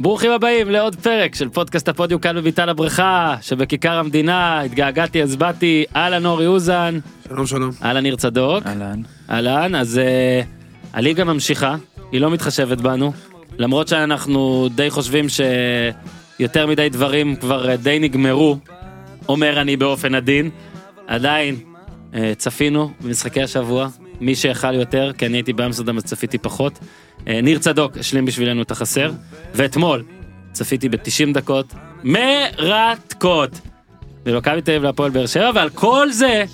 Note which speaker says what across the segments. Speaker 1: ברוכים הבאים לעוד פרק של פודקאסט הפודיום כאן בביתן הברכה שבכיכר המדינה התגעגעתי אז באתי אהלן אורי אוזן
Speaker 2: שלום שלום.
Speaker 1: אהלן ניר צדוק
Speaker 3: אהלן.
Speaker 1: אהלן אז אה, הליגה ממשיכה היא לא מתחשבת בנו למרות שאנחנו די חושבים שיותר מדי דברים כבר אה, די נגמרו אומר אני באופן עדין עדיין אה, צפינו במשחקי השבוע מי שיכל יותר כי אני הייתי באמסרדם אז צפיתי פחות אה, ניר צדוק השלים בשבילנו את החסר ואתמול צפיתי ב-90 דקות מרתקות במכבי תל אביב להפועל באר שבע ועל כל זה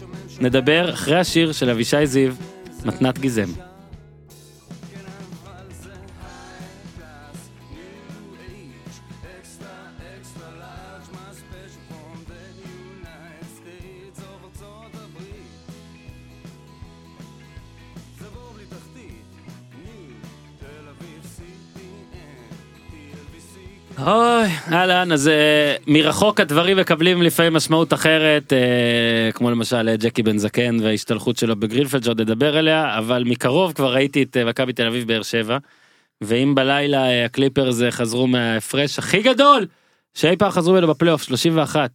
Speaker 1: נדבר אחרי השיר של אבישי זיו מתנת גיזם. אוי, אהלן, אז אה, מרחוק הדברים מקבלים לפעמים משמעות אחרת, אה, כמו למשל אה, ג'קי בן זקן וההשתלחות שלו בגרינפלד שעוד נדבר עליה, אבל מקרוב כבר ראיתי את אה, מכבי תל אביב באר שבע, ואם בלילה אה, הקליפרס אה, חזרו מההפרש הכי גדול שאי פעם חזרו ממנו בפלייאוף, 31,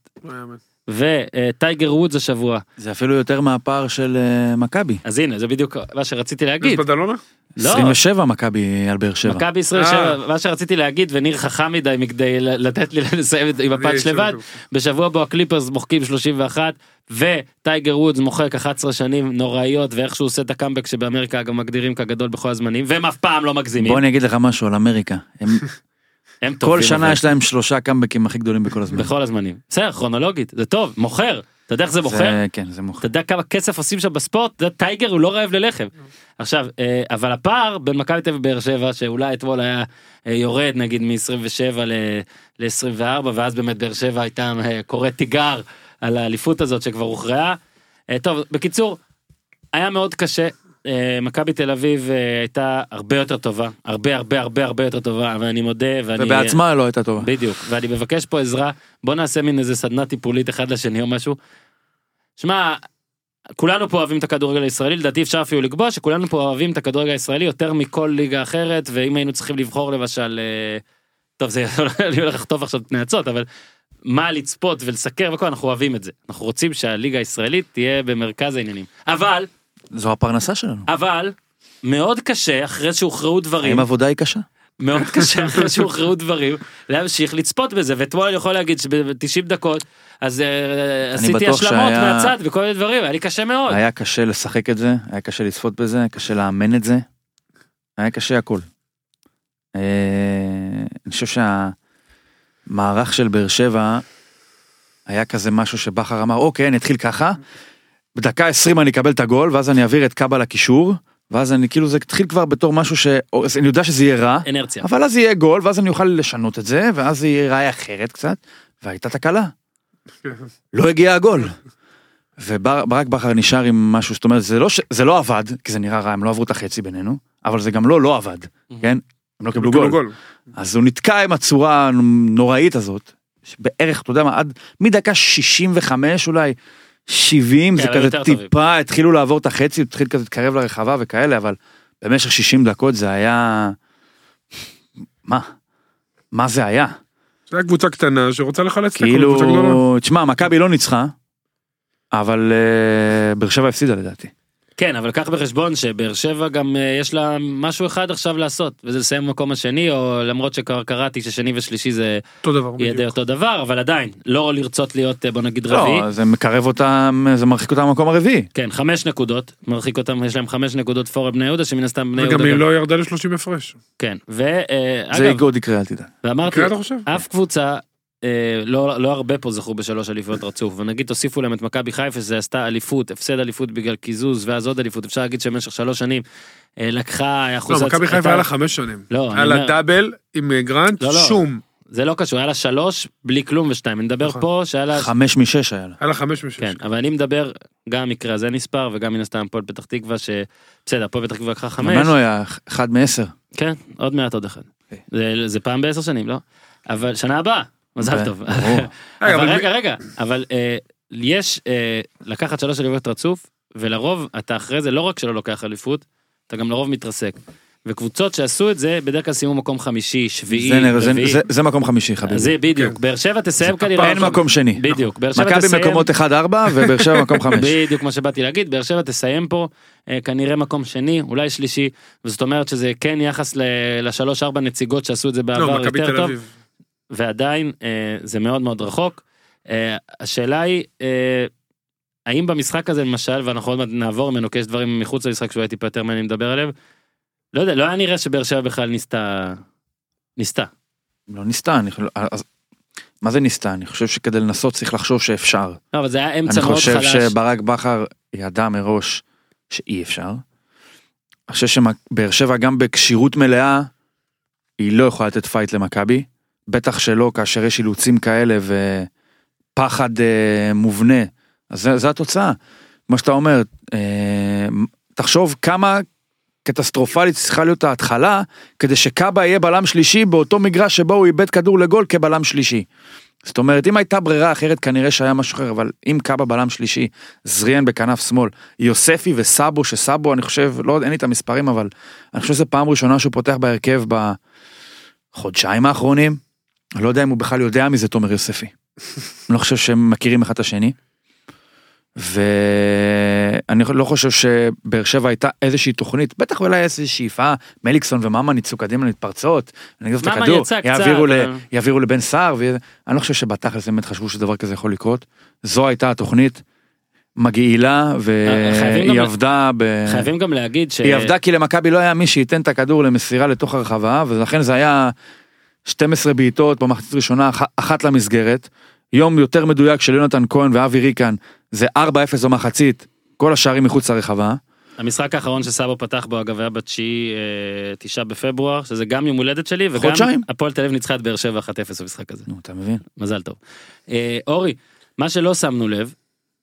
Speaker 1: וטייגר אה, וודס השבוע,
Speaker 3: זה אפילו יותר מהפער של אה, מכבי.
Speaker 1: אז הנה, זה בדיוק מה שרציתי
Speaker 2: יש
Speaker 1: להגיד.
Speaker 2: בדלונה?
Speaker 1: לא.
Speaker 3: 27 מכבי על באר שבע.
Speaker 1: מכבי ישראל
Speaker 2: אה.
Speaker 1: שבע, מה שרציתי להגיד וניר חכם מדי מכדי ל- לתת לי לסיים את- עם
Speaker 2: אני-
Speaker 1: הפאנץ' לבד
Speaker 2: שוב, שוב.
Speaker 1: בשבוע בו הקליפרס מוחקים 31 וטייגר וודס מוחק 11 שנים נוראיות ואיך שהוא עושה את הקאמבק שבאמריקה אגב מגדירים כגדול בכל הזמנים והם אף פעם לא מגזימים
Speaker 3: בוא אני אגיד לך משהו על אמריקה. הם-
Speaker 1: הם טובים
Speaker 3: כל שנה
Speaker 1: אבל.
Speaker 3: יש להם שלושה קאמבקים הכי גדולים בכל הזמן.
Speaker 1: בכל הזמנים בסדר כרונולוגית זה טוב מוכר אתה יודע איך זה מוכר
Speaker 3: זה- כן, זה מוכר.
Speaker 1: אתה יודע כמה כסף עושים שם בספורט? אתה יודע, טייגר הוא לא רעב ללחם. עכשיו, אה, אבל הפער בין מכבי תל אביב ובאר שבע, שאולי אתמול היה אה, יורד נגיד מ-27 ל-24, ואז באמת באר שבע הייתה אה, קוראת תיגר על האליפות הזאת שכבר הוכרעה. אה, טוב, בקיצור, היה מאוד קשה. אה, מכבי תל אביב אה, הייתה הרבה יותר טובה, הרבה הרבה הרבה הרבה יותר טובה, ואני מודה, ואני... אה,
Speaker 3: ובעצמה לא הייתה טובה.
Speaker 1: בדיוק, ואני מבקש פה עזרה, בוא נעשה מין איזה סדנה טיפולית אחד לשני או משהו. שמע, כולנו פה אוהבים את הכדורגל הישראלי, לדעתי אפשר אפילו לקבוע שכולנו פה אוהבים את הכדורגל הישראלי יותר מכל ליגה אחרת, ואם היינו צריכים לבחור למשל, אה, טוב זה, לא, אני הולך לכתוב עכשיו נאצות, אבל מה לצפות ולסקר וכל, אנחנו אוהבים את זה. אנחנו רוצים שהליגה הישראלית תהיה במרכז העניינים. אבל,
Speaker 3: זו הפרנסה שלנו.
Speaker 1: אבל, מאוד קשה אחרי שהוכרעו דברים.
Speaker 3: האם עבודה היא קשה?
Speaker 1: מאוד קשה אחרי שהוכרעו דברים להמשיך לצפות בזה ואתמול אני יכול להגיד שב-90 דקות אז אה, עשיתי
Speaker 3: בטוח
Speaker 1: השלמות
Speaker 3: שהיה-
Speaker 1: מהצד וכל מיני דברים היה לי קשה מאוד
Speaker 3: היה קשה לשחק את זה, היה קשה לצפות בזה, היה קשה לאמן את זה. היה קשה הכל. אה, אני חושב שהמערך של באר שבע היה כזה משהו שבכר אמר אוקיי אני אתחיל ככה, בדקה 20 אני אקבל את הגול ואז אני אעביר את קאבה לקישור, ואז אני כאילו זה התחיל כבר בתור משהו שאני יודע שזה יהיה רע,
Speaker 1: אנרציה
Speaker 3: אבל אז יהיה גול ואז אני אוכל לשנות את זה ואז זה ייראה אחרת קצת והייתה תקלה. לא הגיע הגול. וברק בכר נשאר עם משהו זאת אומרת זה לא ש... זה לא עבד כי זה נראה רע הם לא עברו את החצי בינינו אבל זה גם לא לא עבד כן הם לא קיבלו
Speaker 2: כאילו
Speaker 3: גול אז הוא נתקע עם הצורה הנוראית הזאת בערך אתה יודע מה עד מדקה 65 אולי 70
Speaker 1: כן,
Speaker 3: זה
Speaker 1: אבל
Speaker 3: כזה
Speaker 1: יותר טובים.
Speaker 3: טיפה התחילו לעבור את החצי התחיל כזה להתקרב לרחבה וכאלה אבל במשך 60 דקות זה היה מה מה זה היה
Speaker 2: זה היה קבוצה קטנה שרוצה לחלץ את הכל,
Speaker 3: כאילו
Speaker 2: קבוצה גדולה.
Speaker 3: תשמע מכבי לא ניצחה אבל אה, באר שבע הפסידה לדעתי
Speaker 1: כן אבל קח בחשבון שבאר שבע גם אה, יש לה משהו אחד עכשיו לעשות וזה לסיים במקום השני או למרות שכבר קראתי ששני ושלישי זה
Speaker 2: אותו דבר
Speaker 1: יהיה די
Speaker 2: בדיוק.
Speaker 1: אותו דבר אבל עדיין לא לרצות להיות אה, בוא נגיד רביעי.
Speaker 3: לא, זה מקרב אותם זה מרחיק אותם למקום הרביעי
Speaker 1: כן חמש נקודות מרחיק אותם יש להם חמש נקודות פור בני יהודה שמן הסתם בני יהודה
Speaker 2: וגם
Speaker 1: גם-
Speaker 2: היא לא ירדה ל-30 הפרש.
Speaker 1: כן ואגב
Speaker 3: זה עוד יקרה אל תדאג.
Speaker 1: ואמרתי
Speaker 2: יקרה אתה חושב?
Speaker 1: אף קבוצה אה, לא לא הרבה פה זכו בשלוש אליפויות רצוף ונגיד תוסיפו להם את מכבי חיפה שזה עשתה אליפות הפסד אליפות בגלל קיזוז ואז עוד אליפות אפשר להגיד שבמשך שלוש שנים אה, לקחה
Speaker 2: לא,
Speaker 1: אחוז
Speaker 2: מכבי
Speaker 1: הצ-
Speaker 2: חיפה
Speaker 1: הייתה-
Speaker 2: היה לה חמש שנים.
Speaker 1: לא, אני
Speaker 2: היה לה
Speaker 1: אומר-
Speaker 2: דאבל עם אה, גרנט,
Speaker 1: לא, לא.
Speaker 2: שום.
Speaker 1: זה לא קשור היה לה שלוש בלי כלום ושתיים אני מדבר
Speaker 2: נכון.
Speaker 1: פה שהיה לה
Speaker 3: חמש משש היה לה.
Speaker 2: היה לה חמש משש.
Speaker 1: כן אבל אני מדבר גם המקרה הזה נספר וגם מן הסתם הפועל פתח תקווה שבסדר הפועל פתח תקווה לקחה חמש
Speaker 3: ממנו היה אחד מעשר.
Speaker 1: כן עוד מעט עוד אחד
Speaker 2: כן.
Speaker 3: אוקיי.
Speaker 1: זה- זה פעם בעשר שנים לא אבל שנה הבאה מזל טוב
Speaker 3: כן. ברור.
Speaker 2: רגע,
Speaker 1: אבל
Speaker 2: אה, אבל-
Speaker 1: רגע רגע אבל אה, יש אה, לקחת שלוש אליפויות רצוף ולרוב אתה אחרי זה לא רק שלא לוקח אליפות אתה גם לרוב מתרסק. וקבוצות שעשו את זה, בדרך כלל סיימו מקום חמישי, שביעי,
Speaker 3: זה נר- זה-
Speaker 1: רביעי.
Speaker 3: זה- זה מקום חמישי,
Speaker 1: אז
Speaker 3: חביבי.
Speaker 1: זה
Speaker 2: כן.
Speaker 1: בדיוק, באר שבע תסיים כנראה.
Speaker 3: אין מקום שני.
Speaker 1: בדיוק, באר שבע
Speaker 3: מכבי
Speaker 1: תסיים.
Speaker 3: מקומות 1-4 ובאר שבע מקום 5.
Speaker 1: בדיוק מה שבאתי להגיד, באר שבע תסיים פה אה, כנראה מקום שני, אולי שלישי, וזאת אומרת שזה כן יחס ל- לשלוש ארבע נציגות שעשו את זה
Speaker 2: לא,
Speaker 1: בעבר
Speaker 2: מכבי
Speaker 1: יותר
Speaker 2: תל
Speaker 1: טוב,
Speaker 2: אביב.
Speaker 1: ועדיין אה, זה מאוד מאוד רחוק. אה, השאלה היא, אה, האם במשחק הזה למשל, ואנחנו עוד מעט נעבור ממנו, כי יש דברים מחוץ למשחק שאולי טיפה יותר מעניין לדבר עליהם, לא יודע, לא היה נראה שבאר שבע בכלל ניסתה, ניסתה.
Speaker 3: לא ניסתה, אני חושב... אז- מה זה ניסתה? אני חושב שכדי לנסות צריך לחשוב שאפשר.
Speaker 1: לא, אבל זה היה אמצע
Speaker 3: אני
Speaker 1: מאוד חלש.
Speaker 3: חושב שברק בכר ידע מראש שאי אפשר. אני חושב שבאר שבע גם בכשירות מלאה, היא לא יכולה לתת פייט למכבי. בטח שלא כאשר יש אילוצים כאלה ופחד אה, מובנה. אז זה, זה התוצאה. כמו שאתה אומר, אה, תחשוב כמה קטסטרופלית צריכה להיות ההתחלה, כדי שקאבה יהיה בלם שלישי באותו מגרש שבו הוא איבד כדור לגול כבלם שלישי. זאת אומרת, אם הייתה ברירה אחרת כנראה שהיה משהו אחר, אבל אם קאבה בלם שלישי, זריאן בכנף שמאל, יוספי וסאבו, שסאבו אני חושב, לא, אין לי את המספרים, אבל אני חושב שזו פעם ראשונה שהוא פותח בהרכב בחודשיים האחרונים. אני לא יודע אם הוא בכלל יודע מי זה תומר יוספי. אני לא חושב שהם מכירים אחד את השני. ואני לא חושב שבאר שבע הייתה איזושהי תוכנית, בטח אולי איזושהי שאיפה, מליקסון וממן יצאו קדימה להתפרצות, נגנוב את
Speaker 1: ממן
Speaker 3: הכדור,
Speaker 1: יצא קצת,
Speaker 3: יעבירו, ל...
Speaker 1: אבל-
Speaker 3: יעבירו לבן סער, ו... אני לא חושב שבתכלס באמת חשבו שדבר כזה יכול לקרות, זו הייתה התוכנית, מגעילה,
Speaker 1: חייבים גם
Speaker 3: והיא
Speaker 1: ל-
Speaker 3: עבדה ב...
Speaker 1: חייבים גם להגיד ש...
Speaker 3: היא עבדה כי למכבי לא היה מי שייתן את הכדור למסירה לתוך הרחבה ולכן זה היה 12 בעיטות במחצית ראשונה אח- אחת למסגרת. יום יותר מדויק של יונתן כהן ואבי ריקן זה 4-0 במחצית כל השערים מחוץ לרחבה.
Speaker 1: המשחק האחרון שסבא פתח בו אגב היה בתשיעי אה, תשעה בפברואר שזה גם יום הולדת שלי וגם
Speaker 3: חודשיים.
Speaker 1: הפועל תל אביב ניצחה את באר שבע 1-0 במשחק הזה
Speaker 3: נו אתה מבין?
Speaker 1: מזל טוב. אה, אורי מה שלא שמנו לב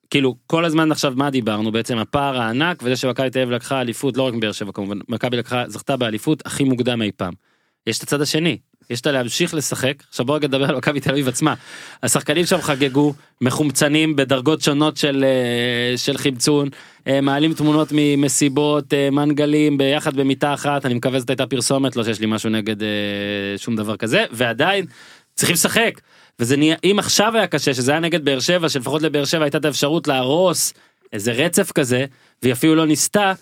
Speaker 1: כאילו כל הזמן עכשיו מה דיברנו בעצם הפער הענק וזה שמכבי תל אביב לקחה אליפות לא רק מבאר שבע כמובן מכבי לקחה זכתה באליפות הכי מוקדם אי פעם. יש את הצד השני יש את הלהמשיך לשחק עכשיו בוא רגע נדבר על מכבי תל אביב עצמה השחקנים שם חגגו מחומצנים בדרגות שונות של אה, של חמצון אה, מעלים תמונות ממסיבות אה, מנגלים ביחד במיטה אחת אני מקווה זאת הייתה פרסומת לא שיש לי משהו נגד אה, שום דבר כזה ועדיין צריכים לשחק וזה נהיה אם עכשיו היה קשה שזה היה נגד באר שבע שלפחות לבאר שבע הייתה את האפשרות להרוס איזה רצף כזה והיא אפילו לא ניסתה.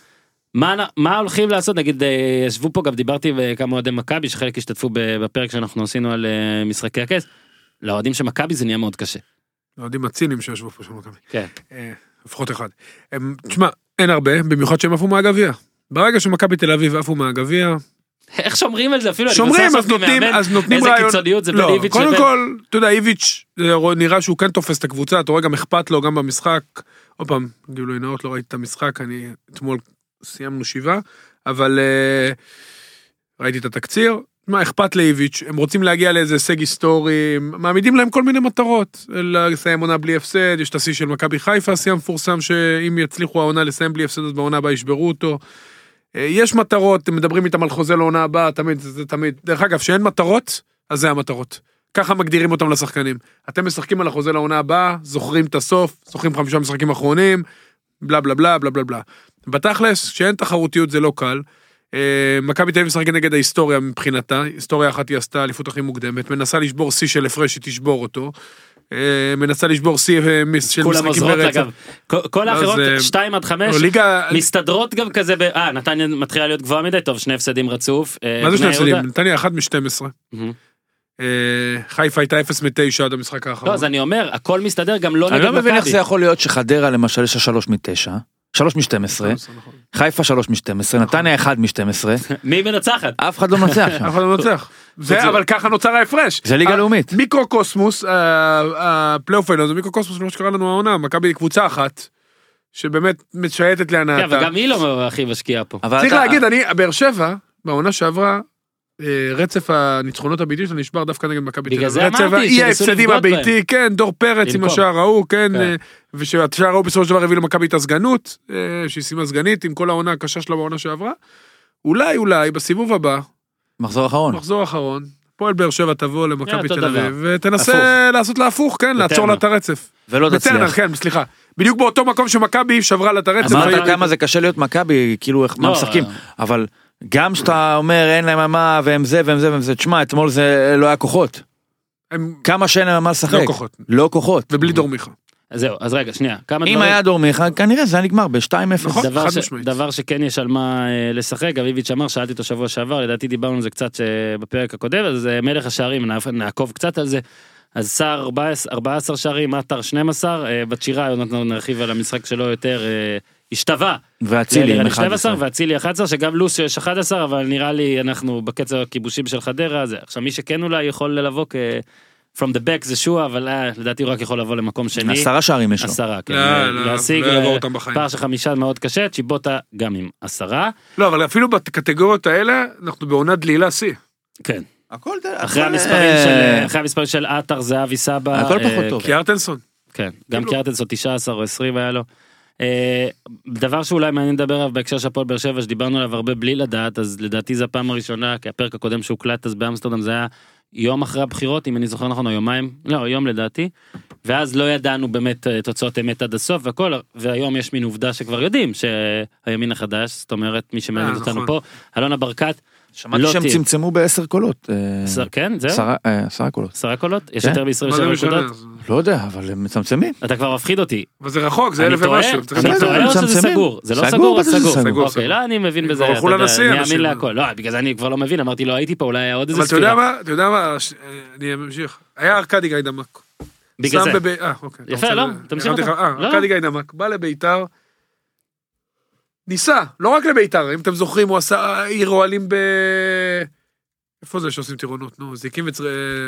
Speaker 1: מה, אנ- מה הולכים לעשות נגיד אה, ישבו פה גם דיברתי עם כמה אוהדי מכבי שחלק השתתפו ב- בפרק שאנחנו עשינו על אה, משחקי הכס. לאוהדים של מכבי זה נהיה מאוד קשה.
Speaker 2: האוהדים הצינים שישבו פה של מכבי.
Speaker 1: כן.
Speaker 2: אה, לפחות אחד. הם- תשמע, אין הרבה, במיוחד שהם עפו מהגביע. ברגע שמכבי תל אביב עפו מהגביע,
Speaker 1: איך שומרים על זה אפילו לא, אני
Speaker 2: שומרים,
Speaker 1: מנסה
Speaker 2: אז
Speaker 1: לעשות
Speaker 2: נותנים,
Speaker 1: כמאמן,
Speaker 2: אז נותנים
Speaker 1: איזה
Speaker 2: רעיון.
Speaker 1: קיצוניות זה
Speaker 2: לא,
Speaker 1: בין איביץ'
Speaker 2: קודם
Speaker 1: לבין-
Speaker 2: כל, אתה יודע, איביץ', זה נראה שהוא כן תופס את הקבוצה, אתה רואה גם אכפת לו גם במשחק. עוד פעם, גילוי נאות, לא ראיתי את המשחק, אני אתמול סיימנו שבעה, אבל אה, ראיתי את התקציר. מה אכפת לאיביץ', הם רוצים להגיע לאיזה הישג היסטורי, מעמידים להם כל מיני מטרות, לסיים עונה בלי הפסד, יש את השיא של מכבי חיפה, שיא המפורסם שאם יצליחו העונה לסיים בלי הפסד אז בעונה הבאה ישברו אותו. אה, יש מטרות, הם מדברים איתם על חוזה לעונה הבאה, תמיד, זה זה תמיד. דרך אגב, שאין מטרות, אז זה המטרות. ככה מגדירים אותם לשחקנים. אתם משחקים על החוזה לעונה הבאה, זוכרים את הסוף, זוכרים חמישה משחקים אחרונים, בלה בלה בלה בלה בלה בלה. בתכלס, כשאין תחרותיות זה לא קל. אה, מכבי תל אביב משחקת נגד ההיסטוריה מבחינתה, היסטוריה אחת היא עשתה אליפות הכי מוקדמת, מנסה לשבור שיא של הפרש, היא תשבור אותו. אה, מנסה לשבור שיא אה, מס- של
Speaker 1: כולם
Speaker 2: משחקים
Speaker 1: עוזרות
Speaker 2: ברצף.
Speaker 1: אגב. כל- כל
Speaker 2: אז,
Speaker 1: האחרות
Speaker 2: אה,
Speaker 1: 2 עד 5
Speaker 2: ליגה,
Speaker 1: מסתדרות גם כזה ב... אה נתניה מתחילה להיות גבוהה מדי טוב שני הפסדים רצוף. אה,
Speaker 2: מה
Speaker 1: בני
Speaker 2: זה שני הפסדים?
Speaker 1: יהודה.
Speaker 2: נתניה אחת מ-12.
Speaker 1: מהמם.
Speaker 2: אה, חיפה הייתה 0 מ-9 עד המשחק
Speaker 1: לא
Speaker 2: האחרון.
Speaker 1: אז אני אומר הכל מסתדר גם לא
Speaker 3: אני
Speaker 1: נגד
Speaker 3: לא מבין איך
Speaker 1: מכבי.
Speaker 3: זה יכול להיות שחדרה למשל יש לה 3 מ-9, 3 מ-12,
Speaker 2: נכון.
Speaker 3: חיפה 3 מ-12, נתניה 1 מ-12,
Speaker 1: מי מנצחת?
Speaker 3: אף אחד לא מנצח שם.
Speaker 2: אף אחד לא מנצח.
Speaker 1: זה-
Speaker 2: זה אבל ככה נוצר ההפרש.
Speaker 3: זה ליגה
Speaker 2: ה-
Speaker 3: לאומית.
Speaker 2: מיקרוקוסמוס, אה, הפלייאוף העליון זה מיקרוקוסמוס של מה שקרה לנו העונה, מכבי היא קבוצה אחת, שבאמת משייטת
Speaker 1: כן,
Speaker 2: להנאתה.
Speaker 1: אבל גם היא לא הכי משקיעה פה.
Speaker 3: אבל
Speaker 2: צריך
Speaker 3: אתה-
Speaker 2: להגיד, אני, באר שבע, בעונה שעברה, אה, רצף הניצחונות הביתי שלה נשבר דווקא נגד מכבי תל
Speaker 1: בגלל
Speaker 2: אביב.
Speaker 1: זה
Speaker 2: רצף
Speaker 1: אמרתי,
Speaker 2: האי
Speaker 1: שניסו
Speaker 2: ההפסדים
Speaker 1: לבגוד בהם.
Speaker 2: הביתי, כן, דור פרץ עם
Speaker 1: במקום.
Speaker 2: השער ההוא, כן,
Speaker 1: כן.
Speaker 2: אה, ושהשער ההוא בסופו של דבר הביא למכבי את הסגנות, אה, שהיא סיימה סגנית עם כל העונה הקשה שלה בעונה שעברה. אולי, אולי, בסיבוב הבא,
Speaker 3: מחזור אחרון.
Speaker 2: מחזור אחרון, הפועל באר שבע תבוא למכבי
Speaker 1: אותו
Speaker 2: תל אביב,
Speaker 1: דבר.
Speaker 2: ותנסה לעשות לה הפוך, כן, לעצור לה את הרצף.
Speaker 3: ולא
Speaker 1: לא
Speaker 2: בטרנר,
Speaker 3: תצליח.
Speaker 2: כן, סליחה. בדיוק באותו מקום שמכבי שברה לה את הרצף.
Speaker 1: אמרת
Speaker 2: והיא-
Speaker 3: אמרת כמה זה קשה להיות מכבי, כאילו איך, מה
Speaker 1: לא,
Speaker 3: משחקים,
Speaker 1: אה.
Speaker 3: אבל גם שאתה אומר אין להם מה והם זה והם זה והם זה, תשמע, אתמול זה לא היה כוחות.
Speaker 2: הם
Speaker 3: כמה שאין להם מה לשחק.
Speaker 2: לא כוחות.
Speaker 3: לא כוחות.
Speaker 2: ובלי דור מיכה.
Speaker 1: אז זהו, אז רגע, שנייה. כמה
Speaker 3: אם
Speaker 1: דברים-
Speaker 3: היה דור מיכה, כנראה זה היה נגמר ב-2-0.
Speaker 2: נכון.
Speaker 1: דבר,
Speaker 2: חד
Speaker 1: ש...
Speaker 2: משמעית.
Speaker 1: דבר שכן יש על מה אה, לשחק, אביביץ' אמר, שאלתי אותו שבוע שעבר, לדעתי דיברנו על זה קצת אה, בפרק הקודם, אז אה, מלך השערים, נע- נעקוב קצת על זה. אז סער 14, 14 שערים, עטר 12, אה, בת שירה, עוד מעט נרחיב על המשחק שלו יותר, אה, השתווה.
Speaker 3: ואצילי עם
Speaker 1: לאלירן 12
Speaker 3: 11.
Speaker 1: ואצילי 11, שגם לוסיו יש 11, אבל נראה לי אנחנו בקצב הכיבושים של חדרה, זה עכשיו מי שכן אולי יכול לבוא כ... From the back זה שועה, אבל אה, לדעתי הוא רק יכול לבוא למקום שני.
Speaker 3: עשרה שערים יש לו.
Speaker 1: עשרה, כן.
Speaker 2: לא,
Speaker 1: אה,
Speaker 2: לא,
Speaker 1: להשיג
Speaker 2: לא יעבור
Speaker 1: אה,
Speaker 2: אותם בחיים.
Speaker 1: פער של חמישה מאוד קשה, צ'יבוטה גם עם עשרה.
Speaker 2: לא, אבל אפילו בקטגוריות האלה, אנחנו בעונת דלילה שיא.
Speaker 1: כן.
Speaker 3: הכל
Speaker 1: אחרי המספרים
Speaker 2: אה,
Speaker 1: של אה, אחרי המספרים של עטר, זהבי סבא.
Speaker 3: אה. הכל
Speaker 1: אה,
Speaker 3: פחות טוב.
Speaker 2: כי ארטנסון.
Speaker 1: כן, גם
Speaker 2: כאילו-
Speaker 1: קיארטנסון 19 או 20 היה לו. אה, דבר שאולי מעניין לדבר עליו בהקשר של הפועל באר שבע שדיברנו עליו הרבה בלי לדעת אז לדעתי זו הפעם הראשונה כי הפרק הקודם שהוקלט אז באמסטרדם זה היה יום אחרי הבחירות אם אני זוכר נכון או יומיים לא יום לדעתי ואז לא ידענו באמת אה, תוצאות אמת עד הסוף והכל והיום יש מין עובדה שכבר יודעים שהימין החדש זאת אומרת מי שמעניין
Speaker 2: אה,
Speaker 1: אותנו
Speaker 2: נכון.
Speaker 1: פה אלונה ברקת
Speaker 3: שמעתי
Speaker 1: לא
Speaker 3: שהם
Speaker 1: תהיה.
Speaker 3: צמצמו בעשר קולות. אה,
Speaker 1: עשר- כן זהו
Speaker 3: עשרה- אה, עשרה קולות.
Speaker 1: עשרה קולות יש
Speaker 3: כן.
Speaker 1: יותר
Speaker 2: מה זה
Speaker 1: מ-27
Speaker 2: משנה?
Speaker 1: נקודות
Speaker 2: אז-
Speaker 3: לא יודע, אבל הם מצמצמים.
Speaker 2: אה.
Speaker 1: אתה כבר מפחיד אותי
Speaker 2: אבל זה רחוק, זה
Speaker 1: אני
Speaker 2: אלף
Speaker 1: טועה?
Speaker 2: ומשהו. צריך
Speaker 1: אני
Speaker 3: בסדר,
Speaker 1: טועה
Speaker 3: הם
Speaker 1: או שזה
Speaker 3: מצמצמים.
Speaker 1: סגור? זה לא
Speaker 3: סגור,
Speaker 1: סגור או
Speaker 3: בטח שזה
Speaker 1: סגור?
Speaker 3: סגור,
Speaker 1: אוקיי,
Speaker 2: סגור.
Speaker 1: לא, אני מבין
Speaker 2: כבר
Speaker 1: בזה.
Speaker 2: הלכו
Speaker 1: אתה יודע,
Speaker 2: לנשיא
Speaker 1: אני
Speaker 2: אנשים.
Speaker 1: אאמין להכל. לא, בגלל זה אני כבר לא מבין, אמרתי לא הייתי פה, אולי היה עוד איזה
Speaker 2: אבל אתה יודע
Speaker 1: ספירה.
Speaker 2: מה, אתה יודע מה, ש- אה, אני אמשיך. היה ארכדי גיידמק.
Speaker 1: בגלל
Speaker 2: שם
Speaker 1: זה.
Speaker 2: בב- אה, אוקיי. אתה
Speaker 1: יפה,
Speaker 2: רוצה
Speaker 1: לא,
Speaker 2: ל-
Speaker 1: תמשיך
Speaker 2: הרמתי
Speaker 1: אתה.
Speaker 2: לך- אה,
Speaker 1: לא.
Speaker 2: ארכדי גיידמק, בא לביתר, ניסה, לא רק לביתר, אם אתם זוכרים, הוא עשה עיר אוהלים ב... איפה זה שעושים טירונות? נו, זיקים וצר...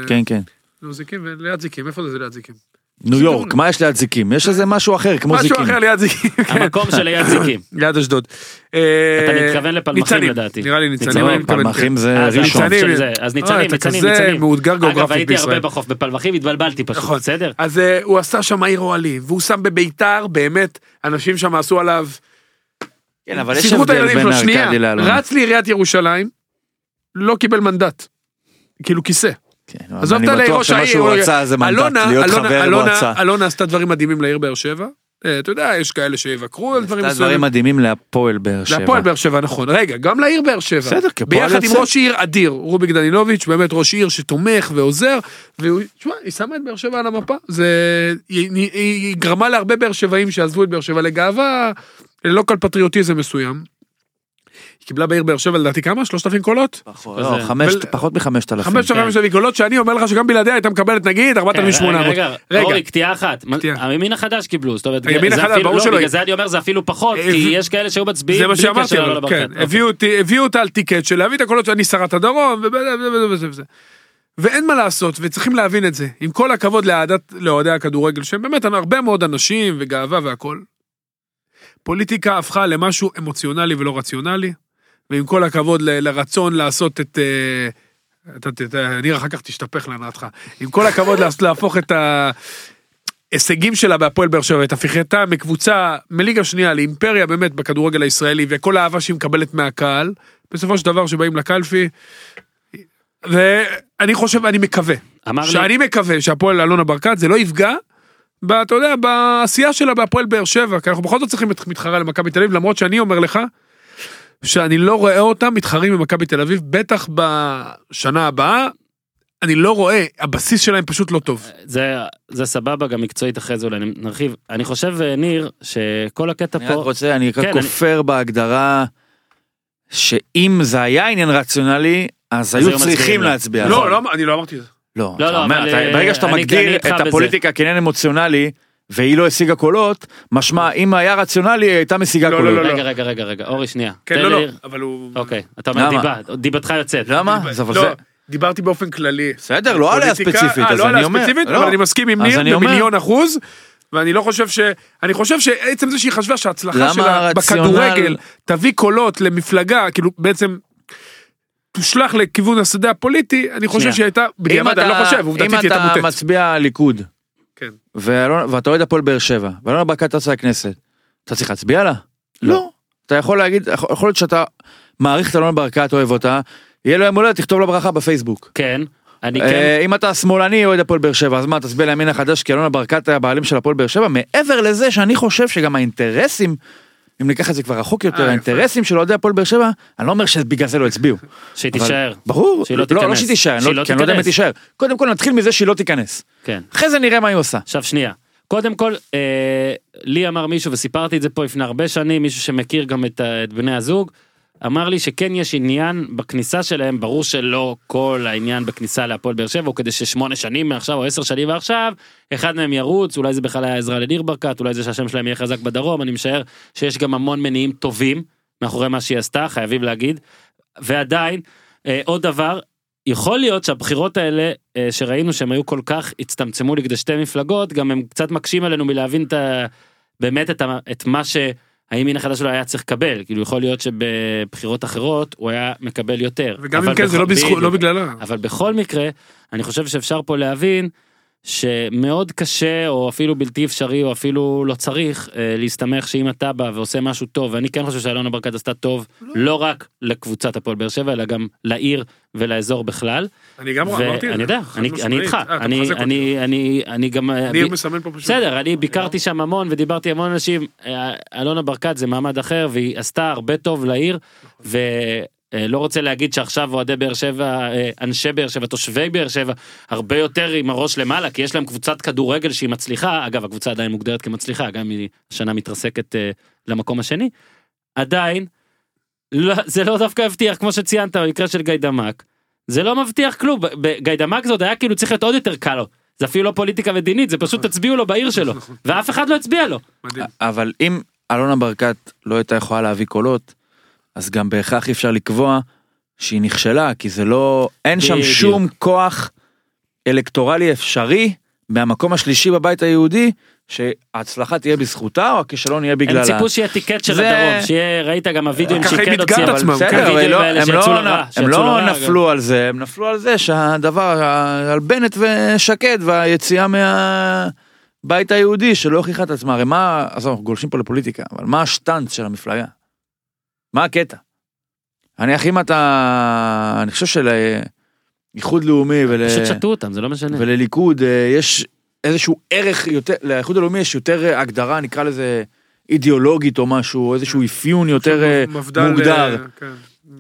Speaker 3: כן, כן.
Speaker 2: נו, זיקים וליד זיקים, איפה זה זה ליד זיקים?
Speaker 3: ניו יורק, מה יש ליד זיקים? יש איזה משהו אחר, כמו
Speaker 2: משהו
Speaker 3: זיקים.
Speaker 2: אחר ליד זיקים,
Speaker 1: המקום שליד זיקים.
Speaker 2: ליד אשדוד. אה,
Speaker 1: אתה מתכוון לפלמחים,
Speaker 2: ניצנים,
Speaker 1: לדעתי.
Speaker 2: נראה לי
Speaker 1: ניצנים,
Speaker 2: ניצנים, אני
Speaker 3: לא,
Speaker 2: מתכוון,
Speaker 3: פלמחים זה
Speaker 1: אז החוף
Speaker 3: ראשון.
Speaker 2: ניצנים.
Speaker 1: של אה, זה, אז
Speaker 2: אה,
Speaker 1: ניצנים,
Speaker 2: אתה
Speaker 1: ניצנים,
Speaker 2: כזה
Speaker 1: ניצנים.
Speaker 2: מאותגר
Speaker 1: אגב,
Speaker 2: גיאוגרפית
Speaker 1: הייתי הרבה
Speaker 2: בישראל.
Speaker 1: בחוף, בפלמחים התבלבלתי פשוט,
Speaker 2: נכון.
Speaker 1: בסדר?
Speaker 2: אז אה, הוא עשה שם עיר אוהלים, והוא שם בביתר, באמת, אנשים שם עשו עליו,
Speaker 3: כן, אבל יש
Speaker 2: שיחקו את
Speaker 3: הבדל
Speaker 2: הילדים
Speaker 3: בין
Speaker 2: שלו, שנייה,
Speaker 3: ארכדי לאלונה.
Speaker 2: רץ לעיריית ירושלים, לא קיבל מנדט. כאילו כיסא.
Speaker 3: כן,
Speaker 2: עזוב
Speaker 3: אני
Speaker 2: את עלי
Speaker 3: בטוח
Speaker 2: ראש העיר.
Speaker 3: שמה שהוא רצה זה מנדט,
Speaker 2: אלונה-
Speaker 3: להיות
Speaker 2: אלונה-
Speaker 3: חבר
Speaker 2: אלונה-
Speaker 3: מועצה.
Speaker 2: אלונה עשתה דברים מדהימים לעיר באר שבע. אה, אתה יודע, יש כאלה שיבקרו על דברים
Speaker 3: עשתה דברים
Speaker 2: מסוימים.
Speaker 3: מדהימים להפועל באר שבע.
Speaker 2: להפועל באר שבע, נכון. רגע, גם לעיר באר שבע.
Speaker 3: בסדר, כפועל
Speaker 2: ביחד עם
Speaker 3: יוצא.
Speaker 2: ראש עיר אדיר, רוביק דנילוביץ', באמת ראש עיר שתומך ועוזר, והוא, תשמע, היא שמה את באר שבע על המפה. זה... היא, היא, היא גרמה להרבה באר שבעים שעזבו את באר שבע לגאווה, ללא כל פטריוטיזם מסוים. היא קיבלה בעיר באר שבע לדעתי כמה? 3,000 קולות?
Speaker 3: פחות, לא, חמש-
Speaker 2: אבל-
Speaker 3: פחות מחמשת אלפים. כן.
Speaker 2: 5,000 קולות שאני אומר לך שגם בלעדיה הייתה מקבלת נגיד
Speaker 1: כן,
Speaker 2: 4,800.
Speaker 1: רגע, רגע,
Speaker 2: רגע.
Speaker 1: אורי, קטיעה אחת. מה-
Speaker 2: קטיעה.
Speaker 1: הימין החדש קיבלו, זאת אומרת,
Speaker 2: הימין
Speaker 1: זה
Speaker 2: החדש,
Speaker 1: אפילו-
Speaker 2: ברור
Speaker 1: לא,
Speaker 2: שלא
Speaker 1: בגלל
Speaker 2: יהיה.
Speaker 1: זה אני אומר זה אפילו פחות,
Speaker 2: אה,
Speaker 1: כי
Speaker 2: ו-
Speaker 1: יש כאלה שהיו
Speaker 2: זה
Speaker 1: מצביעים
Speaker 2: מה
Speaker 1: בלי
Speaker 2: שאמרתי,
Speaker 1: קשר אוקיי,
Speaker 2: אבל,
Speaker 1: לאלונה
Speaker 2: כן,
Speaker 1: ברקת.
Speaker 2: הביאו אותי, הביאו אותה על טיקט של להביא את הקולות שאני שרת הדרום, וזה וזה וזה וזה. ואין מה לעשות, וצריכים להבין את זה. עם כל הכבוד לאהדת- לאוהדי הכדורגל, שהם באמת הרבה מאוד אנשים, וגאווה והכול. פוליטיקה הפכה למשהו אמוציונלי ולא רציונלי, ועם כל הכבוד ל- לרצון לעשות את... אה, אתה תדע, ניר אחר כך תשתפך להנאתך. עם כל הכבוד לה- להפוך את ההישגים שלה בהפועל באר שבע, את הפיכתה מקבוצה מליגה שנייה לאימפריה באמת בכדורגל הישראלי, וכל האהבה שהיא מקבלת מהקהל, בסופו של דבר שבאים לקלפי, ואני חושב, אני מקווה,
Speaker 1: אמר לי-
Speaker 2: שאני מקווה שהפועל אלונה ברקת זה לא יפגע. ב- אתה יודע, בעשייה שלה בהפועל באר שבע, כי אנחנו בכל זאת צריכים את מתחרה למכבי תל אביב, למרות שאני אומר לך, שאני לא רואה אותם מתחרים במכבי תל אביב, בטח בשנה הבאה, אני לא רואה, הבסיס שלהם פשוט לא טוב.
Speaker 1: זה, זה סבבה, גם מקצועית אחרי זה אולי נרחיב. אני חושב, אה, ניר, שכל הקטע
Speaker 3: אני רק
Speaker 1: פה...
Speaker 3: רוצה, אני רק
Speaker 1: כן,
Speaker 3: כופר בהגדרה שאם זה היה עניין רציונלי, אז
Speaker 1: היו
Speaker 3: היו
Speaker 1: מצביעים
Speaker 3: צריכים
Speaker 1: לה.
Speaker 3: להצביע.
Speaker 2: לא, לא, אני לא אמרתי את זה.
Speaker 3: לא,
Speaker 1: לא,
Speaker 3: אתה
Speaker 1: לא,
Speaker 3: אומר,
Speaker 1: אבל,
Speaker 3: אתה-
Speaker 1: אה,
Speaker 3: ברגע שאתה
Speaker 1: אני- אני
Speaker 3: מגדיר
Speaker 1: איתך
Speaker 3: את
Speaker 1: בזה.
Speaker 3: הפוליטיקה כעניין אמוציונלי, והיא לא השיגה קולות, משמע אם היה רציונלי היא הייתה משיגה
Speaker 2: לא,
Speaker 3: קולות.
Speaker 2: לא,
Speaker 1: רגע, רגע, רגע,
Speaker 3: אה,
Speaker 1: רגע, אורי, שנייה.
Speaker 2: כן,
Speaker 1: תן
Speaker 2: לא, לא,
Speaker 1: לניר-
Speaker 2: אבל הוא...
Speaker 1: אוקיי, אתה אומר
Speaker 3: למה?
Speaker 1: דיבה, דיבתך יוצאת.
Speaker 3: למה?
Speaker 2: דיב-
Speaker 3: אז אבל
Speaker 2: לא,
Speaker 3: זה-
Speaker 2: דיברתי באופן כללי.
Speaker 3: בסדר, לא עליה
Speaker 2: פוליטיקה-
Speaker 3: ספציפית,
Speaker 2: אה,
Speaker 3: אז
Speaker 2: לא עליה
Speaker 3: אני אומר.
Speaker 2: ספציפית,
Speaker 3: לא.
Speaker 2: אבל אני מסכים עם
Speaker 3: אז
Speaker 2: ניר
Speaker 3: אני אומר.
Speaker 2: במיליון אחוז, ואני לא חושב ש... אני חושב שעצם זה שהיא חשבה
Speaker 3: למה
Speaker 2: שההצלחה שלה
Speaker 3: הרציונל-
Speaker 2: בכדורגל תביא קולות למפלגה, כאילו בעצם... תושלך לכיוון השדה הפוליטי, אני חושב
Speaker 1: שנייה.
Speaker 2: שהיא הייתה,
Speaker 3: אם
Speaker 2: בדיעבד,
Speaker 3: אתה-
Speaker 2: אני לא חושב, עובדתית היא
Speaker 3: אם
Speaker 2: הייתה
Speaker 3: אתה
Speaker 2: מוטט.
Speaker 3: מצביע ליכוד,
Speaker 2: כן.
Speaker 3: ואלונה- ואתה אוהד הפועל באר שבע, ואלונה ברקת רצה לכנסת, אתה צריך להצביע לה? לא. אתה יכול להגיד, יכול יכול להיות שאתה מעריך את אלונה ברקת, אוהב אותה, יהיה לו יום הולדת, תכתוב לה ברכה בפייסבוק.
Speaker 1: כן, אני כן...
Speaker 3: אה, אם אתה שמאלני אוהד הפועל באר שבע אז מה תצביע לימין החדש כי אלונה ברקת היה הבעלים של הפועל באר שבע מעבר לזה שאני חושב שגם האינטרסים אם ניקח את זה כבר רחוק יותר,
Speaker 2: אה,
Speaker 3: האינטרסים של אוהדי הפועל באר שבע, אני לא אומר שבגלל זה לא הצביעו.
Speaker 1: שהיא
Speaker 3: אבל-
Speaker 1: תישאר.
Speaker 3: ברור,
Speaker 1: שהיא לא
Speaker 3: לא לא, לא
Speaker 1: תיכנס.
Speaker 3: שהיא תישאר, אני
Speaker 1: שהיא
Speaker 3: לא-
Speaker 1: לא
Speaker 3: כי אני לא יודע אם היא
Speaker 1: תיכנס.
Speaker 3: תישאר. קודם כל נתחיל מזה שהיא לא תיכנס.
Speaker 1: כן.
Speaker 3: אחרי זה נראה מה היא עושה.
Speaker 1: עכשיו שנייה. קודם כל, אה, לי אמר מישהו, וסיפרתי את זה פה לפני הרבה שנים, מישהו שמכיר גם את, ה- את בני הזוג, אמר לי שכן יש עניין בכניסה שלהם, ברור שלא כל העניין בכניסה להפועל באר שבע, הוא כדי ששמונה שנים מעכשיו או עשר שנים מעכשיו, אחד מהם ירוץ, אולי זה בכלל היה עזרה לניר ברקת, אולי זה שהשם שלהם יהיה חזק בדרום, אני משער שיש גם המון מניעים טובים מאחורי מה שהיא עשתה, חייבים להגיד. ועדיין, אה, עוד דבר, יכול להיות שהבחירות האלה אה, שראינו שהם היו כל כך הצטמצמו לכדי שתי מפלגות גם הם קצת מקשים עלינו מלהבין את ה... באמת את, ה... את מה שהימין החדש שלו היה צריך לקבל כאילו יכול להיות שבבחירות אחרות הוא היה מקבל יותר.
Speaker 2: וגם
Speaker 1: אבל
Speaker 2: אם כן, זה
Speaker 1: בכ-
Speaker 2: לא בזכות, לא
Speaker 1: בדיוק.
Speaker 2: בגללה.
Speaker 1: אבל בכל מקרה אני חושב שאפשר פה להבין שמאוד קשה או אפילו בלתי אפשרי או אפילו לא צריך אה, להסתמך שאם אתה בא ועושה משהו טוב ואני כן חושב שאלונה ברקת עשתה טוב לא, לא רק לקבוצת הפועל באר שבע אלא גם לעיר ולאזור בכלל.
Speaker 2: אני גם אמרתי את זה.
Speaker 1: ואני יודע,
Speaker 2: חד
Speaker 1: אני- אני
Speaker 2: משמעית.
Speaker 1: איתך,
Speaker 2: אה, אתה
Speaker 1: אני-
Speaker 2: מחזק אותי.
Speaker 1: אני- אני אני גם... אה,
Speaker 2: אני
Speaker 1: ב-
Speaker 2: מסמן פה פשוט.
Speaker 1: בסדר, אני ביקרתי שם המון ודיברתי עם המון אנשים, אה, אלונה ברקת זה מעמד אחר והיא עשתה הרבה טוב לעיר ולא רוצה להגיד שעכשיו אוהדי באר שבע, אה, אנשי באר שבע, תושבי באר שבע, הרבה יותר עם הראש למעלה כי יש להם קבוצת כדורגל שהיא מצליחה, אגב הקבוצה עדיין מוגדרת כמצליחה, גם היא השנה מתרסקת אה, למקום השני, עדיין לא, זה לא דווקא הבטיח כמו שציינת במקרה של גיידמק. זה לא מבטיח כלום, ב- ב- גיידמק זה עוד היה כאילו צריך להיות עוד יותר קל לו. זה אפילו לא פוליטיקה מדינית, זה פשוט תצביעו לו בעיר שלו, ואף אחד לא הצביע לו.
Speaker 2: מדהים.
Speaker 3: אבל אם אלונה ברקת לא הייתה יכולה להביא קולות, אז גם בהכרח אי אפשר לקבוע שהיא נכשלה, כי זה לא, אין שם
Speaker 1: בדיוק.
Speaker 3: שום כוח אלקטורלי אפשרי מהמקום השלישי בבית היהודי, שההצלחה תהיה בזכותה או הכישלון יהיה
Speaker 1: הם
Speaker 3: בגללה.
Speaker 1: ציפו שיהיה טיקט של
Speaker 3: זה-
Speaker 1: הדרום, שיהיה, ראית גם הווידאוים
Speaker 2: ככה
Speaker 1: שהיא
Speaker 2: היא
Speaker 1: כן
Speaker 2: מתגאה
Speaker 1: הוציאה.
Speaker 2: את
Speaker 3: אבל
Speaker 2: עצמם,
Speaker 3: בסדר,
Speaker 2: כן.
Speaker 3: אבל
Speaker 1: הווידאוים
Speaker 3: לא-
Speaker 1: האלה
Speaker 3: הם
Speaker 1: שיצאו
Speaker 3: לא-
Speaker 1: לרע,
Speaker 3: הם
Speaker 1: שיצאו
Speaker 3: לא
Speaker 1: לרע,
Speaker 3: נפלו על זה, הם נפלו על זה שהדבר, על בנט ושקד והיציאה מהבית היהודי שלא הוכיחה את עצמה, הרי מה, עזוב, אנחנו גולשים פה לפוליטיקה, אבל מה השטנץ של המפלגה? מה הקטע? אני אחי, אם אתה, אני חושב שלאיחוד לאומי ול...
Speaker 1: פשוט שתו אותם, זה לא משנה.
Speaker 3: ולליכוד אה, יש איזשהו ערך יותר, לאיחוד הלאומי יש יותר אה, הגדרה, נקרא לזה אידיאולוגית או משהו, איזשהו אפיון יותר אה,
Speaker 2: מפד"ל,
Speaker 3: מוגדר.
Speaker 2: אה, כן.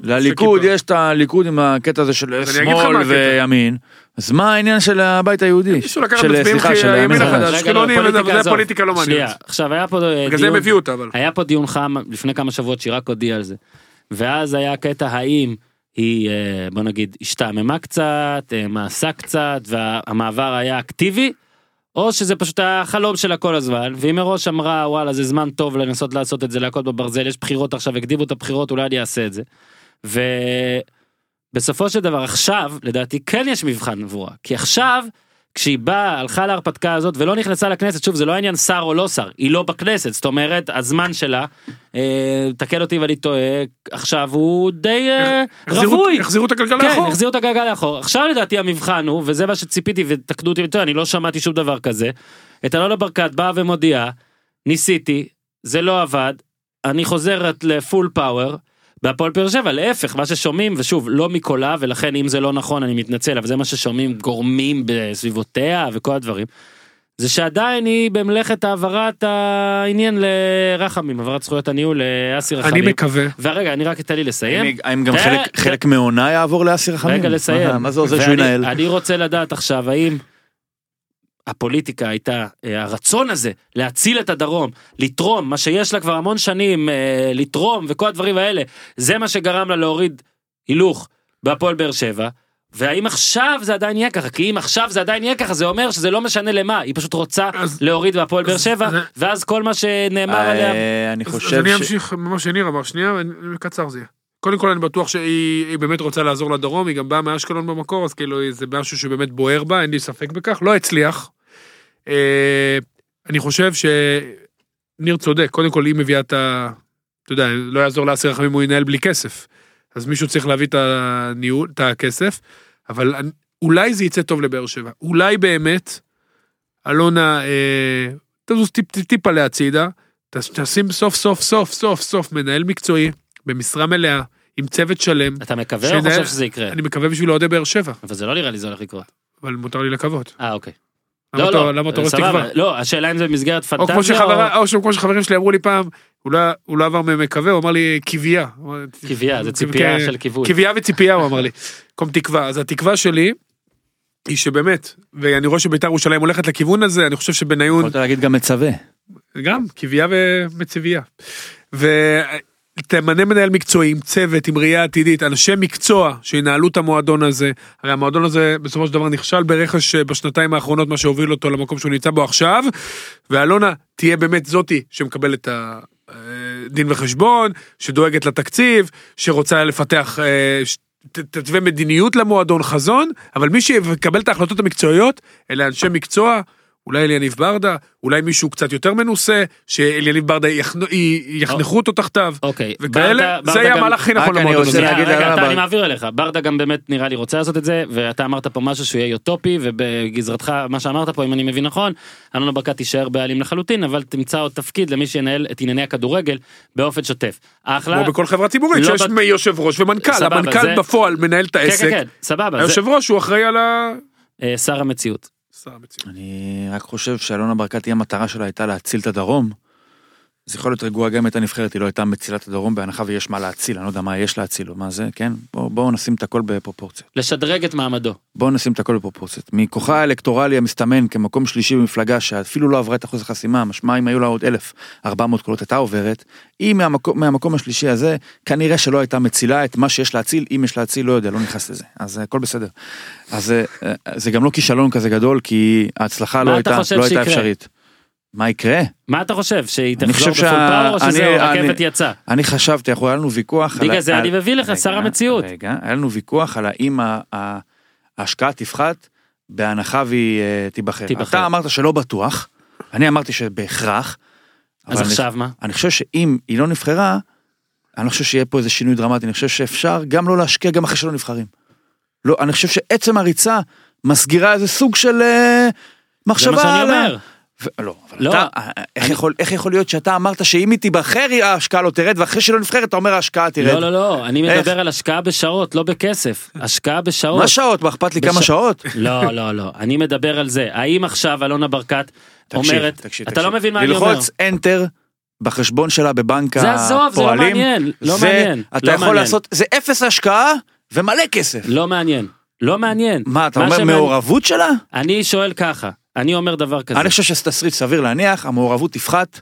Speaker 3: לליכוד
Speaker 2: עושה
Speaker 3: יש את הליכוד עם הקטע הזה של
Speaker 2: אז אני אגיד לך
Speaker 3: שמאל
Speaker 2: מה הקטע.
Speaker 3: וימין, אז מה העניין של הבית היהודי?
Speaker 2: מישהו לקח
Speaker 3: של-
Speaker 2: מצביעים
Speaker 3: סליחה,
Speaker 2: כי
Speaker 3: של
Speaker 2: הימין
Speaker 3: הימין
Speaker 2: החדש.
Speaker 1: רגע, לא,
Speaker 2: אשקלונים,
Speaker 1: פוליטיקה,
Speaker 2: אבל זה
Speaker 1: עזוב.
Speaker 2: הפוליטיקה לא מעניינת.
Speaker 1: שנייה, עכשיו היה פה אה,
Speaker 2: בגלל זה הם
Speaker 1: דיון,
Speaker 2: הביאו אותה, אבל.
Speaker 1: היה פה דיון חם לפני כמה שבועות שרק הודיע על זה. ואז היה קטע האם היא אה, בוא נגיד השתעממה קצת, אה, מעשה קצת, והמעבר היה אקטיבי, או שזה פשוט היה חלום שלה כל הזמן, והיא מראש אמרה וואלה זה זמן טוב לנסות לעשות את זה להכות בברזל, יש בחירות עכשיו, הקדימו את הבחירות, אולי אני אעשה את זה. ו... בסופו של דבר עכשיו לדעתי כן יש מבחן עבורה כי עכשיו כשהיא באה הלכה להרפתקה הזאת ולא נכנסה לכנסת שוב זה לא עניין שר או לא שר היא לא בכנסת זאת אומרת הזמן שלה אה, תקן אותי ואני טועה עכשיו הוא די אה,
Speaker 2: החזירו-
Speaker 1: רווי.
Speaker 2: החזירו את הגלגל
Speaker 1: כן,
Speaker 2: לאחור.
Speaker 1: החזירו את הגלגל לאחור. עכשיו לדעתי המבחן הוא, וזה מה שציפיתי, ותקנו אותי, יותר, אני לא שמעתי שום דבר כזה. את אלונה ברקת באה ומודיעה, ניסיתי, זה לא עבד, אני חוזרת לפול פאוור. בהפועל באר שבע להפך מה ששומעים ושוב לא מקולה ולכן אם זה לא נכון אני מתנצל אבל זה מה ששומעים גורמים בסביבותיה וכל הדברים. זה שעדיין היא במלאכת העברת העניין לרחמים העברת זכויות הניהול לאסי
Speaker 2: אני
Speaker 1: רחמים.
Speaker 2: מקווה.
Speaker 1: ורגע אני רק תן לי לסיים.
Speaker 3: האם גם
Speaker 1: זה-
Speaker 3: חלק-
Speaker 1: זה-
Speaker 3: חלק מעונה יעבור לאסיר החמים?
Speaker 1: רגע לסיים.
Speaker 3: מה- מה זה עוזר שהוא
Speaker 1: ואני-
Speaker 3: ינהל?
Speaker 1: אני רוצה לדעת עכשיו האם הפוליטיקה הייתה אה, הרצון הזה להציל את הדרום לתרום מה שיש לה כבר המון שנים אה, לתרום וכל הדברים האלה זה מה שגרם לה להוריד הילוך בהפועל באר שבע. והאם עכשיו זה עדיין יהיה ככה? כי אם עכשיו זה עדיין יהיה ככה, זה אומר שזה לא משנה למה, היא פשוט רוצה
Speaker 2: אז-
Speaker 1: להוריד בהפועל באר שבע,
Speaker 2: אז-
Speaker 1: ואז כל מה שנאמר עליה...
Speaker 3: אה, אני
Speaker 2: אז- אז
Speaker 3: חושב
Speaker 2: אני
Speaker 3: ש...
Speaker 2: אמשיך ממה שניר אמר, שנייה, אני- קצר זה יהיה. קודם כל אני בטוח שהיא היא באמת רוצה לעזור לדרום, היא גם באה מאשקלון במקור, אז כאילו זה משהו שבאמת בוער בה, אין לי ספק בכך, לא הצליח. אה, אני חושב שניר צודק, קודם כל היא מביאה את ה... אתה יודע, לא יעזור לאסיר רחמים הוא ינהל בלי כסף. אז מישהו צריך להביא את הניהול, את הכסף, אבל אני- אולי זה יצא טוב לבאר שבע. אולי באמת, אלונה, אה, תזוז טיפ, טיפ, טיפה להצידה, ת- תשים סוף סוף סוף סוף סוף מנהל מקצועי, במשרה מלאה, עם צוות שלם.
Speaker 1: אתה מקווה או
Speaker 2: שזה-
Speaker 1: חושב שזה יקרה?
Speaker 2: אני מקווה בשביל אוהדי באר שבע,
Speaker 1: אבל זה לא נראה לי זה הולך לקרות.
Speaker 2: אבל מותר לי לקוות.
Speaker 1: אה, אוקיי.
Speaker 2: למה אתה- למה אתה הורס
Speaker 1: אה, סבבה.
Speaker 2: תקווה?
Speaker 1: לא, השאלה אם זה במסגרת
Speaker 2: או כמו
Speaker 1: פנטזיה או...
Speaker 2: שחברה- או שכמו שחברים שלי אמרו לי פעם, הוא לא, הוא לא עבר ממקווה, הוא אמר לי קיוויה.
Speaker 1: קיוויה, זה ציפייה של כיוון.
Speaker 2: קיוויה וציפייה הוא אמר לי, במקום תקווה. אז התקווה שלי היא שבאמת, ואני רואה שביתר ירושלים הולכת לכיוון הזה, אני חושב שבניון
Speaker 3: יכולת להגיד גם מצווה.
Speaker 2: גם קיוויה ומצבייה. ותמנה מנהל מקצועי עם צוות, עם ראייה עתידית, אנשי מקצוע שינהלו את המועדון הזה. הרי המועדון הזה בסופו של דבר נכשל ברכש אה, בשנתיים האחרונות, מה שהוביל אותו למקום שהוא נמצא בו עכשיו, ואלונה תהיה באמת זאתי שמקבלת את ה... אה, דין וחשבון, שדואגת לתקציב, שרוצה לפתח, אה, ש- ת- תתווה מדיניות למועדון, חזון, אבל מי שיקבל את ההחלטות המקצועיות, אלה אנשי מקצוע, אולי אליניב ברדה, אולי מישהו קצת יותר מנוסה, שאליניב ברדה יחנו- י- יחנכו אותו תחתיו,
Speaker 1: אוקיי.
Speaker 2: וכאלה,
Speaker 1: ברדה-
Speaker 2: זה
Speaker 1: ברדה
Speaker 2: היה
Speaker 1: גם-
Speaker 2: המהלך הכי נכון
Speaker 3: רק אני
Speaker 2: למועדון
Speaker 3: רוצה
Speaker 2: הזה.
Speaker 1: שנייה,
Speaker 3: להגיד
Speaker 1: רגע,
Speaker 3: על
Speaker 1: אתה,
Speaker 3: רבא.
Speaker 1: אני מעביר אליך, ברדה גם באמת נראה לי רוצה לעשות את זה, ואתה אמרת פה משהו שהוא יהיה אוטופי, ובגזרתך, מה שאמרת פה, אם אני מבין נכון, אלונה ברקת תישאר בעלים לחלוטין, אבל תמצא עוד תפקיד למי שינהל את ענייני הכדורגל באופן שוטף. אחלה.
Speaker 2: כמו בכל חברה ציבורית,
Speaker 1: לא
Speaker 2: שיש
Speaker 1: בת-
Speaker 2: מ- יושב ראש ומנכ"ל,
Speaker 1: סבבה, זה-
Speaker 2: המנכ"ל בפועל מנהל את
Speaker 1: כן, כן,
Speaker 2: העסק,
Speaker 1: כן, סבבה, זה
Speaker 2: היושב ראש הוא אחראי על ה...
Speaker 1: אה, שר המציאות.
Speaker 2: שר המציאות.
Speaker 3: אני רק חושב שאלונה ברקת, היא המטרה שלה הייתה להציל את הדרום. אז יכול להיות רגועה גם אם הייתה נבחרת, היא לא הייתה מצילה את הדרום, בהנחה ויש מה להציל, אני לא יודע מה יש להציל או מה זה, כן? בואו בוא נשים את הכל בפרופורציות.
Speaker 1: לשדרג את מעמדו.
Speaker 3: בואו נשים את הכל בפרופורציות. מכוחה האלקטורלי המסתמן כמקום שלישי במפלגה שאפילו לא עברה את אחוז החסימה, משמע אם היו לה עוד 1,400 קולות הייתה עוברת, היא מהמקום, מהמקום השלישי הזה כנראה שלא הייתה מצילה את מה שיש להציל, אם יש להציל לא יודע, לא נכנס לזה, אז אה, הכל בסדר. אז אה, אה, זה גם לא כישלון כזה גדול כי
Speaker 1: מה
Speaker 3: ההצלחה לא
Speaker 1: אתה
Speaker 3: הייתה,
Speaker 1: חושב
Speaker 3: לא הייתה
Speaker 1: שיקרה?
Speaker 3: אפשרית. מה יקרה?
Speaker 1: מה אתה חושב, שהיא תחזור
Speaker 3: אני חושב
Speaker 1: בפול
Speaker 3: שה-
Speaker 1: פאוור, או
Speaker 3: אני-
Speaker 1: שזהו,
Speaker 3: אני-
Speaker 1: הרכבת יצאה?
Speaker 3: אני חשבתי, אנחנו היה לנו ויכוח.
Speaker 1: בגלל
Speaker 3: על-
Speaker 1: זה
Speaker 3: על-
Speaker 1: אני מביא לך,
Speaker 3: רגע,
Speaker 1: שר המציאות.
Speaker 3: רגע, היה לנו ויכוח על האם ה- ה- ההשקעה תפחת בהנחה והיא אה, תיבחר.
Speaker 1: תיבחר.
Speaker 3: אתה אמרת שלא בטוח, אני אמרתי שבהכרח.
Speaker 1: אז
Speaker 3: אבל אני-
Speaker 1: עכשיו מה?
Speaker 3: אני חושב שאם היא לא נבחרה, אני לא חושב שיהיה פה איזה שינוי דרמטי, אני חושב שאפשר גם לא להשקיע גם אחרי שלא נבחרים. לא, אני חושב שעצם הריצה מסגירה איזה סוג של אה,
Speaker 1: זה מה
Speaker 3: מחשבה
Speaker 1: שאני
Speaker 3: על ה-
Speaker 1: אומר.
Speaker 3: ו- לא, אבל
Speaker 1: לא.
Speaker 3: אתה, איך, יכול, איך יכול להיות שאתה אמרת שאם היא תיבחר היא- ההשקעה לא תרד, ואחרי שלא נבחרת אתה אומר ההשקעה תרד?
Speaker 1: לא, לא, לא, אני
Speaker 3: איך?
Speaker 1: מדבר על השקעה בשעות, לא בכסף. השקעה בשעות.
Speaker 3: מה שעות? מה אכפת לי
Speaker 1: בש-
Speaker 3: כמה שעות?
Speaker 1: לא, לא, לא, אני מדבר על זה. האם עכשיו אלונה ברקת
Speaker 3: תקשיב,
Speaker 1: אומרת,
Speaker 3: תקשיב,
Speaker 1: אתה
Speaker 3: תקשיב.
Speaker 1: לא מבין מה אני אומר.
Speaker 3: ללחוץ enter בחשבון שלה בבנק
Speaker 1: זה
Speaker 3: הפועלים.
Speaker 1: עזוב, זה לא מעניין, לא
Speaker 3: זה-
Speaker 1: מעניין,
Speaker 3: אתה
Speaker 1: לא
Speaker 3: יכול
Speaker 1: מעניין.
Speaker 3: לעשות, זה אפס השקעה ומלא כסף.
Speaker 1: לא מעניין, לא מעניין.
Speaker 3: מה, אתה אומר
Speaker 1: שמעניין-
Speaker 3: מעורבות שלה?
Speaker 1: אני שואל ככה, אני אומר דבר כזה.
Speaker 3: אני חושב שזה תסריט סביר להניח, המעורבות תפחת.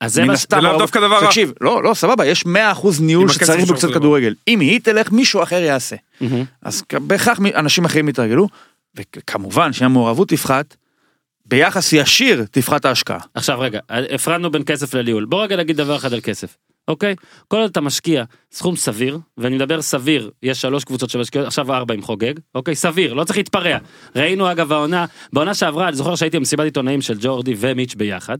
Speaker 1: אז זה
Speaker 3: מן
Speaker 1: מה ש...
Speaker 3: הסתם
Speaker 2: זה לאו
Speaker 3: הרוב-
Speaker 2: דווקא דבר רע.
Speaker 3: תקשיב, לא, לא, סבבה, יש 100% ניהול
Speaker 2: עם הכסף
Speaker 3: שצריך
Speaker 2: שם
Speaker 3: בקצת
Speaker 2: זה
Speaker 3: כדורגל. אם היא תלך, מישהו אחר יעשה.
Speaker 1: מהמם.
Speaker 3: אז כ- בהכרח מ- אנשים אחרים יתרגלו, וכמובן שהמעורבות תפחת, ביחס ישיר תפחת ההשקעה.
Speaker 1: עכשיו רגע, הפרדנו בין כסף לניהול. בוא רגע נגיד דבר אחד על כסף, אוקיי? כל עוד אתה משקיע סכום סביר, ואני מדבר סביר, יש שלוש קבוצות שמשקיעות, עכשיו ארבע עם חוגג, אוקיי? סביר, לא צריך להתפרע. ראינו אגב העונה, בעונה שעברה, אני זוכר שהייתי במסיבת עיתונאים של ג'ורדי ומיץ' ביחד,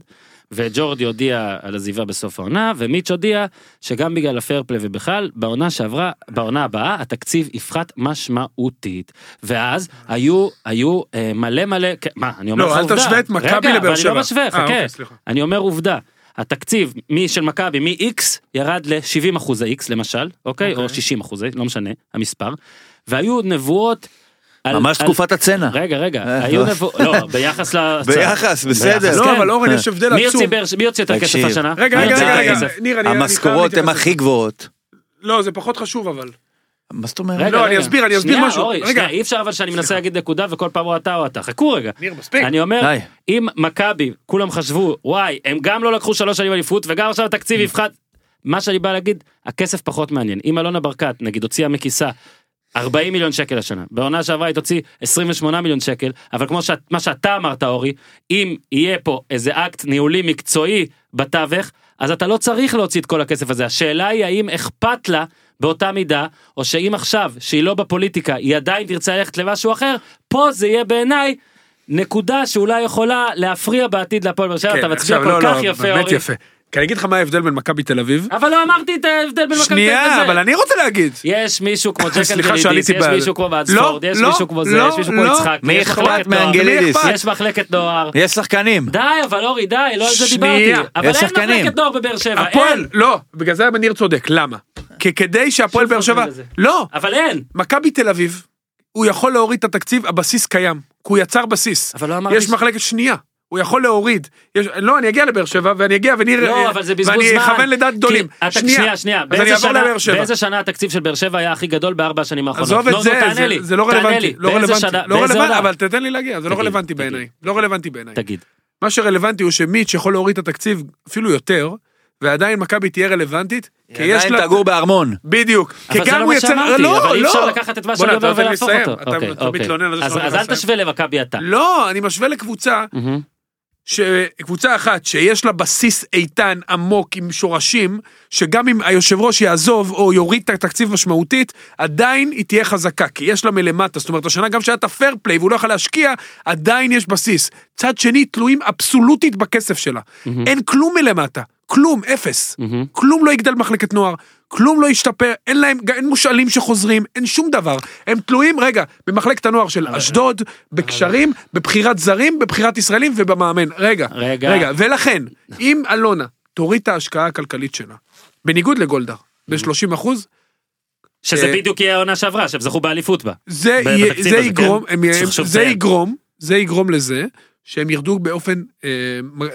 Speaker 1: וג'ורדי הודיע על עזיבה בסוף העונה, ומיץ' הודיע שגם בגלל הפרפלי ובכלל, בעונה שעברה, בעונה הבאה, התקציב יפחת משמעותית. ואז היו, היו אה, מלא מלא, כ- מה, אני אומר
Speaker 2: לא,
Speaker 1: לך
Speaker 2: אל
Speaker 1: עובדה.
Speaker 2: תשווה את מכבי
Speaker 1: רגע, אבל
Speaker 2: לבאר
Speaker 1: אני
Speaker 2: שבע.
Speaker 1: לא משווה,
Speaker 2: אה, אוקיי,
Speaker 1: חכה.
Speaker 2: סליחה.
Speaker 1: אני אומר עובדה. התקציב מי של מכבי מ-X ירד ל-70 אחוז ה-X למשל, אוקיי? או
Speaker 2: אוקיי.
Speaker 1: 60 אחוז, לא משנה, המספר. והיו נבואות... על-
Speaker 3: ממש
Speaker 1: על-
Speaker 3: תקופת הצנע.
Speaker 1: רגע, רגע,
Speaker 3: אה,
Speaker 1: היו
Speaker 3: לא.
Speaker 1: נבואות... לא, ביחס להצעה.
Speaker 3: ביחס, בסדר.
Speaker 1: אז
Speaker 2: לא,
Speaker 1: כן.
Speaker 2: אבל אורן,
Speaker 3: אה.
Speaker 2: יש הבדל
Speaker 1: מי
Speaker 2: עצום.
Speaker 1: יוציא באר- מי יוציא יותר כסף
Speaker 3: תקשיב.
Speaker 1: השנה?
Speaker 2: רגע,
Speaker 1: מי
Speaker 2: רגע,
Speaker 1: יוציא
Speaker 2: רגע,
Speaker 1: יותר
Speaker 2: רגע,
Speaker 1: כסף?
Speaker 2: ניר, אני- אני חייב
Speaker 3: המשכורות הן
Speaker 2: להתייחס
Speaker 3: הכי גבוהות.
Speaker 2: לא, זה פחות חשוב אבל.
Speaker 3: מה זאת אומרת?
Speaker 1: רגע,
Speaker 2: לא,
Speaker 1: רגע.
Speaker 2: אני אסביר, אני אסביר
Speaker 1: שנייה,
Speaker 2: משהו.
Speaker 1: אורי,
Speaker 2: רגע.
Speaker 1: שנייה, אי אפשר אבל שאני מנסה להגיד נקודה וכל פעם או אתה או אתה. חכו רגע.
Speaker 2: ניר, מספיק.
Speaker 1: אני אומר,
Speaker 3: די.
Speaker 1: אם מכבי, כולם חשבו, וואי, הם גם לא לקחו שלוש שנים אליפות, וגם עכשיו התקציב יפחת. מה שאני בא להגיד, הכסף פחות מעניין. אם אלונה ברקת, נגיד, הוציאה מכיסה 40 מיליון שקל השנה, בעונה שעברה היא תוציא 28 מיליון שקל, אבל כמו שאת, מה שאתה אמרת, אורי, אם יהיה פה איזה אקט ניהולי מקצועי בתווך, אז אתה לא צריך להוציא את כל הכסף הזה. השאלה היא האם אכפת לה באותה מידה, או שאם עכשיו, שהיא לא בפוליטיקה, היא עדיין תרצה ללכת למשהו אחר, פה זה יהיה בעיניי נקודה שאולי יכולה להפריע בעתיד להפועל באר שבע,
Speaker 2: כן,
Speaker 1: אתה מצביע
Speaker 2: עכשיו,
Speaker 1: כל
Speaker 2: לא,
Speaker 1: כך
Speaker 2: לא,
Speaker 1: יפה,
Speaker 2: באמת
Speaker 1: אורי.
Speaker 2: יפה. כי אני אגיד לך מה ההבדל בין מכבי תל אביב.
Speaker 1: אבל לא אמרתי את ההבדל בין מכבי תל אביב
Speaker 2: שנייה,
Speaker 1: לזה.
Speaker 2: אבל אני רוצה להגיד.
Speaker 1: יש מישהו כמו ג'קל
Speaker 2: סליחה
Speaker 1: גלידיס,
Speaker 2: שעליתי
Speaker 1: יש
Speaker 2: בעד.
Speaker 1: מישהו כמו
Speaker 2: לא,
Speaker 1: ואדספורד, יש
Speaker 2: לא,
Speaker 1: מישהו כמו זה,
Speaker 2: לא,
Speaker 1: יש מישהו כמו
Speaker 2: לא.
Speaker 1: יצחק,
Speaker 3: מי
Speaker 1: יש
Speaker 3: אכפת
Speaker 1: מחלקת נוער,
Speaker 3: מאנגלידיס?
Speaker 1: יש מחלקת נוער.
Speaker 3: יש שחקנים.
Speaker 1: די, אבל אורי, די, לא על זה
Speaker 2: שנייה.
Speaker 1: דיברתי.
Speaker 2: יש
Speaker 1: אבל אין
Speaker 3: שחקנים.
Speaker 1: מחלקת נוער בבאר שבע, אין.
Speaker 2: הפועל, לא, בגלל זה ניר צודק, למה? כי כדי שהפועל
Speaker 1: שוב
Speaker 2: באר שבע,
Speaker 1: חוזרים לזה.
Speaker 2: לא,
Speaker 1: אבל אין.
Speaker 2: מכבי תל אביב, הוא יכול להוריד את התקציב, הבסיס קיים, כי הוא יצר בסיס.
Speaker 1: אבל לא אמרתי...
Speaker 2: יש מחלקת שנייה, הוא יכול להוריד. יש, לא, אני אגיע לבאר שבע, ואני אגיע ונראה...
Speaker 1: לא, אבל זה בזבוז זמן.
Speaker 2: אה, ואני אכוון לדעת גדולים.
Speaker 1: כי- אתה- שנייה, שנייה.
Speaker 2: אז אני
Speaker 1: באיזה
Speaker 2: אעבור
Speaker 1: שנה-
Speaker 2: לבאר שבע.
Speaker 1: באיזה שנה התקציב של באר שבע היה הכי גדול בארבע השנים האחרונות?
Speaker 2: עזוב
Speaker 1: נו,
Speaker 2: את
Speaker 1: נו,
Speaker 2: זה,
Speaker 1: תענה
Speaker 2: זה-
Speaker 1: לי,
Speaker 2: זה לא
Speaker 1: תענה
Speaker 2: רלוונטי.
Speaker 1: לי,
Speaker 2: לא
Speaker 1: באיזה
Speaker 2: רלוונטי,
Speaker 1: שנה-
Speaker 2: לא
Speaker 1: באיזה
Speaker 2: רלוונטי,
Speaker 1: עונה?
Speaker 2: אבל תתן לי להגיע, זה לא
Speaker 1: תגיד,
Speaker 2: רלוונטי
Speaker 1: תגיד.
Speaker 2: בעיניי. לא רלוונטי בעיניי.
Speaker 1: תגיד.
Speaker 2: מה שרלוונטי הוא שמיץ' יכול להוריד את התקציב אפילו יותר, ועדיין מכבי תהיה רלוונטית, כי יש
Speaker 3: עדיין
Speaker 2: לה...
Speaker 3: תגור בארמון.
Speaker 2: בדיוק. כי
Speaker 1: אבל זה
Speaker 2: גם
Speaker 1: לא
Speaker 2: הוא
Speaker 1: מה
Speaker 2: יצא...
Speaker 1: שאמרתי,
Speaker 2: לא,
Speaker 1: אבל אי
Speaker 2: לא.
Speaker 1: אפשר לקחת את מה שאני
Speaker 2: בוא'נה,
Speaker 1: אומר
Speaker 2: אתה נותן לי
Speaker 1: ולהפוך
Speaker 2: לסיים,
Speaker 1: אותו.
Speaker 2: אתה-
Speaker 1: אוקיי,
Speaker 2: אתה
Speaker 1: אוקיי.
Speaker 2: מתלונן על זה
Speaker 1: אז-
Speaker 2: שאני
Speaker 1: אז
Speaker 2: לא
Speaker 1: אל
Speaker 2: מסיים.
Speaker 1: תשווה למכבי אתה.
Speaker 2: לא, אני משווה לקבוצה,
Speaker 1: מהמם.
Speaker 2: ש... קבוצה אחת שיש לה בסיס איתן, עמוק, עם שורשים, שגם אם היושב ראש יעזוב או יוריד את התקציב משמעותית, עדיין היא תהיה חזקה, כי יש לה מלמטה. זאת אומרת, השנה גם שהיה את הפייר פליי והוא לא יכל להשקיע, עדיין יש בסיס. צד שני, תלויים אבסולוטית בכסף שלה. אין כלום מלמטה, כלום, אפס.
Speaker 1: מהמם.
Speaker 2: כלום לא יגדל במחלקת נוער, כלום לא ישתפר, אין להם, גם אין מושאלים שחוזרים, אין שום דבר. הם תלויים, רגע, במחלקת הנוער של
Speaker 1: אה,
Speaker 2: אשדוד, בקשרים, בבחירת זרים, בבחירת ישראלים ובמאמן. רגע,
Speaker 1: רגע.
Speaker 2: רגע. ולכן, אם אלונה תוריד את ההשקעה הכלכלית שלה, בניגוד לגולדהר, ב-30 אחוז,
Speaker 1: שזה
Speaker 2: אה,
Speaker 1: בדיוק יהיה העונה שעברה, שהם זכו באליפות בה.
Speaker 2: זה
Speaker 1: ב-
Speaker 2: יהיה-
Speaker 1: בתקציב
Speaker 2: זה
Speaker 1: הזה,
Speaker 2: יגרום,
Speaker 1: כן?
Speaker 2: הם יהיה-
Speaker 1: צריך עכשיו
Speaker 2: זה
Speaker 1: לסיים.
Speaker 2: יגרום, זה יגרום לזה שהם ירדו באופן אה, מ- אה,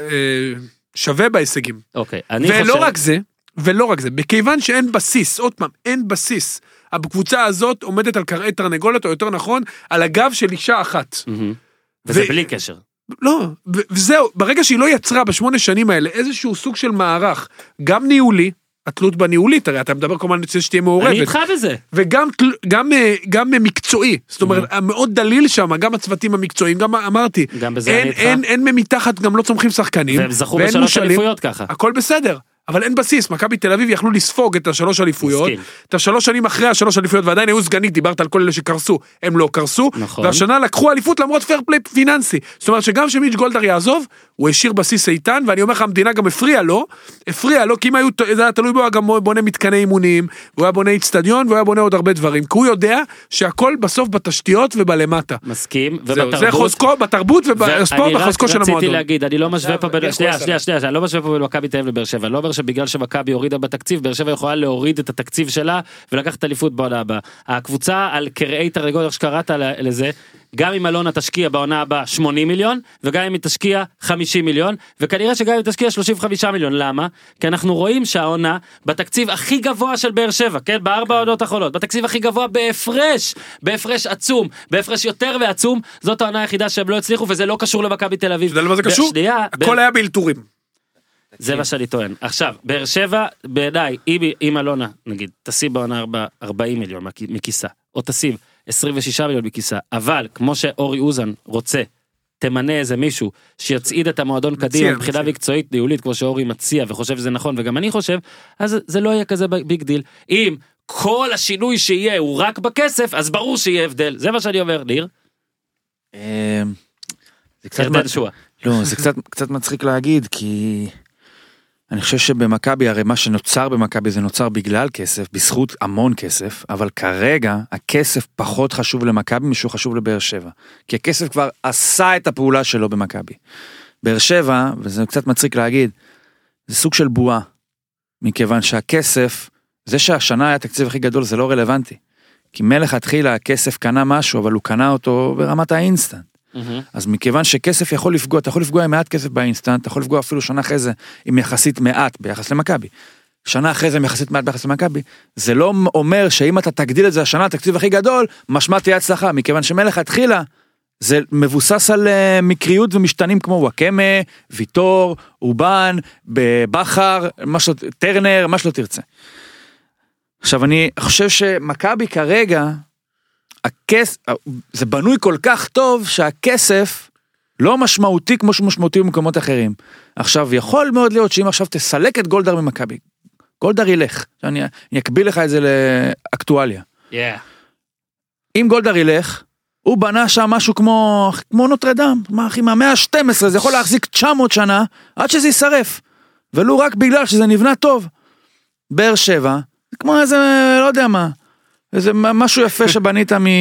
Speaker 2: שווה בהישגים.
Speaker 1: אוקיי, אני חושב...
Speaker 2: ולא רק זה, ולא רק זה, מכיוון שאין בסיס, עוד פעם, אין בסיס. הקבוצה הזאת עומדת על קרעי תרנגולת, או יותר נכון, על הגב של אישה אחת.
Speaker 1: מהמם. וזה
Speaker 2: ו-
Speaker 1: בלי קשר.
Speaker 2: לא, ו- וזהו, ברגע שהיא לא יצרה בשמונה שנים האלה איזשהו סוג של מערך, גם ניהולי, התלות בניהולית, הרי אתה מדבר כל הזמן על זה שתהיה
Speaker 1: אני
Speaker 2: מעורבת,
Speaker 1: איתך בזה.
Speaker 2: וגם תל- גם, אה, גם אה, מקצועי, זאת אומרת, מאוד דליל שם, גם הצוותים המקצועיים, גם אמרתי,
Speaker 1: Mm-hmm. גם בזה אני
Speaker 2: אין,
Speaker 1: איתך.
Speaker 2: אין, אין ממתחת, גם לא צומחים שחקנים,
Speaker 1: והם זכו
Speaker 2: ואין
Speaker 1: בשלוש
Speaker 2: מושאלים.
Speaker 1: אליפויות ככה.
Speaker 2: הכל בסדר. אבל אין בסיס, מכבי תל אביב יכלו לספוג את השלוש אליפויות,
Speaker 1: מסכים.
Speaker 2: את השלוש שנים אחרי השלוש אליפויות ועדיין היו סגנית, דיברת על כל אלה שקרסו, הם לא קרסו,
Speaker 1: נכון.
Speaker 2: והשנה לקחו אליפות למרות פייר פליי פיננסי, זאת אומרת שגם שמיץ' גולדהר יעזוב, הוא השאיר בסיס איתן, ואני אומר לך המדינה גם הפריעה לו, הפריעה לו, כי אם היו, זה היה תלוי בו, הוא היה גם בונה מתקני אימונים, הוא היה בונה איצטדיון, והוא היה בונה עוד הרבה דברים, כי הוא יודע שהכל בסוף בתשתיות ובלמטה.
Speaker 1: מסכים,
Speaker 2: זהו, זה
Speaker 1: ובתרבות...
Speaker 2: חוזקו בתרבות ובספורט וחוזקו של
Speaker 1: ואני רק רציתי
Speaker 2: המועדון.
Speaker 1: להגיד, אני לא משווה פה בין...
Speaker 2: כן,
Speaker 1: שנייה,
Speaker 2: כועס
Speaker 1: שנייה,
Speaker 2: עליי.
Speaker 1: שנייה, אני לא משווה פה בין מכבי תל אביב לבאר שבע. אני לא אומר שבגלל שמכבי הורידה בתקציב, באר שבע יכולה להוריד את התקציב שלה ולקחת אליפות בעונה הבאה. הקבוצה על קרעי תרגול, איך שקראת ל- לזה, גם אם אלונה תשקיע בעונה הבאה 80 מיליון, וגם אם היא תשקיע 50 מיליון, וכנראה שגם אם היא תשקיע 35 מיליון. למה? כי אנחנו רואים שהעונה בתקציב הכי גבוה של באר שבע, כן? בארבע העונות האחרונות, בתקציב הכי גבוה בהפרש, בהפרש עצום, בהפרש יותר ועצום, זאת העונה היחידה שהם לא הצליחו, וזה לא קשור למכבי תל אביב.
Speaker 2: אתה יודע למה זה
Speaker 1: באר-
Speaker 2: קשור?
Speaker 1: שנייה,
Speaker 2: הכל
Speaker 1: באר-
Speaker 2: היה באלתורים.
Speaker 1: זה מה שאני טוען. עכשיו, באר שבע, בעיניי, אם היא- אם אלונה, נגיד, תשים בעונה ארבע- 40 מיליון מכ- מכיסה, או תשים 26 מיליון מכיסה, אבל כמו שאורי אוזן רוצה, תמנה איזה מישהו שיצעיד את המועדון קדימה מבחינה
Speaker 2: מציע.
Speaker 1: מקצועית ניהולית, כמו שאורי מציע וחושב שזה נכון, וגם אני חושב, אז זה לא יהיה כזה ב- ביג דיל. אם כל השינוי שיהיה הוא רק בכסף, אז ברור שיהיה הבדל. זה מה שאני אומר, ניר.
Speaker 3: אה, זה קצת
Speaker 1: ירדן
Speaker 3: מצ-
Speaker 1: שואה.
Speaker 3: לא, זה קצת, קצת מצחיק להגיד, כי אני חושב שבמכבי, הרי מה שנוצר במכבי זה נוצר בגלל כסף, בזכות המון כסף, אבל כרגע הכסף פחות חשוב למכבי משהוא חשוב לבאר שבע. כי הכסף כבר עשה את הפעולה שלו במכבי. באר שבע, וזה קצת מצחיק להגיד, זה סוג של בועה, מכיוון שהכסף, זה שהשנה היה התקציב הכי גדול זה לא רלוונטי. כי מלכתחילה הכסף קנה משהו, אבל הוא קנה אותו ברמת האינסטנט. אז מכיוון שכסף יכול לפגוע, אתה יכול לפגוע עם מעט כסף באינסטנט, אתה יכול לפגוע אפילו שנה אחרי זה עם יחסית מעט ביחס למכבי. שנה אחרי זה עם יחסית מעט ביחס למכבי, זה לא אומר שאם אתה תגדיל את זה השנה, התקציב הכי גדול, משמע תהיה הצלחה, מכיוון שמלכתחילה זה מבוסס על אה, מקריות ומשתנים כמו וואקמה, ויטור, אובן, ב- בכר, מה שלא- טרנר, מה שלא תרצה. עכשיו אני חושב שמכבי כרגע, הכס... זה בנוי כל כך טוב שהכסף לא משמעותי כמו שהוא משמעותי במקומות אחרים. עכשיו יכול מאוד להיות שאם עכשיו תסלק את גולדהר ממכבי, גולדהר ילך, עכשיו אני, אני אקביל לך את זה לאקטואליה.
Speaker 1: Yeah.
Speaker 3: אם גולדהר ילך, הוא בנה שם משהו כמו, כמו נוטרדם, מה אחי, מהמאה ה-12 זה יכול להחזיק 900 שנה עד שזה יישרף. ולו רק בגלל שזה נבנה טוב. באר שבע, זה כמו איזה, לא יודע מה, איזה משהו יפה שבנית מ...
Speaker 2: אה,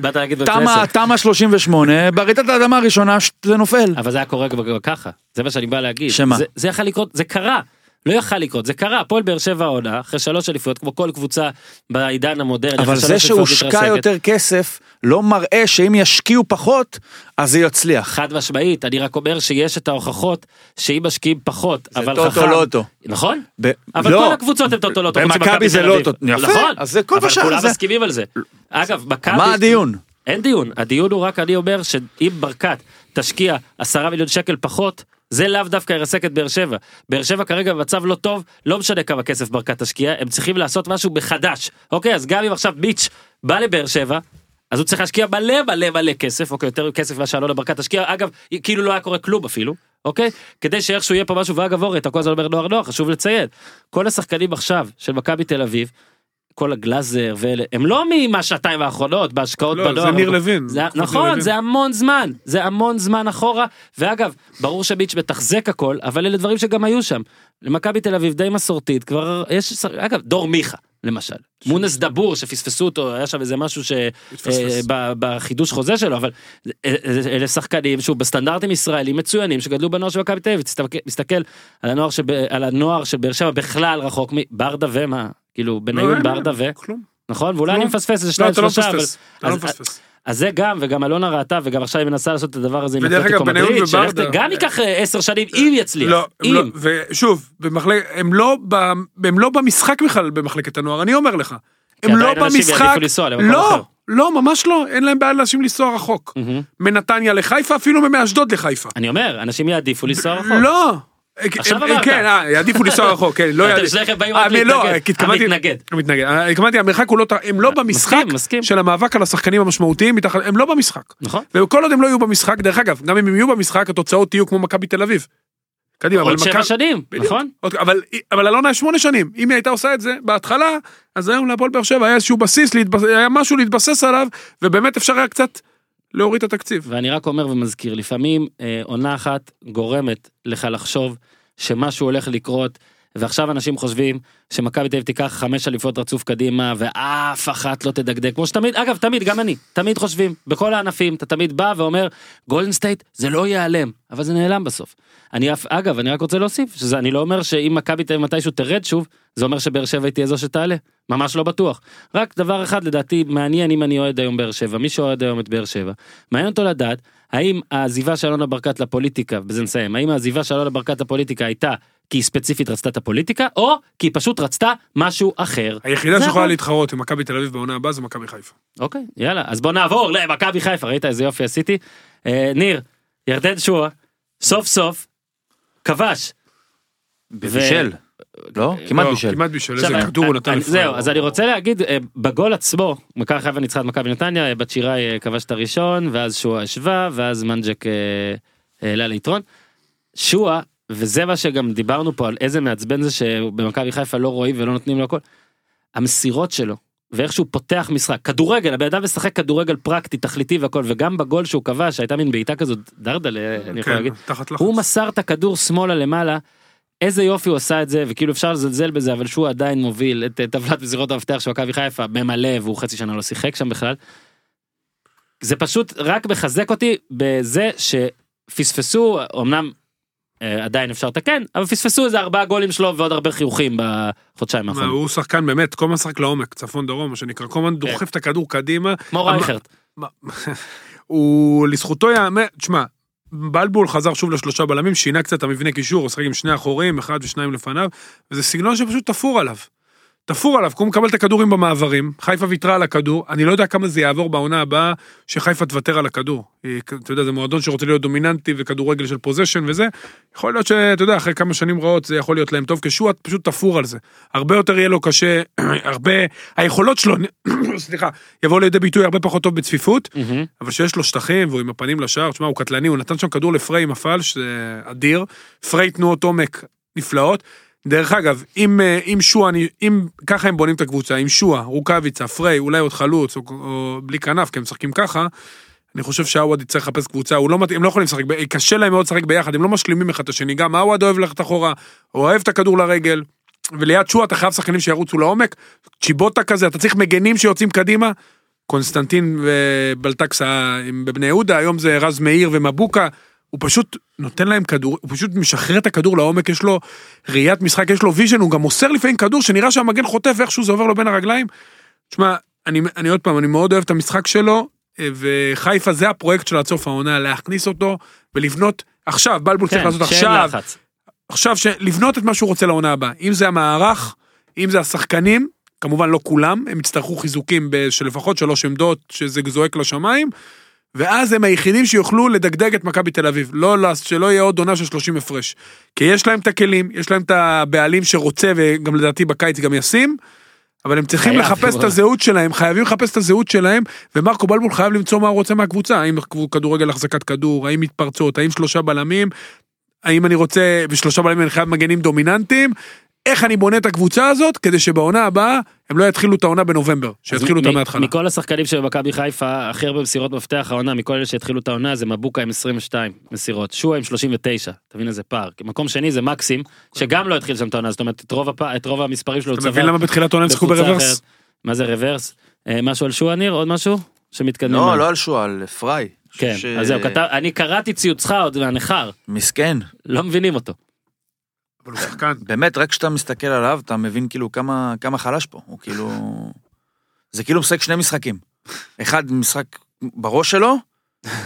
Speaker 1: באת להגיד בבית
Speaker 3: תמ"א
Speaker 1: כנסת.
Speaker 3: תמ"א 38 ברעידת האדמה הראשונה ש- זה נופל.
Speaker 1: אבל זה היה קורה גם ככה, זה מה שאני בא להגיד.
Speaker 3: שמה?
Speaker 1: זה, זה יכול לקרות, זה קרה. לא יכל לקרות, זה קרה, הפועל באר שבע עונה, אחרי שלוש אליפויות, כמו כל קבוצה בעידן המודרני,
Speaker 3: אבל
Speaker 1: אחרי
Speaker 3: זה
Speaker 1: שלוש אליפויות
Speaker 3: שהושקע
Speaker 1: מתרסקת.
Speaker 3: יותר כסף לא מראה שאם ישקיעו פחות אז זה יצליח.
Speaker 1: חד משמעית, אני רק אומר שיש את ההוכחות שאם משקיעים פחות,
Speaker 3: זה
Speaker 1: אבל
Speaker 3: טוטו
Speaker 1: חכם.
Speaker 3: לוטו.
Speaker 1: נכון?
Speaker 3: ב-
Speaker 1: אבל
Speaker 3: לא.
Speaker 1: כל הקבוצות הן טוטולות, חוץ
Speaker 3: במכבי
Speaker 1: ממכבי
Speaker 3: זה
Speaker 1: תל
Speaker 3: לא
Speaker 1: אביב.
Speaker 3: טוט- יפה,
Speaker 1: נכון,
Speaker 3: אז זה כל מה ש-
Speaker 1: אבל כולם
Speaker 3: זה-
Speaker 1: מסכימים על זה. אגב, מכבי...
Speaker 3: מה הדיון?
Speaker 1: אין דיון, הדיון הוא רק אני אומר שאם ברקת תשקיע עשרה מיליון שקל פחות, זה לאו דווקא ירסק את באר שבע. באר שבע כרגע במצב לא טוב, לא משנה כמה כסף ברקת תשקיע, הם צריכים לעשות משהו מחדש. אוקיי, אז גם אם עכשיו ביץ' בא לבאר שבע, אז הוא צריך להשקיע מלא מלא מלא כסף, אוקיי, יותר כסף ממה שאלונה ברקת תשקיע, אגב, כאילו לא היה קורה כלום אפילו, אוקיי? כדי שאיכשהו יהיה פה משהו, ואגב אורי, אתה כל הזמן אומר נוער נוער, חשוב לציין. כל השחקנים עכשיו של מכבי תל אביב, כל הגלאזר ואלה, הם לא מהשעתיים האחרונות, בהשקעות
Speaker 2: לא,
Speaker 1: בנוער.
Speaker 2: זה ניר לוין.
Speaker 1: זה,
Speaker 2: זה ניר
Speaker 1: נכון,
Speaker 2: לוין.
Speaker 1: זה המון זמן, זה המון זמן אחורה, ואגב, ברור שביץ' מתחזק הכל, אבל אלה דברים שגם היו שם. למכבי תל אביב די מסורתית, כבר יש, ש- אגב, דור מיכה, למשל. מונס דבור שפספסו אותו, היה שם איזה משהו ש... אה,
Speaker 2: התפספס.
Speaker 1: ב- בחידוש חוזה שלו, אבל אה, אה, אלה שחקנים, שוב, בסטנדרטים ישראלים מצוינים, שגדלו בנוער של מכבי תל אביב, תסתכל- תסתכל על הנוער שב- על הנוער של באר שבע בכלל רחוק מברדה ומה, כאילו,
Speaker 2: לא,
Speaker 1: בניון
Speaker 2: אין,
Speaker 1: ברדה ו...
Speaker 2: כלום.
Speaker 1: נכון? ואולי
Speaker 2: לא.
Speaker 1: אני מפספס איזה
Speaker 2: לא,
Speaker 1: שניים
Speaker 2: אתה לא
Speaker 1: שלושה, אבל...
Speaker 2: מפספס. אתה לא
Speaker 1: אז-
Speaker 2: מפספס.
Speaker 1: אז זה גם, וגם אלונה ראתה, וגם עכשיו היא מנסה לעשות את הדבר הזה עם
Speaker 2: ודרך
Speaker 1: אתלטיקו
Speaker 2: אגב, בניון
Speaker 1: מדריד,
Speaker 2: וברדה-
Speaker 1: שהלכת- גם ייקח אה, עשר שנים, אם יצליח,
Speaker 2: לא, הם
Speaker 1: אם.
Speaker 2: לא, ושוב, במחלק, הם לא, ב, הם לא במשחק בכלל במחלקת הנוער, אני אומר לך. הם לא
Speaker 1: עדיין אנשים
Speaker 2: במשחק,
Speaker 1: יעדיפו לנסוע למקום אחר.
Speaker 2: לא, לא, ממש לא, אין להם בעיה לאנשים לנסוע רחוק.
Speaker 1: מהמם.
Speaker 2: מנתניה לחיפה, אפילו מאשדוד לחיפה.
Speaker 1: אני אומר, אנשים יעדיפו לנסוע רחוק.
Speaker 2: לא.
Speaker 1: נכון. עכשיו
Speaker 2: הם- הם-
Speaker 1: אמרת.
Speaker 2: כן, אה, יעדיפו לנסוע רחוק, כן, לא
Speaker 1: אתם
Speaker 2: יעדיפו.
Speaker 1: שניכם באים רק
Speaker 2: אני לא,
Speaker 1: להתנגד.
Speaker 2: כי התכוונתי-
Speaker 1: המתנגד.
Speaker 2: המתנגד. אה, התכוונתי, המרחק הוא לא, ת- הם לא במשחק
Speaker 1: מסכים.
Speaker 2: של המאבק על השחקנים המשמעותיים, מתחת- הם לא במשחק.
Speaker 1: נכון?
Speaker 2: וכל עוד הם לא יהיו במשחק, דרך אגב, גם אם הם יהיו במשחק, התוצאות יהיו כמו מכבי תל אביב. קדימה, אבל
Speaker 1: עוד שבע
Speaker 2: מכבי-
Speaker 1: שנים,
Speaker 2: בדיוק.
Speaker 1: נכון?
Speaker 2: עוד- אוקיי, אבל, אבל אלונה יש שמונה שנים, אם היא הייתה עושה את זה בהתחלה, אז היום להפועל באר שבע היה איזשהו בסיס, להתבס... היה משהו להתבסס עליו, ובאמת אפשר היה קצת להוריד את התקציב.
Speaker 1: ואני רק אומר ומזכיר, לפעמים אה, עונה אחת גורמת לך לחשוב שמשהו הולך לקרות, ועכשיו אנשים חושבים שמכבי תל אביב תיקח חמש אליפות רצוף קדימה, ואף אחת לא תדגדג, כמו שתמיד, אגב, תמיד, גם אני, תמיד חושבים, בכל הענפים, אתה תמיד בא ואומר, גולדן סטייט זה לא ייעלם, אבל זה נעלם בסוף. אני אף, אגב, אני רק רוצה להוסיף, שזה, אני לא אומר שאם מכבי תל אביב מתישהו תרד שוב, זה אומר שבאר שבע היא תהיה זו שתעלה, ממש לא בטוח. רק דבר אחד לדעתי מעניין אם אני אוהד היום באר שבע, מי שאוהד היום את באר שבע, מעניין אותו לדעת האם העזיבה של אלונה ברקת לפוליטיקה, בזה נסיים, האם העזיבה של אלונה ברקת לפוליטיקה הייתה כי היא ספציפית רצתה את הפוליטיקה, או כי היא פשוט רצתה משהו אחר.
Speaker 2: היחידה
Speaker 1: זה
Speaker 2: שיכולה
Speaker 1: הכל.
Speaker 2: להתחרות עם מכבי תל אביב בעונה הבאה זה מכבי חיפה.
Speaker 1: אוקיי, יאללה, אז בוא נעבור למכבי חיפה, ראית איזה יופי עשיתי? אה, ניר, ירדן שועה, סוף סוף, כבש.
Speaker 3: בישל. לא?
Speaker 1: אה,
Speaker 3: כמעט
Speaker 2: לא,
Speaker 3: בישל.
Speaker 2: כמעט בישל,
Speaker 1: עכשיו,
Speaker 2: איזה
Speaker 1: אני-
Speaker 2: כדור הוא נתן
Speaker 1: אני-
Speaker 2: לפני.
Speaker 1: זהו, אז אני רוצה להגיד, אה, בגול עצמו, מכבי חיפה ניצחה את מכבי נתניה, אה, בת שיראי אה, כבש את הראשון, ואז שועה השווה, ואז מנג'ק אה, העלה ליתרון. שועה, וזה מה שגם דיברנו פה על איזה מעצבן זה שבמכבי חיפה לא רואים ולא נותנים לו הכל. המסירות שלו, ואיך שהוא פותח משחק, כדורגל, הבן אדם משחק כדורגל פרקטי, תכליתי והכל, וגם בגול שהוא כבש, הייתה מין בעיטה כזאת, דרדלה, אני יכול
Speaker 2: כן,
Speaker 1: להגיד,
Speaker 2: תחת לחץ.
Speaker 1: הוא מסר את הכדור שמאלה למעלה. איזה יופי הוא עשה את זה וכאילו אפשר לזלזל בזה אבל שהוא עדיין מוביל את אה, טבלת מזירות המפתח של מכבי חיפה ממלא והוא חצי שנה לא שיחק שם בכלל. זה פשוט רק מחזק אותי בזה שפספסו אמנם אה, עדיין אפשר לתקן אבל פספסו איזה ארבעה גולים שלו ועוד הרבה חיוכים בחודשיים
Speaker 2: מה,
Speaker 1: האחרונים.
Speaker 2: הוא שחקן באמת, כל משחק לעומק, צפון דרום, מה שנקרא, כל
Speaker 1: כן.
Speaker 2: הזמן דוחף את הכדור קדימה,
Speaker 1: כמו
Speaker 2: אמר-
Speaker 1: רייכרט.
Speaker 2: הוא לזכותו יאמר, תשמע, בלבול חזר שוב לשלושה בלמים, שינה קצת את המבנה קישור, הוא שחק עם שני אחורים, אחד ושניים לפניו, וזה סגנון שפשוט תפור עליו. תפור עליו, כי הוא מקבל את הכדורים במעברים, חיפה ויתרה על הכדור, אני לא יודע כמה זה יעבור בעונה הבאה שחיפה תוותר על הכדור. היא- אתה יודע, זה מועדון שרוצה להיות דומיננטי וכדורגל של פוזיישן וזה, יכול להיות שאתה יודע, אחרי כמה שנים רעות זה יכול להיות להם טוב, כשועט פשוט תפור על זה. הרבה יותר יהיה לו קשה, הרבה, היכולות שלו, סליחה, יבואו לידי ביטוי הרבה פחות טוב בצפיפות,
Speaker 1: מהמם.
Speaker 2: אבל שיש לו שטחים והוא עם הפנים לשער, תשמע, הוא קטלני, הוא נתן שם כדור לפריי עם הפלש, זה אדיר. פריי תנועות עומק נפלאות. דרך אגב, אם, אה, אם שועה, אני- אם ככה הם בונים את הקבוצה, עם שועה, רוקאביצה, פריי, אולי עוד חלוץ, או, או בלי כנף, כי הם משחקים ככה, אני חושב שעווד יצטרך לחפש קבוצה, הוא לא, מת- הם לא יכולים לשחק, ב- קשה להם מאוד לשחק ביחד, הם לא משלימים אחד את השני, גם עווד אוהב ללכת אחורה, אוהב את הכדור לרגל, וליד שועה אתה חייב שחקנים שירוצו לעומק, צ'יבוטה כזה, אתה צריך מגנים שיוצאים קדימה, קונסטנטין ובלטקסה הם בבני יהודה, היום זה רז מאיר ומבוקה, הוא פשוט נותן להם כדור, הוא פשוט משחרר את הכדור לעומק, יש לו ראיית משחק, יש לו ויז'ן, הוא גם מוסר לפעמים כדור שנראה שהמגן חוטף ואיכשהו זה עובר לו בין הרגליים. תשמע, אני, אני עוד פעם, אני מאוד אוהב את המשחק שלו, אה, וחיפה זה הפרויקט של עד סוף העונה, להכניס אותו ולבנות עכשיו, בלבול צריך
Speaker 1: כן,
Speaker 2: לעשות
Speaker 1: שאין
Speaker 2: עכשיו,
Speaker 1: לחץ.
Speaker 2: עכשיו, ש- לבנות את מה שהוא רוצה לעונה הבאה. אם זה המערך, אם זה השחקנים, כמובן לא כולם, הם יצטרכו חיזוקים ב- של לפחות שלוש עמדות, שזה זועק לשמיים, ואז הם היחידים שיוכלו לדגדג את מכבי תל אביב. לא, לעש- שלא יהיה עוד עונה של 30 הפרש. כי יש להם את הכלים, יש להם את הבעלים שרוצה, וגם לדעתי בקיץ גם ישים, אבל הם צריכים
Speaker 1: חייב,
Speaker 2: לחפש את
Speaker 1: חבר'ה.
Speaker 2: הזהות שלהם, חייבים לחפש את הזהות שלהם, ומרקו בלבול חייב למצוא מה הוא רוצה מהקבוצה, האם כדורגל החזקת כדור, האם מתפרצות, האם שלושה בלמים, האם אני רוצה, ושלושה בלמים אני חייב מגנים דומיננטיים, איך אני בונה את הקבוצה הזאת, כדי שבעונה הבאה הם לא יתחילו את העונה בנובמבר, שיתחילו אותה
Speaker 1: מ-
Speaker 2: מההתחלה.
Speaker 1: מכל השחקנים של מכבי חיפה, הכי הרבה מסירות מפתח העונה, מכל אלה שהתחילו את העונה, זה מבוקה עם 22 מסירות, שואה עם 39, תבין איזה פער. מקום שני זה מקסים, שגם לא התחיל שם את העונה, זאת אומרת, את רוב, הפ... את רוב המספרים שלו הוא
Speaker 2: אתה
Speaker 1: צבר.
Speaker 2: מבין למה בתחילת העונה הם שיחקו
Speaker 1: בקבוצה
Speaker 2: ברוורס?
Speaker 1: אחרת. מה זה רוורס? אה, משהו על שואה, ניר? עוד משהו? שמתקדמים.
Speaker 3: לא,
Speaker 1: הלאה.
Speaker 3: לא על שועה, על פריי.
Speaker 1: כן,
Speaker 3: ש-
Speaker 1: אז זהו, כתב, אני קראתי ציוצך עוד מהניכר,
Speaker 3: מסכן.
Speaker 1: לא מבינים אותו.
Speaker 2: אבל הוא שחקן.
Speaker 3: באמת, רק כשאתה מסתכל עליו, אתה מבין כאילו כמה, כמה חלש פה. הוא כאילו... זה כאילו משחק שני משחקים. אחד משחק בראש שלו,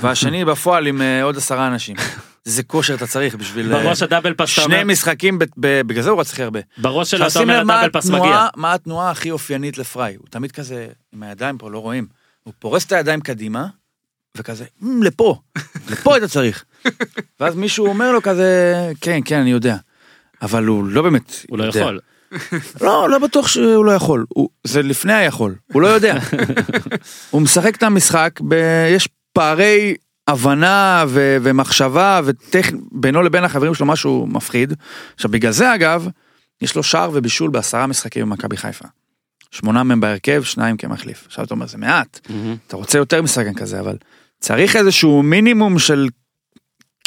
Speaker 3: והשני בפועל עם אה, עוד עשרה אנשים. זה כושר אתה צריך בשביל... אה,
Speaker 1: בראש הדאבל פס, אתה
Speaker 3: שני
Speaker 1: אומר, משחקים
Speaker 3: משחקים, ב- ב- בגלל זה הוא רץ הכי הרבה.
Speaker 1: בראש שלו
Speaker 3: עכשיו
Speaker 1: אתה
Speaker 3: שים
Speaker 1: אומר
Speaker 3: לב מה
Speaker 1: הדאבל פס מגיע.
Speaker 3: התנועה- מה התנועה הכי אופיינית לפריי. הוא תמיד כזה, עם הידיים פה, לא רואים. הוא פורס את הידיים קדימה, וכזה, "מ, לפה, לפה היית צריך. ואז מישהו אומר לו כזה, כן, כן, אני יודע. אבל הוא לא באמת
Speaker 1: הוא לא
Speaker 3: יודע.
Speaker 1: יכול.
Speaker 3: לא, לא בטוח שהוא לא יכול. הוא, זה לפני היכול, הוא לא יודע. הוא משחק את המשחק, ב, יש פערי הבנה ו, ומחשבה וטכ... בינו לבין החברים שלו משהו מפחיד. עכשיו בגלל זה אגב, יש לו שער ובישול בעשרה משחקים במכבי חיפה. שמונה מהם בהרכב, שניים כמחליף. עכשיו אתה אומר, זה מעט,
Speaker 1: מהמם.
Speaker 3: אתה רוצה יותר משחקן כזה, אבל צריך איזשהו מינימום של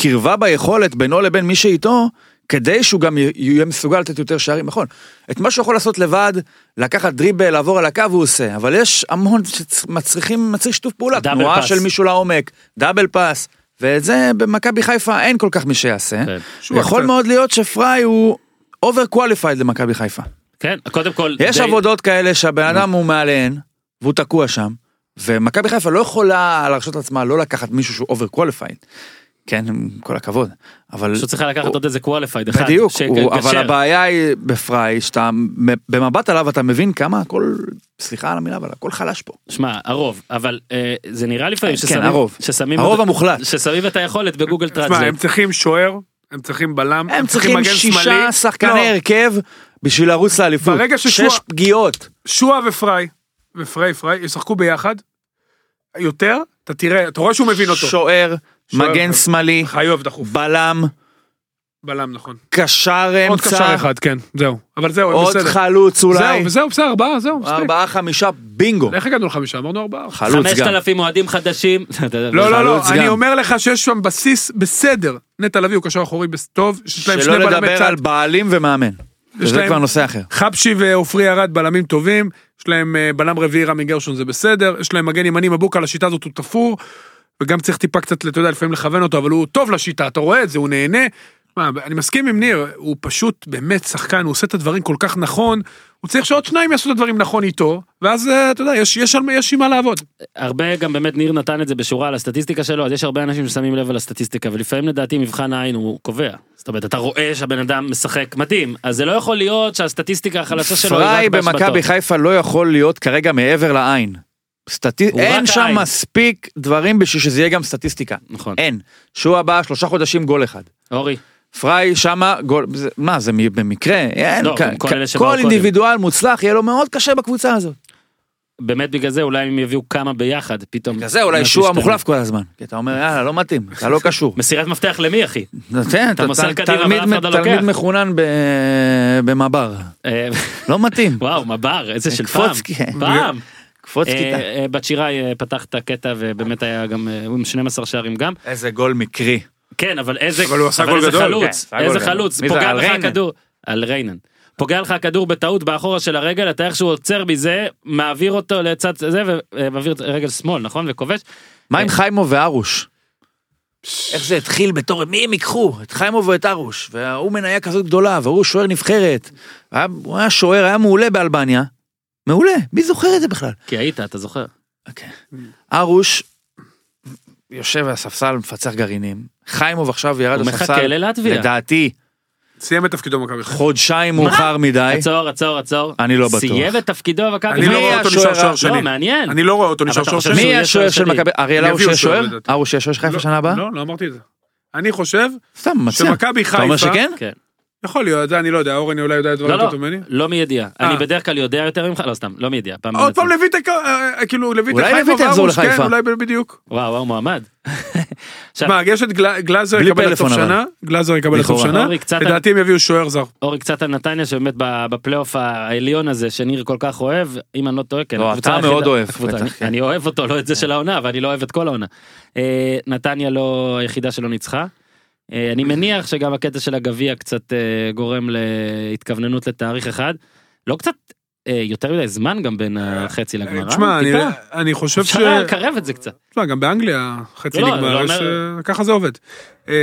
Speaker 3: קרבה ביכולת בינו לבין מי שאיתו, כדי שהוא גם י- יהיה מסוגל לתת יותר שערים, נכון. את מה שהוא יכול לעשות לבד, לקחת דריבל, לעבור על הקו, הוא עושה, אבל יש המון שמצריכים, מצריך שיתוף פעולה,
Speaker 1: דאבל
Speaker 3: תנועה
Speaker 1: פס.
Speaker 3: של מישהו לעומק, דאבל פס, ואת זה במכבי חיפה אין כל כך מי שיעשה.
Speaker 1: כן.
Speaker 2: שהוא
Speaker 3: יכול
Speaker 2: קצת-
Speaker 3: מאוד להיות שפריי הוא אובר קואליפייד למכבי חיפה.
Speaker 1: כן, קודם כל,
Speaker 3: יש
Speaker 1: די-
Speaker 3: עבודות כאלה שהבן אדם הוא מעליהן, והוא תקוע שם, ומכבי חיפה לא יכולה להרשות לעצמה לא לקחת מישהו שהוא אובר קואליפייד. כן, עם כל הכבוד, אבל...
Speaker 1: פשוט צריכה לקחת
Speaker 3: הוא-
Speaker 1: עוד איזה qualified אחד.
Speaker 3: בדיוק,
Speaker 1: שיגשר.
Speaker 3: הוא, אבל הבעיה היא בפריי, שאתה במבט עליו אתה מבין כמה הכל, סליחה על המילה, אבל הכל חלש פה.
Speaker 1: שמע, הרוב, אבל אה, זה נראה לפעמים
Speaker 3: כן,
Speaker 1: ששמים-
Speaker 3: הרוב.
Speaker 1: ששמים
Speaker 3: הרוב
Speaker 1: את-
Speaker 3: המוחלט.
Speaker 1: ששמים את היכולת בגוגל
Speaker 2: תשמע, הם
Speaker 1: טרנסלייט.
Speaker 2: צריכים שוער, הם צריכים בלם,
Speaker 3: הם צריכים
Speaker 2: מגן
Speaker 3: שישה
Speaker 2: שמאלי.
Speaker 3: שחקני
Speaker 2: לא,
Speaker 3: הרכב בשביל לרוץ לאליפות.
Speaker 2: ברגע ששוע-
Speaker 3: שש פגיעות.
Speaker 2: שועה ופריי, ופריי פריי, ישחקו ביחד. יותר, אתה תראה, אתה רואה שהוא מבין אותו.
Speaker 3: שוער,
Speaker 2: שוער.
Speaker 3: מגן שמאלי,
Speaker 2: חיוב דחוף.
Speaker 3: בלם,
Speaker 2: בלם, נכון.
Speaker 3: קשר
Speaker 2: עוד קשר
Speaker 3: אמצע,
Speaker 2: אחד, כן, זהו. אבל זהו, הם
Speaker 3: עוד
Speaker 2: בסדר.
Speaker 3: חלוץ אולי.
Speaker 2: זהו, וזהו, בסדר, ארבעה, זהו, מספיק.
Speaker 3: ארבעה חמישה בינגו.
Speaker 2: איך הגענו לחמישה? אמרנו ארבעה.
Speaker 3: חלוץ גם.
Speaker 1: 5,000 אוהדים חדשים.
Speaker 2: לא, לא, לא,
Speaker 3: חלוץ
Speaker 2: אני
Speaker 3: גם.
Speaker 2: אומר לך שיש שם בסיס בסדר. נטע לביא הוא קשר אחורי בס- טוב, יש להם שני
Speaker 3: שלא
Speaker 2: בלמי
Speaker 3: לדבר
Speaker 2: צד.
Speaker 3: על בעלים ומאמן.
Speaker 2: יש
Speaker 3: זה
Speaker 2: להם-
Speaker 3: כבר נושא אחר.
Speaker 2: חבשי ועופרי ארד בלמים טובים, יש להם אה, בלם רביעי רמי גרשון זה בסדר, יש להם מגן ימני מבוקה, לשיטה הזאת הוא תפור, וגם צריך טיפה קצת, אתה יודע, לפעמים לכוון אותו, אבל הוא טוב לשיטה, אתה רואה את זה, הוא נהנה. מה, אני מסכים עם ניר, הוא פשוט באמת שחקן, הוא עושה את הדברים כל כך נכון, הוא צריך שעוד שניים יעשו את הדברים נכון איתו, ואז אה, אתה יודע, יש, יש, על- יש עם מה לעבוד.
Speaker 1: הרבה גם באמת ניר נתן את זה בשורה על הסטטיסטיקה שלו אז יש הרבה אנשים ששמים לב על הסטטיסטיקה ולפעמים לדעתי מבחן העין הוא קובע. זאת אומרת אתה רואה שהבן אדם משחק מדהים אז זה לא יכול להיות שהסטטיסטיקה החלשה שלו היא
Speaker 3: פריי
Speaker 1: רק
Speaker 3: במכבי
Speaker 1: בהשבתות.
Speaker 3: חיפה לא יכול להיות כרגע מעבר לעין. סטטי...
Speaker 1: הוא רק
Speaker 3: אין שם
Speaker 1: העין.
Speaker 3: מספיק דברים בשביל שזה יהיה גם סטטיסטיקה.
Speaker 1: נכון.
Speaker 3: אין. שהוא הבא שלושה חודשים גול אחד.
Speaker 1: אורי
Speaker 3: פריי שמה גול, זה- מה זה מ- במקרה? אין.
Speaker 1: לא,
Speaker 3: כ-
Speaker 1: גם כל
Speaker 3: כ-
Speaker 1: אלה שבאו
Speaker 3: כל
Speaker 1: קודם.
Speaker 3: אינדיבידואל מוצלח יהיה לו מאוד קשה בקבוצה הזאת.
Speaker 1: באמת בגלל זה אולי אם יביאו כמה ביחד פתאום.
Speaker 3: בגלל זה אולי
Speaker 1: משהו
Speaker 3: שועה
Speaker 1: ישתנה.
Speaker 3: מוחלף כל הזמן. כי אתה אומר יאללה לא מתאים, אתה לא קשור.
Speaker 1: מסירת מפתח למי אחי?
Speaker 3: נותן, אתה
Speaker 1: מוסר
Speaker 3: כן, ת-
Speaker 1: קדימה, אבל
Speaker 3: תלמיד
Speaker 1: אף אחד לא
Speaker 3: מ- תלמיד
Speaker 1: לוקח.
Speaker 3: מחונן ב- במב"ר.
Speaker 1: אה,
Speaker 3: לא מתאים.
Speaker 1: וואו מב"ר איזה של פעם.
Speaker 3: קפוץ, כן.
Speaker 1: פעם.
Speaker 3: קפוץ
Speaker 1: אה,
Speaker 3: כיתה.
Speaker 1: אה, בת שיראי אה, פתח את הקטע ובאמת היה גם אה, הוא עם 12 שערים גם.
Speaker 3: איזה גול מקרי.
Speaker 1: כן, אבל איזה,
Speaker 2: אבל הוא עשה גול
Speaker 1: איזה
Speaker 2: גדול.
Speaker 3: כן,
Speaker 1: חלוץ,
Speaker 3: עשה גול
Speaker 1: איזה
Speaker 3: גדול.
Speaker 1: חלוץ,
Speaker 3: מי זה,
Speaker 1: פוגע
Speaker 3: על
Speaker 1: לך
Speaker 3: ריינן?
Speaker 1: הכדור, על ריינן. פוגע לך הכדור בטעות באחורה של הרגל, אתה איכשהו עוצר מזה, מעביר אותו אה, לצד זה, ומעביר את רגל שמאל, נכון? וכובש.
Speaker 3: מה עם חיימו וארוש? איך זה התחיל בתור, מי הם ייקחו? את חיימוב או את ארוש? וההוא מניה כזאת גדולה, והוא שוער נבחרת. היה- הוא היה שוער, היה מעולה באלבניה. מעולה, מי זוכר את זה בכלל?
Speaker 1: כי היית, אתה זוכר.
Speaker 3: אוקיי. ארוש יושב על הספסל, מפצח גרעינים. חיימוב עכשיו ירד
Speaker 1: הוא
Speaker 3: לספסל.
Speaker 1: מחכה ללטביה.
Speaker 3: לדעתי,
Speaker 2: סיים את תפקידו במכבי חיפה.
Speaker 3: חודשיים מאוחר מדי.
Speaker 1: עצור, עצור, עצור.
Speaker 3: אני לא בטוח.
Speaker 1: סיים את תפקידו במכבי.
Speaker 2: אני
Speaker 1: מי
Speaker 2: לא רואה
Speaker 1: היה
Speaker 2: אותו נשאר
Speaker 1: השוער ה-
Speaker 2: שוער
Speaker 1: לא,
Speaker 2: שני.
Speaker 1: מעניין.
Speaker 2: אני לא רואה אותו נשאר
Speaker 1: אתה
Speaker 2: שוער
Speaker 1: חושב
Speaker 2: שני.
Speaker 3: מי
Speaker 1: שהוא
Speaker 3: יהיה
Speaker 1: יהיה שוער
Speaker 3: השוער של
Speaker 1: שני.
Speaker 3: מכבי? אריאל
Speaker 2: יביאו
Speaker 3: ארוש יהיה
Speaker 2: שוער,
Speaker 3: שוער?
Speaker 2: לדעתי.
Speaker 3: ארוש יהיה שוער של חיפה שנה הבאה?
Speaker 2: לא, לא אמרתי את זה. אני חושב
Speaker 3: סתם, מציע.
Speaker 2: שמכבי חיפה...
Speaker 3: אתה אומר
Speaker 2: לא
Speaker 3: שכן?
Speaker 1: כן.
Speaker 2: יכול להיות, זה אני לא יודע, אורן אולי יודע דברים
Speaker 1: לא,
Speaker 2: יותר
Speaker 1: לא,
Speaker 2: טוב ממני.
Speaker 1: לא מידיעה.
Speaker 2: אה.
Speaker 1: אני בדרך כלל יודע יותר ממך, לא סתם, לא מידיעה. פעם
Speaker 2: עוד פעם
Speaker 1: מנצחים.
Speaker 2: לויטה, אה, אה, כאילו לויטה
Speaker 3: אולי
Speaker 2: חיפה
Speaker 3: לויטה יחזור
Speaker 2: וארוש, כן,
Speaker 3: לחיפה.
Speaker 2: אולי בדיוק.
Speaker 1: וואו, וואו, מועמד. עכשיו-
Speaker 2: מה, יש את גל- גלאזר
Speaker 3: בלי
Speaker 2: יקבל עד
Speaker 3: פלאפון,
Speaker 2: סוף
Speaker 3: אבל.
Speaker 2: שנה, גלאזר יקבל עד סוף
Speaker 3: לכאורה.
Speaker 2: שנה,
Speaker 1: אורי, קצת-
Speaker 2: לדעתי הם יביאו שוער זר.
Speaker 1: אורי קצת על נתניה שבאמת ב- בפלייאוף העליון הזה שניר כל כך אוהב אם אני לא טועה כן.
Speaker 3: לא,
Speaker 1: הקבוצה
Speaker 3: אתה
Speaker 1: היחידה-
Speaker 3: מאוד אוהב,
Speaker 1: הקבוצה-
Speaker 3: בטח,
Speaker 1: אני-
Speaker 3: כן.
Speaker 1: אני אוהב אותו לא את זה של העונה אבל אני לא אוהב את כל העונה. אה, נתניה לא היחידה שלא ניצחה. אה, אני מניח שגם הקטע של הגביע קצת אה, גורם להתכווננות לתאריך אחד. לא קצת אה, יותר מדי זמן גם בין החצי לגמרא.
Speaker 2: אה, תשמע, אני-
Speaker 1: טיפה.
Speaker 2: אני חושב ש...
Speaker 1: אפשר היה לקרב את זה קצת.
Speaker 2: תשמע, גם באנגליה חצי
Speaker 1: לא, לא,
Speaker 2: נגמר,
Speaker 1: לא
Speaker 2: יש,
Speaker 1: אומר-
Speaker 2: אה, ככה זה עובד. אה,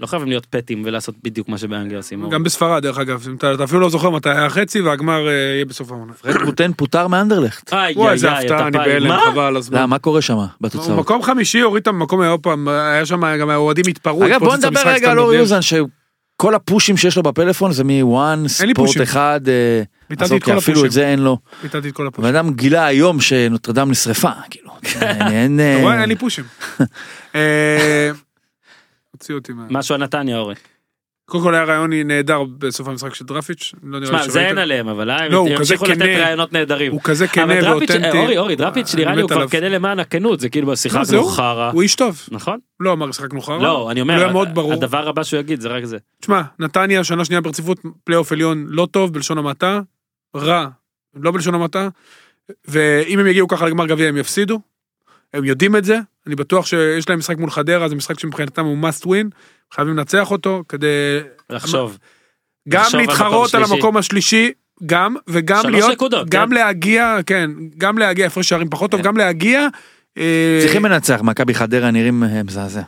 Speaker 1: לא חייבים להיות פטים ולעשות בדיוק מה שבאנגליה עושים. אורי.
Speaker 2: גם בספרד דרך אגב, אם אתה אתה אפילו לא זוכר מתי היה החצי והגמר אה, יהיה בסוף העונה.
Speaker 3: פרד רוטן כן, פוטר מאנדרלכט.
Speaker 1: איי, איי,
Speaker 2: וואי, איזה
Speaker 1: איי,
Speaker 2: הפתעה, אני
Speaker 1: אתה פעם-
Speaker 2: בהלם,
Speaker 1: מה?
Speaker 2: חבל על
Speaker 3: לא,
Speaker 2: הזמן.
Speaker 3: מה קורה שם
Speaker 2: הוא
Speaker 3: בתוצאות?
Speaker 2: מקום חמישי הוריד את המקום, היה עוד פעם, היה שם גם האוהדים התפרעו,
Speaker 3: אגב בוא
Speaker 2: התפוצץ
Speaker 3: נדבר
Speaker 2: המשחק,
Speaker 3: רגע
Speaker 2: סתם
Speaker 3: על אורי
Speaker 2: דודים.
Speaker 3: אוזן שכל הפושים שיש לו בפלאפון זה מוואן
Speaker 2: אין לי
Speaker 3: ספורט
Speaker 2: פושים.
Speaker 3: אחד. אה,
Speaker 2: ביטלתי
Speaker 3: עזוב
Speaker 2: את כל
Speaker 3: כי אפילו
Speaker 2: הפושים.
Speaker 3: את זה אין לו.
Speaker 2: ביטלתי את כל הפושים.
Speaker 3: הבן אדם גילה היום שנוטרדם נשרפה כאילו. אין- אין, אה,
Speaker 2: אתה רואה, אין לי פושים. אה, הוציאו אותי מה...
Speaker 1: משהו על נתניה אורי.
Speaker 2: קודם כל היה רעיון נהדר בסוף המשחק של דרפיץ', לא נראה
Speaker 1: תשמע,
Speaker 2: לי
Speaker 1: זה אין
Speaker 2: שראיתם.
Speaker 1: עליהם, אבל אה, הם
Speaker 2: לא, הוא כזה
Speaker 1: המשיכו לתת
Speaker 2: כנה.
Speaker 1: רעיונות נהדרים.
Speaker 2: הוא כזה כנה
Speaker 1: אבל דראפיץ', אה,
Speaker 2: ואותנטי.
Speaker 1: אורי, אורי, דראפיץ'
Speaker 2: אני
Speaker 1: נראה לי הוא
Speaker 2: מת
Speaker 1: כבר
Speaker 2: עליו.
Speaker 1: כנה למען הכנות, זה כאילו
Speaker 2: לא, זה
Speaker 1: שיחקנו
Speaker 2: הוא.
Speaker 1: חרא.
Speaker 2: הוא איש טוב,
Speaker 1: נכון?
Speaker 2: לא אמר שיחקנו חרא.
Speaker 1: לא, אני
Speaker 2: הוא
Speaker 1: אומר,
Speaker 2: היה מאוד ברור.
Speaker 1: הדבר הבא שהוא יגיד זה רק זה.
Speaker 2: תשמע, נתניה שנה שנייה ברציפות, פלייאוף עליון לא טוב בלשון המעטה, רע, לא בלשון המעטה, ואם הם יגיעו ככה לגמר גביע הם יפסידו, הם יודעים את זה, אני בטוח שיש להם משחק מול חדרה, זה משחק שמבחינתם הוא must win, חייבים לנצח אותו כדי
Speaker 1: לחשוב.
Speaker 2: גם
Speaker 1: לחשוב על
Speaker 2: להתחרות
Speaker 1: מקום
Speaker 2: על
Speaker 1: שלישי.
Speaker 2: המקום השלישי, גם, וגם
Speaker 1: שלוש
Speaker 2: להיות,
Speaker 1: נקודות,
Speaker 2: גם
Speaker 1: כן.
Speaker 2: להגיע, כן, גם להגיע, הפרש שערים פחות טוב, גם להגיע, אה,
Speaker 3: צריכים לנצח מכבי חדרה נראים אה, מזעזע.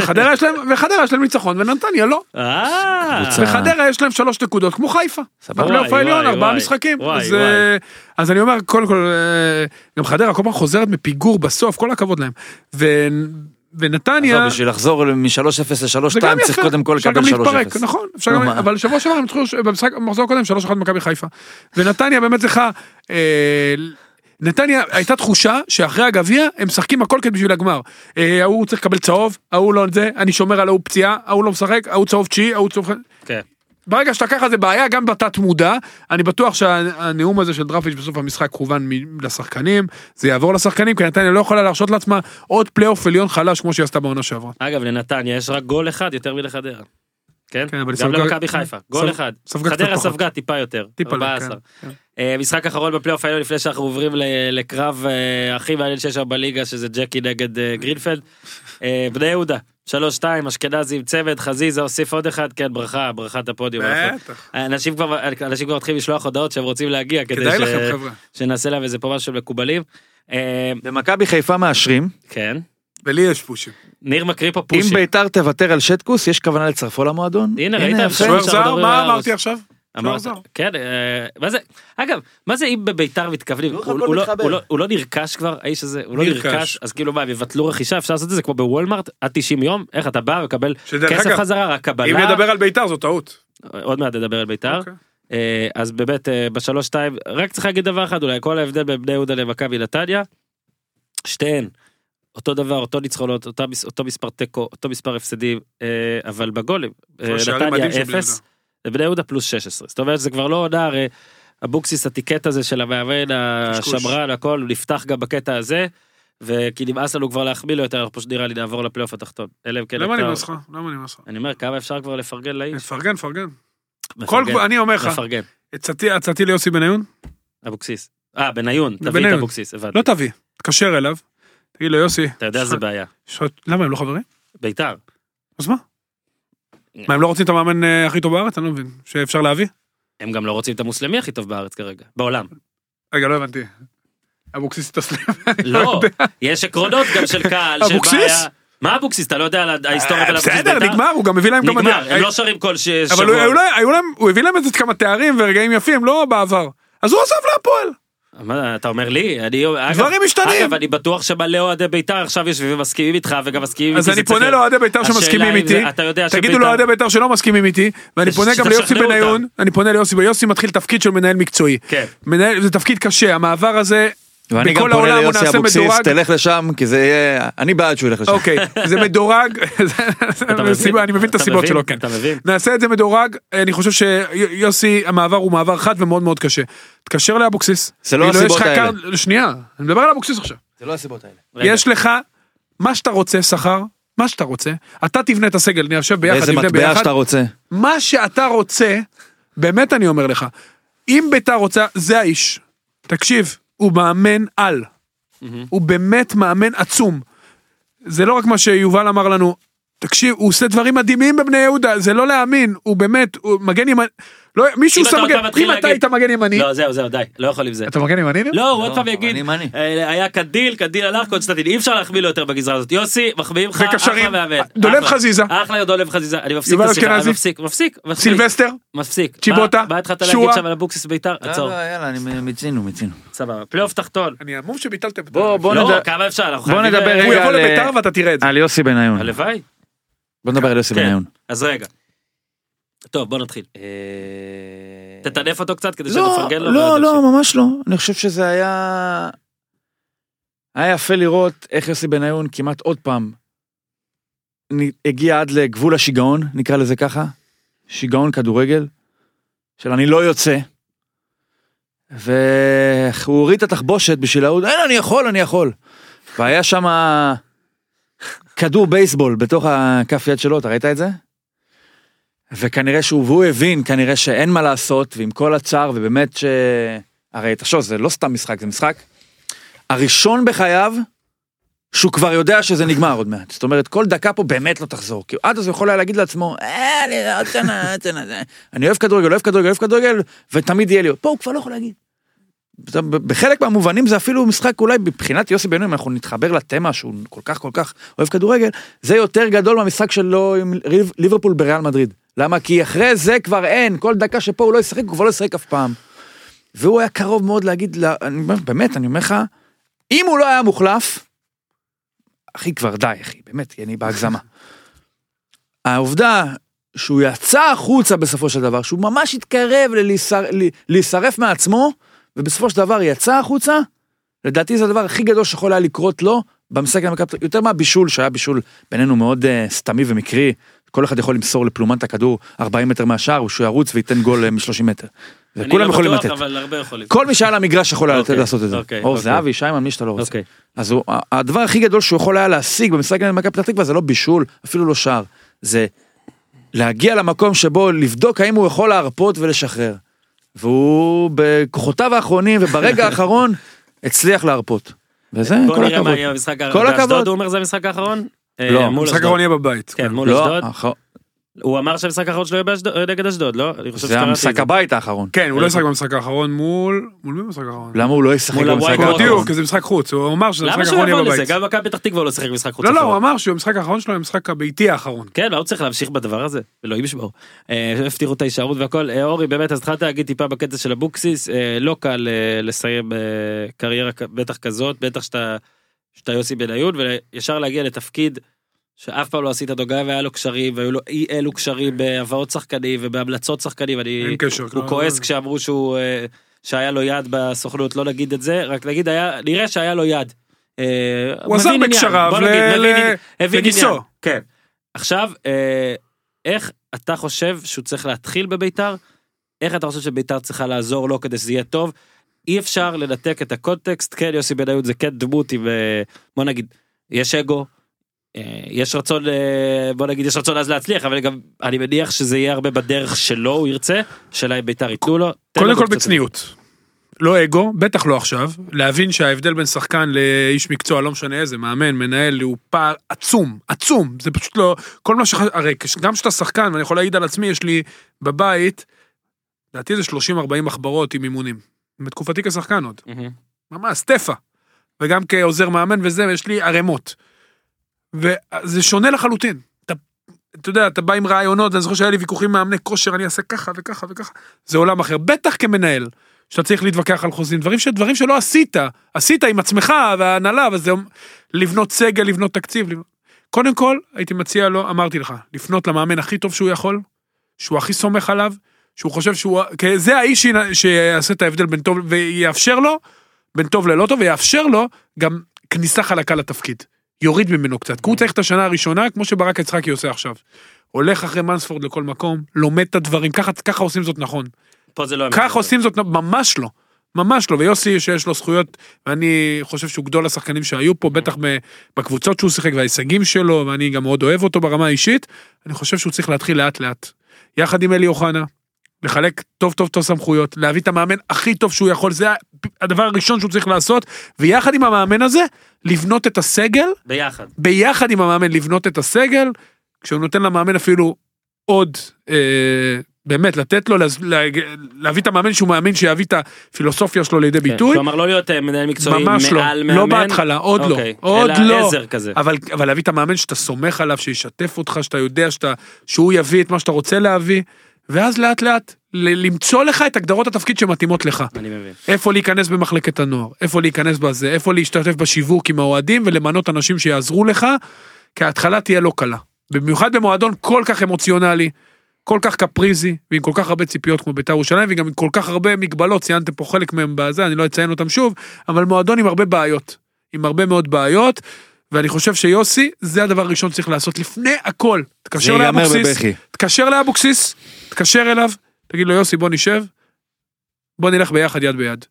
Speaker 2: חדרה יש להם, וחדרה יש להם ניצחון, ונתניה לא,
Speaker 1: אה,
Speaker 3: קבוצה.
Speaker 2: וחדרה יש להם שלוש נקודות, כמו חיפה.
Speaker 3: סבבה.
Speaker 1: וואי,
Speaker 2: בפלייאוף העליון,
Speaker 1: וואי,
Speaker 2: ארבעה
Speaker 1: וואי.
Speaker 2: משחקים.
Speaker 1: וואי,
Speaker 2: אז,
Speaker 1: וואי.
Speaker 2: אה, אז אני אומר, קודם כל, אה, גם חדרה כל פעם חוזרת מפיגור בסוף, כל הכבוד להם. ו-
Speaker 3: עזוב,
Speaker 2: ונתניה,
Speaker 3: בשביל לחזור מ-3-0
Speaker 2: זה גם
Speaker 3: ל-3-2 צריך
Speaker 2: יפה,
Speaker 3: קודם כל
Speaker 2: אפשר
Speaker 3: לקבל
Speaker 2: גם
Speaker 3: 3-0.
Speaker 2: להתפרק, נכון, אפשר
Speaker 3: לא,
Speaker 2: גם-
Speaker 3: מה?
Speaker 2: אבל שבוע שעבר הם התחילו ש- במשחק, במחזור הקודם, 3-1 מכבי חיפה. ונתניה באמת צריכה, אה, נתניה הייתה תחושה שאחרי הגביע הם משחקים הכל כדי בשביל הגמר. אה, ההוא צריך לקבל צהוב, ההוא לא זה, אני שומר על ההוא פציעה, ההוא לא משחק, ההוא צהוב תשיעי, ההוא צהוב...
Speaker 1: כן.
Speaker 2: ברגע שאתה ככה זה בעיה גם בתת מודע אני בטוח שהנאום הזה של דרפיץ' בסוף המשחק כוון מ- לשחקנים זה יעבור לשחקנים כי נתניה לא יכולה להרשות לעצמה עוד פלייאוף עליון חלש כמו שהיא עשתה בעונה שעברה.
Speaker 1: אגב, לנתניה יש רק גול אחד יותר מלחדרה. כן?
Speaker 2: כן, אבל היא
Speaker 1: גם
Speaker 2: ספגה-
Speaker 1: למכבי חיפה, גול
Speaker 2: ספ-
Speaker 1: אחד.
Speaker 2: ספגה קצת
Speaker 1: חדרה
Speaker 2: פחות.
Speaker 1: ספגה טיפה יותר.
Speaker 2: טיפה,
Speaker 1: 14.
Speaker 2: כן, כן.
Speaker 1: אה, משחק אחרון בפלייאוף העליון לפני שאנחנו עוברים ל- לקרב אה, הכי מעניין שיש היום בליגה שזה ג'קי נגד אה, גרינפלד. אה, בני יהודה, 3-2, אשכנזי עם צמד, חזיזה הוסיף עוד אחד, כן ברכה, ברכת הפודיום. אנחנו-
Speaker 2: בטח.
Speaker 1: אנשים כבר אנשים כבר מתחילים לשלוח הודעות שהם רוצים להגיע כדי
Speaker 2: כדאי
Speaker 1: ש-
Speaker 2: לכם חבר'ה.
Speaker 1: שנעשה להם איזה פה משהו מקובלים. אה,
Speaker 3: במכבי חיפה מאשרים,
Speaker 1: כן,
Speaker 2: ולי יש פושים.
Speaker 1: ניר מקריא פה
Speaker 3: אם
Speaker 1: פושים.
Speaker 3: ביתר תוותר על שטקוס, יש כוונה לצרפו למועדון?
Speaker 1: הנה, ראית?
Speaker 3: יפה.
Speaker 1: שוער
Speaker 2: שוער
Speaker 1: זר,
Speaker 2: זר
Speaker 1: מדברים על
Speaker 2: מה אמרתי
Speaker 1: הרוס.
Speaker 2: עכשיו? שוער
Speaker 1: אמרת,
Speaker 2: זר.
Speaker 1: כן, אה, מה זה, אגב, מה זה אם בביתר מתכוונים,
Speaker 3: לא,
Speaker 1: הוא-
Speaker 3: הכל
Speaker 1: הוא לא-
Speaker 3: מתחבר.
Speaker 1: הוא לא- הוא לא נרכש כבר, האיש הזה, הוא לא
Speaker 2: נרכש.
Speaker 1: נרכש, אז כאילו מה, הם יבטלו רכישה, אפשר לעשות את זה כמו בוולמארט, עד 90 יום, איך אתה בא ומקבל
Speaker 2: שדרך
Speaker 1: כסף
Speaker 2: אגב,
Speaker 1: חזרה, רק
Speaker 2: אם
Speaker 1: קבלה,
Speaker 2: נדבר על בית"ר זו טעות.
Speaker 1: עוד מעט נדבר על ביתר,
Speaker 2: אוקיי.
Speaker 1: אה, אז באמת אה, בשלוש שתיים, רק צריך להגיד דבר אחד אולי, כל ההבדל בין בני יהודה למכבי נתניה, שתיהן, אותו דבר, אותו ניצחונות, אותה מס- אותו מספר תיקו, אותו מספר הפסדים, אה, אבל בגולים, אה,
Speaker 2: שערים מדהים של
Speaker 1: נתניה
Speaker 2: בני
Speaker 1: אפס,
Speaker 2: יהודה.
Speaker 1: ובני יהודה פלוס 16. זאת אומרת, זה כבר לא עונה, הרי אבוקסיס הטיקט הזה של המאמן,
Speaker 2: קשקוש.
Speaker 1: השמרן, הכל, הוא נפתח גם בקטע הזה, וכי נמאס לנו כבר להחמיא לו יותר, אנחנו פשוט נראה לי נעבור לפלייאוף התחתון. אלא אם כן...
Speaker 2: למה
Speaker 1: אתה-
Speaker 2: אני מאס לך? למה אני מאס לך?
Speaker 1: אני אומר, כמה אפשר כבר לפרגן לאיש?
Speaker 2: פרגן, פרגן. כל
Speaker 1: מפרגן,
Speaker 2: קבוצה, אני אומר לך,
Speaker 1: מפרגן,
Speaker 2: עצתי- עצתי ליוסי בניון,
Speaker 1: אבוקסיס. אה, בניון, תביא את
Speaker 2: בניון.
Speaker 1: אבוקסיס, הבנתי.
Speaker 2: לא אה. תביא, תקשר אליו, תגיד לו יוסי,
Speaker 1: אתה יודע, זה
Speaker 2: ש-
Speaker 1: בעיה.
Speaker 2: ש- למה הם לא חברים?
Speaker 1: ביתר.
Speaker 2: אז מה? מה הם לא רוצים את המאמן אה, הכי טוב בארץ? אני לא מבין. שאפשר להביא?
Speaker 1: הם גם לא רוצים את המוסלמי הכי טוב בארץ כרגע, בעולם.
Speaker 2: רגע, לא הבנתי. אבוקסיס התאסלם.
Speaker 1: לא, יש עקרונות גם של קהל, של
Speaker 2: אבוקסיס?
Speaker 1: בעיה. מה אבוקסיס? אתה לא יודע על ההיסטוריה של אבוקסיס
Speaker 2: אה, בסדר, נגמר, הוא גם הביא להם כמה...
Speaker 1: נגמר, הם
Speaker 2: תארים.
Speaker 1: לא שרים כל ש-
Speaker 2: אבל הוא- היו
Speaker 1: שבוע.
Speaker 2: להם- היו להם, הוא הביא להם איזה כמה תארים ורגעים יפים, לא בעבר. אז הוא עזב להפועל.
Speaker 1: מה, אתה אומר לי? אני... אגב-
Speaker 2: דברים משתנים.
Speaker 1: אגב, אני בטוח שמלא אוהדי בית"ר עכשיו יושבים ומסכימים איתך וגם מסכימים
Speaker 2: אז
Speaker 1: איתי,
Speaker 2: אני
Speaker 1: זה צריך
Speaker 2: פונה
Speaker 1: להיות-
Speaker 2: לאוהדי בית"ר
Speaker 1: השאלה
Speaker 2: שמסכימים
Speaker 1: אם
Speaker 2: איתי,
Speaker 1: זה- אתה יודע
Speaker 2: תגידו
Speaker 1: שבית"ר-
Speaker 2: לאוהדי בית"ר שלא מסכימים איתי, ואני
Speaker 1: ש-
Speaker 2: פונה גם
Speaker 1: שתשכנעו
Speaker 2: ליוסי
Speaker 1: אותם.
Speaker 2: בניון, אני פונה ליוסי, ויוסי מתחיל תפקיד של מנהל מקצועי.
Speaker 1: כן.
Speaker 2: מנהל, זה תפקיד קשה, המעבר הזה,
Speaker 4: ואני גם
Speaker 2: בכל
Speaker 4: פונה
Speaker 2: העולם הוא
Speaker 4: ליוסי
Speaker 2: נעשה
Speaker 4: אבוקסיס,
Speaker 2: מדורג.
Speaker 4: תלך לשם, כי זה יהיה... אני בעד שהוא ילך לשם.
Speaker 2: אוקיי, זה מדורג, זה-
Speaker 1: אתה
Speaker 2: זה סיבה, אני מבין את
Speaker 1: אתה
Speaker 2: הסיבות
Speaker 1: מבין?
Speaker 2: שלו, כן.
Speaker 1: אתה מבין?
Speaker 2: נעשה את זה מדורג, אני חושב שיוסי, המעבר הוא מעבר חד ומאוד מאוד קשה. תתקשר לאבוקסיס.
Speaker 4: זה לא
Speaker 2: כאילו, יש
Speaker 4: הסיבות
Speaker 2: לך
Speaker 4: האלה.
Speaker 2: קר- שנייה, אני מדבר על אבוקסיס עכשיו.
Speaker 4: זה לא הסיבות האלה.
Speaker 1: רגע.
Speaker 2: יש לך מה שאתה רוצה, שכר, מה שאתה רוצה, אתה תבנה את הסגל, נשב ביחד,
Speaker 4: איזה
Speaker 2: נבנה
Speaker 4: מטבע
Speaker 2: ביחד.
Speaker 4: שאתה רוצה.
Speaker 2: מה שאתה רוצה, באמת אני אומר לך, אם ביתר רוצה, זה האיש. תקשיב, הוא מאמן על. הוא באמת מאמן עצום. זה לא רק מה שיובל אמר לנו, תקשיב, הוא עושה דברים מדהימים בבני יהודה, זה לא להאמין, הוא באמת, הוא מגן ימני, לא, מישהו
Speaker 1: אם
Speaker 2: עושה
Speaker 1: אתה עוד
Speaker 2: מגן,
Speaker 1: פעם מתחיל
Speaker 2: אם אתה
Speaker 1: להגיד-
Speaker 2: היית מגן ימני,
Speaker 1: לא, זהו, זהו, די, לא יכול עם זה.
Speaker 2: אתה מגן ימני? ניר?
Speaker 1: לא, הוא עוד
Speaker 4: לא,
Speaker 1: פעם
Speaker 4: אבל
Speaker 1: יגיד,
Speaker 4: אני מאמין.
Speaker 1: אה, היה קדיל, קדיל הלך, קונסטנטין, אי אפשר להחמיא לו יותר בגזרה הזאת. יוסי, מחמיאים לך, אחלה
Speaker 2: וקשרים.
Speaker 1: מאמן.
Speaker 2: דולב
Speaker 1: אחלה.
Speaker 2: חזיזה.
Speaker 1: אחלה דולב חזיזה, אני מפסיק
Speaker 2: יובל
Speaker 1: את השיחה, אני
Speaker 2: אשכנזי.
Speaker 1: מפסיק, מפסיק, מפסיק.
Speaker 2: סילבסטר,
Speaker 1: מפסיק.
Speaker 2: צ'יבוטה,
Speaker 1: מה- מה התחלת להגיד
Speaker 2: שועה.
Speaker 1: שם על אבוקסיס בית"ר?
Speaker 4: לא,
Speaker 3: לא,
Speaker 1: עצור,
Speaker 3: יאללה, אני- מיצינו, מיצינו.
Speaker 1: סבבה. פלייאוף תחתון.
Speaker 2: אני המום שביטלתם,
Speaker 3: בוא, בוא
Speaker 1: לא,
Speaker 3: נדבר-
Speaker 1: כמה אפשר, אנחנו
Speaker 3: בוא
Speaker 1: חייבים- אה,
Speaker 3: נדבר
Speaker 2: הוא
Speaker 3: רגע
Speaker 2: יבוא
Speaker 3: על- אה,
Speaker 2: לביתר ואתה תראה את
Speaker 4: אה,
Speaker 2: זה,
Speaker 3: על יוסי בניון.
Speaker 1: הלוואי.
Speaker 3: בוא נדבר על יוסי
Speaker 1: כן.
Speaker 3: בניון.
Speaker 1: אז רגע. טוב, בוא נתחיל.
Speaker 4: אה,
Speaker 1: כן. תטנף אותו קצת כדי
Speaker 3: לא,
Speaker 1: שנפרגן לו.
Speaker 3: לא,
Speaker 1: ואז
Speaker 3: לא,
Speaker 1: נמשיך.
Speaker 3: ממש לא. אני חושב שזה היה... היה יפה לראות איך יוסי בניון כמעט עוד פעם נ- הגיע עד לגבול השיגעון, נקרא לזה ככה. שיגעון כדורגל, של אני לא יוצא. והוא הוריד את התחבושת בשביל ההוא, אין, אני יכול, אני יכול. והיה שם כדור בייסבול בתוך הכף יד שלו, אתה ראית את זה? וכנראה שהוא, והוא הבין כנראה שאין מה לעשות, ועם כל הצער, ובאמת ש... הרי תחשוב, זה לא סתם משחק, זה משחק. הראשון בחייו, שהוא כבר יודע שזה נגמר עוד מעט. זאת אומרת, כל דקה פה באמת לא תחזור. כי עד אז הוא יכול היה להגיד לעצמו, "אה, אני לא- עוד שנה, עוד שנה, זה- אני אוהב כדורגל, אוהב כדורגל, אוהב כדורגל, ותמיד יהיה לי עוד. פה הוא כבר לא יכול להגיד. אתה- ב- בחלק מהמובנים זה אפילו משחק אולי מבחינת יוסי בן-אדם, אנחנו נתחבר לתמה שהוא כל כך כל כך אוהב כדורגל, זה יותר גדול מהמשחק שלו עם ריב- ליברפול בריאל מדריד. למה? כי אחרי זה כבר אין, כל דקה שפה הוא לא ישחק, הוא כבר לא ישחק אף פעם. והוא היה קרוב מאוד להגיד, לה, אני, אומר- באמת, אני אומר לך, אם הוא לא היה מוחלף, אחי כבר די, אחי, באמת, כי אני בהגזמה. העובדה שהוא יצא החוצה בסופו של דבר, שהוא ממש התקרב ללהישר- ל- להישרף מעצמו, ובסופו של דבר יצא החוצה, לדעתי זה הדבר הכי גדול שיכול היה לקרות לו במשחק עם מכבי תל אביב, יותר מהבישול שהיה בישול בינינו מאוד uh, סתמי ומקרי, כל אחד יכול למסור לפלומן את הכדור 40 מטר מהשער, שהוא ירוץ וייתן גול אה, מ-30 מטר.
Speaker 1: אני
Speaker 3: וכולם
Speaker 1: לא
Speaker 3: יכולים
Speaker 1: בטוח,
Speaker 3: לתת.
Speaker 1: אבל הרבה יכולים.
Speaker 3: כל מי שהיה על המגרש יכול היה לתת
Speaker 1: אוקיי,
Speaker 3: לעשות את זה.
Speaker 1: אוקיי,
Speaker 3: אור
Speaker 1: אוקיי.
Speaker 3: זהבי, שיימן, מי שאתה לא רוצה.
Speaker 1: אוקיי.
Speaker 3: אז הוא- ה- הדבר הכי גדול שהוא יכול היה להשיג במשחק נגד מכבי פתח תקווה זה לא בישול, אפילו לא שער. זה להגיע למקום שבו לבדוק האם הוא יכול להרפות ולשחרר. והוא בכוחותיו האחרונים וברגע האחרון הצליח להרפות. וזה
Speaker 1: בוא
Speaker 3: כל
Speaker 1: נראה מה
Speaker 3: הכבוד.
Speaker 1: יהיה המשחק
Speaker 3: כל
Speaker 1: האחרון. באשדוד
Speaker 3: הכבוד.
Speaker 1: הוא אומר זה המשחק האחרון? אה,
Speaker 3: לא,
Speaker 1: מול
Speaker 2: המשחק
Speaker 1: אשדוד.
Speaker 2: האחרון יהיה בבית,
Speaker 1: כן, מול
Speaker 3: לא,
Speaker 1: אשדוד.
Speaker 3: האחר-
Speaker 1: הוא אמר שהמשחק האחרון שלו יהיה באשדוד- אה, נגד אשדוד, לא? אני חושב
Speaker 3: זה
Speaker 1: שקראתי את
Speaker 3: המשחק
Speaker 1: זה.
Speaker 3: הבית האחרון.
Speaker 2: כן, הוא לא ישחק במשחק האחרון מול, מול מי במשחק האחרון?
Speaker 3: למה הוא לא ישחק
Speaker 1: מול
Speaker 3: במשחק
Speaker 1: הווייט
Speaker 3: האחרון?
Speaker 2: בדיוק, כי זה משחק חוץ, הוא אמר שזה
Speaker 1: למה
Speaker 2: המשחק
Speaker 1: שהוא יבוא
Speaker 2: האחרון יהיה
Speaker 1: לזה?
Speaker 2: בבית.
Speaker 1: גם מכבי פתח תקווה לא שיחק במשחק חוץ.
Speaker 2: לא, לא,
Speaker 1: אחרון.
Speaker 2: הוא אמר שהמשחק האחרון שלו הוא המשחק הביתי האחרון.
Speaker 1: כן, לא צריך להמשיך בדבר הזה, אלוהים ישמור. אה, הפתירו את ההישארות והכל. אה, אורי, באמת, אז התחלת להגיד טיפה בקטע של אבוקסיס, אה, לא קל אה, לסיים אה, קריירה כ- בטח כזאת, בטח שאתה שאתה יוסי בניון, וישר להגיע לתפקיד שאף פעם לא עשית אותו, גם אם היה לו קשרים, והיו לו אי אלו קשרים בהבאות שחקנים ובהמלצות שחקנים, אני...
Speaker 2: אין קשר.
Speaker 1: הוא
Speaker 2: לא,
Speaker 1: כועס
Speaker 2: לא.
Speaker 1: כשאמרו שהוא, אה, שהיה לו יד בסוכנות, לא נגיד את זה, רק נגיד היה, נראה שהיה לו יד. אה,
Speaker 2: הוא עזר
Speaker 1: מבין עניין,
Speaker 2: בקשריו
Speaker 1: בוא
Speaker 2: ל-
Speaker 1: נגיד, מבין
Speaker 2: ל-
Speaker 1: עניין. הבין
Speaker 2: לגיסו.
Speaker 1: עניין. כן. עכשיו, אה, איך אתה חושב שהוא צריך להתחיל בביתר? איך אתה חושב שביתר צריכה לעזור לו כדי שזה יהיה טוב? אי אפשר לנתק את הקונטקסט, כן, יוסי בניון זה כן דמות עם, אה, בוא נגיד, יש אגו, אה, יש רצון, אה, בוא נגיד, יש רצון אז להצליח, אבל גם, אני מניח שזה יהיה הרבה בדרך שלו, הוא ירצה, שאלה אם ביתר ייתנו לו. תן
Speaker 2: קודם
Speaker 1: לנו
Speaker 2: כל
Speaker 1: קצת-
Speaker 2: בצניעות. לא אגו, בטח לא עכשיו, להבין שההבדל בין שחקן לאיש מקצוע, לא משנה איזה, מאמן, מנהל, הוא פער עצום, עצום, זה פשוט לא, כל מה ש... הרי כש- גם כשאתה שחקן, ואני יכול להעיד על עצמי, יש לי בבית, לדעתי זה 30-40 מחברות עם אימונים. בתקופתי כשחקן עוד.
Speaker 1: מהמם.
Speaker 2: ממש, טפה. וגם כעוזר מאמן וזה, יש לי ערימות. וזה שונה לחלוטין. אתה, אתה יודע, אתה בא עם רעיונות, ואני זוכר שהיה לי ויכוחים עם מאמני כושר, אני אעשה ככה וככה וככה. זה עולם אחר, בטח כמנהל, שאתה צריך להתווכח על חוזים, דברים, ש, דברים שלא עשית, עשית עם עצמך וההנהלה, וזה לבנות סגל, לבנות תקציב. לבנות... קודם כל, הייתי מציע לו, אמרתי לך, לפנות למאמן הכי טוב שהוא יכול, שהוא הכי סומך עליו, שהוא חושב שהוא, כי זה האיש שינה- שיעשה את ההבדל בין טוב, ויאפשר לו, בין טוב ללא טוב, ויאפשר לו גם כניסה חלקה לתפקיד. יוריד ממנו קצת, כי הוא צריך את השנה הראשונה, כמו שברק יצחקי עושה עכשיו. הולך אחרי מנספורד לכל מקום, לומד את הדברים, ככה, ככה עושים זאת נכון.
Speaker 1: פה זה לא... היה
Speaker 2: כך
Speaker 1: מתחשב.
Speaker 2: עושים זאת, ממש לא. ממש לא, ויוסי שיש לו זכויות, ואני חושב שהוא גדול השחקנים שהיו פה, בטח ב- בקבוצות שהוא שיחק וההישגים שלו, ואני גם מאוד אוהב אותו ברמה האישית, אני חושב שהוא צריך להתחיל לאט לאט. יחד עם אלי אוחנה, לחלק טוב טוב טוב סמכויות, להביא את המאמן הכי טוב שהוא יכול, זה הדבר הראשון שהוא צריך לעשות, ויחד עם המאמן הזה, לבנות את הסגל
Speaker 1: ביחד.
Speaker 2: ביחד עם המאמן לבנות את הסגל, כשהוא נותן למאמן אפילו עוד, אה, באמת, לתת לו, להז- להג- להביא את המאמן שהוא מאמין שיביא את הפילוסופיה שלו לידי
Speaker 1: כן.
Speaker 2: ביטוי,
Speaker 1: כלומר, לא להיות אה, מנהל מקצועי
Speaker 2: ממש לא,
Speaker 1: מעל מאמן.
Speaker 2: לא בהתחלה, עוד לא,
Speaker 1: אוקיי.
Speaker 2: עוד
Speaker 1: אלא
Speaker 2: לא,
Speaker 1: עזר כזה.
Speaker 2: אבל אבל להביא את המאמן שאתה סומך עליו, שישתף אותך, שאתה יודע שאתה- שהוא יביא את מה שאתה רוצה להביא, ואז לאט לאט ל- למצוא לך את הגדרות התפקיד שמתאימות לך.
Speaker 1: אני מבין.
Speaker 2: איפה להיכנס במחלקת הנוער, איפה להיכנס בזה, איפה להשתתף בשיווק עם האוהדים ולמנות אנשים שיעזרו לך, כי ההתחלה תהיה לא קלה. במיוחד במועדון כל כך אמוציונלי, כל כך קפריזי, ועם כל כך הרבה ציפיות כמו בית"ר ירושלים, וגם עם כל כך הרבה מגבלות, ציינתם פה חלק מהם בזה, אני לא אציין אותם שוב, אבל מועדון עם הרבה בעיות, עם הרבה מאוד בעיות, ואני חושב שיוסי, זה הדבר הראשון שצריך לעשות לפני הכל.
Speaker 4: זה
Speaker 2: תתקשר
Speaker 4: ייגמר
Speaker 2: לאבוקסיס,
Speaker 4: בבכי.
Speaker 2: תתקשר לאבוקסיס, תתקשר אליו, תגיד לו יוסי בוא נשב, בוא נלך ביחד יד ביד.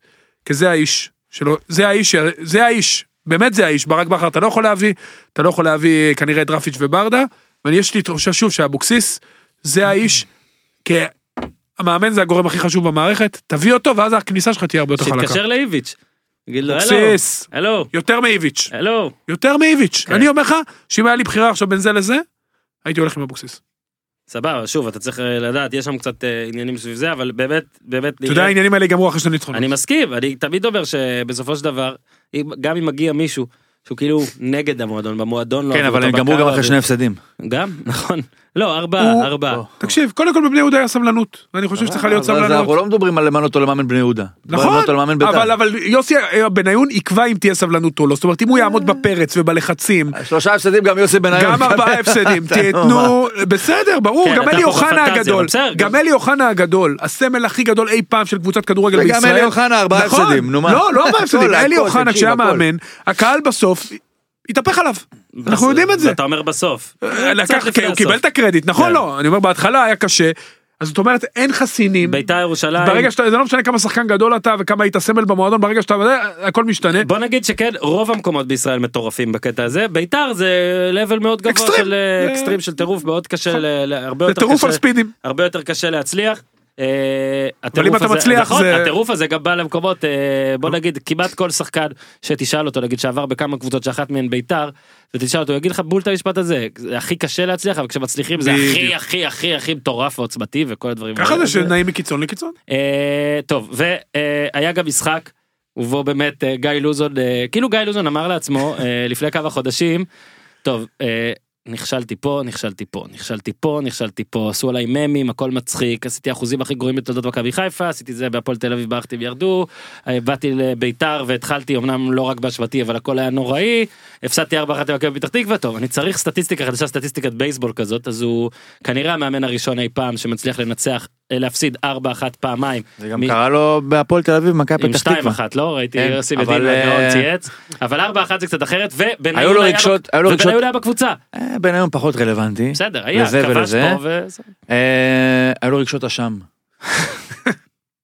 Speaker 2: כי זה האיש שלו, זה האיש, זה האיש, באמת זה האיש, ברק בכר אתה לא יכול להביא, אתה לא יכול להביא כנראה את רפיץ' וברדה, ויש לי תחושה שוב שאבוקסיס זה האיש, כי המאמן זה הגורם הכי חשוב במערכת, תביא אותו ואז הכניסה שלך תהיה הרבה יותר חלקה.
Speaker 1: שיתקשר לאיביץ'. יגיד לו, הלו,
Speaker 2: אבוקסיס,
Speaker 1: הלו,
Speaker 2: יותר מאיביץ',
Speaker 1: הלו.
Speaker 2: יותר מאיביץ',
Speaker 1: כן.
Speaker 2: אני אומר לך שאם היה לי בחירה עכשיו בין זה לזה, הייתי הולך עם אבוקסיס.
Speaker 1: סבבה, שוב, אתה צריך אה, לדעת, יש שם קצת אה, עניינים סביב זה, אבל באמת, באמת...
Speaker 2: אתה יודע
Speaker 1: נראה-
Speaker 2: העניינים האלה ייגמרו אחרי שני ניצחונות.
Speaker 1: אני מסכים, אני תמיד אומר שבסופו של דבר, אם- גם אם מגיע מישהו שהוא כאילו נגד המועדון, במועדון לא...
Speaker 3: כן,
Speaker 1: אוהבים
Speaker 3: אבל הם
Speaker 1: אותו
Speaker 3: גמרו גם
Speaker 1: בקאבה,
Speaker 3: אחרי שני הפסדים.
Speaker 1: גם? נכון. לא,
Speaker 2: הוא-
Speaker 1: ארבעה, ארבעה.
Speaker 2: תקשיב, קודם כל בבני יהודה היה סבלנות, ואני חושב שצריכה להיות
Speaker 3: אבל זה-
Speaker 2: סבלנות.
Speaker 3: אנחנו לא מדברים על למנות אותו למאמן בני יהודה.
Speaker 2: נכון,
Speaker 3: למנות אותו למאמן בית"ר.
Speaker 2: אבל אבל יוסי אה, בניון יקבע אם תהיה סבלנות או לא, זאת אומרת אם הוא יעמוד בפרץ ובלחצים,
Speaker 4: שלושה הפסדים גם יוסי בניון.
Speaker 2: גם ארבעה הפסדים, תיתנו, בסדר, ברור,
Speaker 1: כן,
Speaker 2: גם
Speaker 1: אתה
Speaker 2: אלי
Speaker 1: פה
Speaker 2: אוחנה
Speaker 1: בפנטזיה,
Speaker 2: הגדול,
Speaker 1: בסדר,
Speaker 2: גם
Speaker 1: גם-
Speaker 2: אלי אוחנה הגדול, הסמל הכי גדול אי פעם של קבוצת כדורגל
Speaker 4: וגם
Speaker 2: בישראל.
Speaker 4: אלי אוחנה, ארבעה
Speaker 2: נכון,
Speaker 4: הפסדים, נו מה.
Speaker 2: לא, לא ארבעה הפסדים,
Speaker 4: הכל,
Speaker 2: אלי
Speaker 4: הכל,
Speaker 2: אוחנה
Speaker 4: תקשיב,
Speaker 2: כשהיה
Speaker 4: הכל.
Speaker 2: מאמן, הקהל בסוף התהפך עליו, אנחנו יודעים את זה.
Speaker 1: אתה אומר בסוף.
Speaker 2: לקח,
Speaker 1: קצת לפני
Speaker 2: כן, הוא
Speaker 1: הסוף.
Speaker 2: קיבל את הקרדיט, נכון
Speaker 1: כן.
Speaker 2: לא, אני אומר בהתחלה היה קשה, אז זאת אומרת אין חסינים.
Speaker 1: בית"ר ירושלים.
Speaker 2: ברגע שאתה, זה לא משנה כמה שחקן גדול אתה וכמה היית סמל במועדון, ברגע שאתה, הכל משתנה.
Speaker 1: בוא נגיד שכן, רוב המקומות בישראל מטורפים בקטע הזה. בית"ר זה level מאוד גבוה
Speaker 2: אקסטרים.
Speaker 1: של אה,
Speaker 2: זה-
Speaker 1: אקסטרים של טירוף, מאוד קשה, ל- ל- הרבה
Speaker 2: זה
Speaker 1: יותר
Speaker 2: טירוף
Speaker 1: קשה-
Speaker 2: על ספידים.
Speaker 1: הרבה יותר קשה להצליח. אה, הטירוף
Speaker 2: אם אתה
Speaker 1: הזה-
Speaker 2: מצליח,
Speaker 1: נכון,
Speaker 2: זה-
Speaker 1: הטירוף הזה גם בא למקומות, אה, בוא נגיד, כמעט כל שחקן שתשאל אותו, נגיד שעבר בכמה קבוצות שאחת מהן בית"ר, ותשאל אותו, יגיד לך בול את המשפט הזה, זה הכי קשה להצליח, אבל כשמצליחים זה הכי
Speaker 2: בדיוק.
Speaker 1: הכי הכי הכי מטורף ועוצמתי וכל הדברים
Speaker 2: ככה
Speaker 1: האלה.
Speaker 2: זה שנעים מקיצון לקיצון.
Speaker 1: אה, טוב, והיה גם משחק, ובו באמת אה, גיא לוזון, אה, כאילו גיא לוזון אמר לעצמו אה, לפני כמה חודשים, טוב, אה, נכשלתי פה, נכשלתי פה, נכשלתי פה, נכשלתי פה, עשו עליי ממים, הכל מצחיק, עשיתי האחוזים הכי גרועים בתולדות מכבי חיפה, עשיתי זה בהפועל תל אביב, ברחתי וירדו, אה, באתי לביתר והתחלתי, אמנם לא רק באשמתי, אבל הכל היה נוראי, הפסדתי 4-1 למכבי פתח תקווה, טוב, אני צריך סטטיסטיקה חדשה, סטטיסטיקת בייסבול כזאת, אז הוא כנראה המאמן הראשון אי פעם שמצליח לנצח, אה, להפסיד 4-1 פעמיים.
Speaker 3: זה גם
Speaker 1: מ-
Speaker 3: קרה לו בהפועל תל אביב, מכבי
Speaker 1: עם
Speaker 3: פתח
Speaker 1: שתיים
Speaker 3: תקווה.
Speaker 1: אחת לא ראיתי
Speaker 3: כן,
Speaker 1: יוסי
Speaker 3: אבל,
Speaker 1: מדינה
Speaker 3: אה,
Speaker 1: גאון צייץ אבל ארבע אחת זה קצת אחרת ובניון
Speaker 3: היו לו רגשות-
Speaker 1: היה
Speaker 3: היו לו
Speaker 1: בק-
Speaker 3: רגשות-
Speaker 1: ובניון היה בקבוצה
Speaker 3: אה, בניון פחות רלוונטי.
Speaker 1: בסדר היה
Speaker 3: לזה
Speaker 1: כבש
Speaker 3: ולזה.
Speaker 1: פה וזה.
Speaker 3: אה, היו לו רגשות אשם.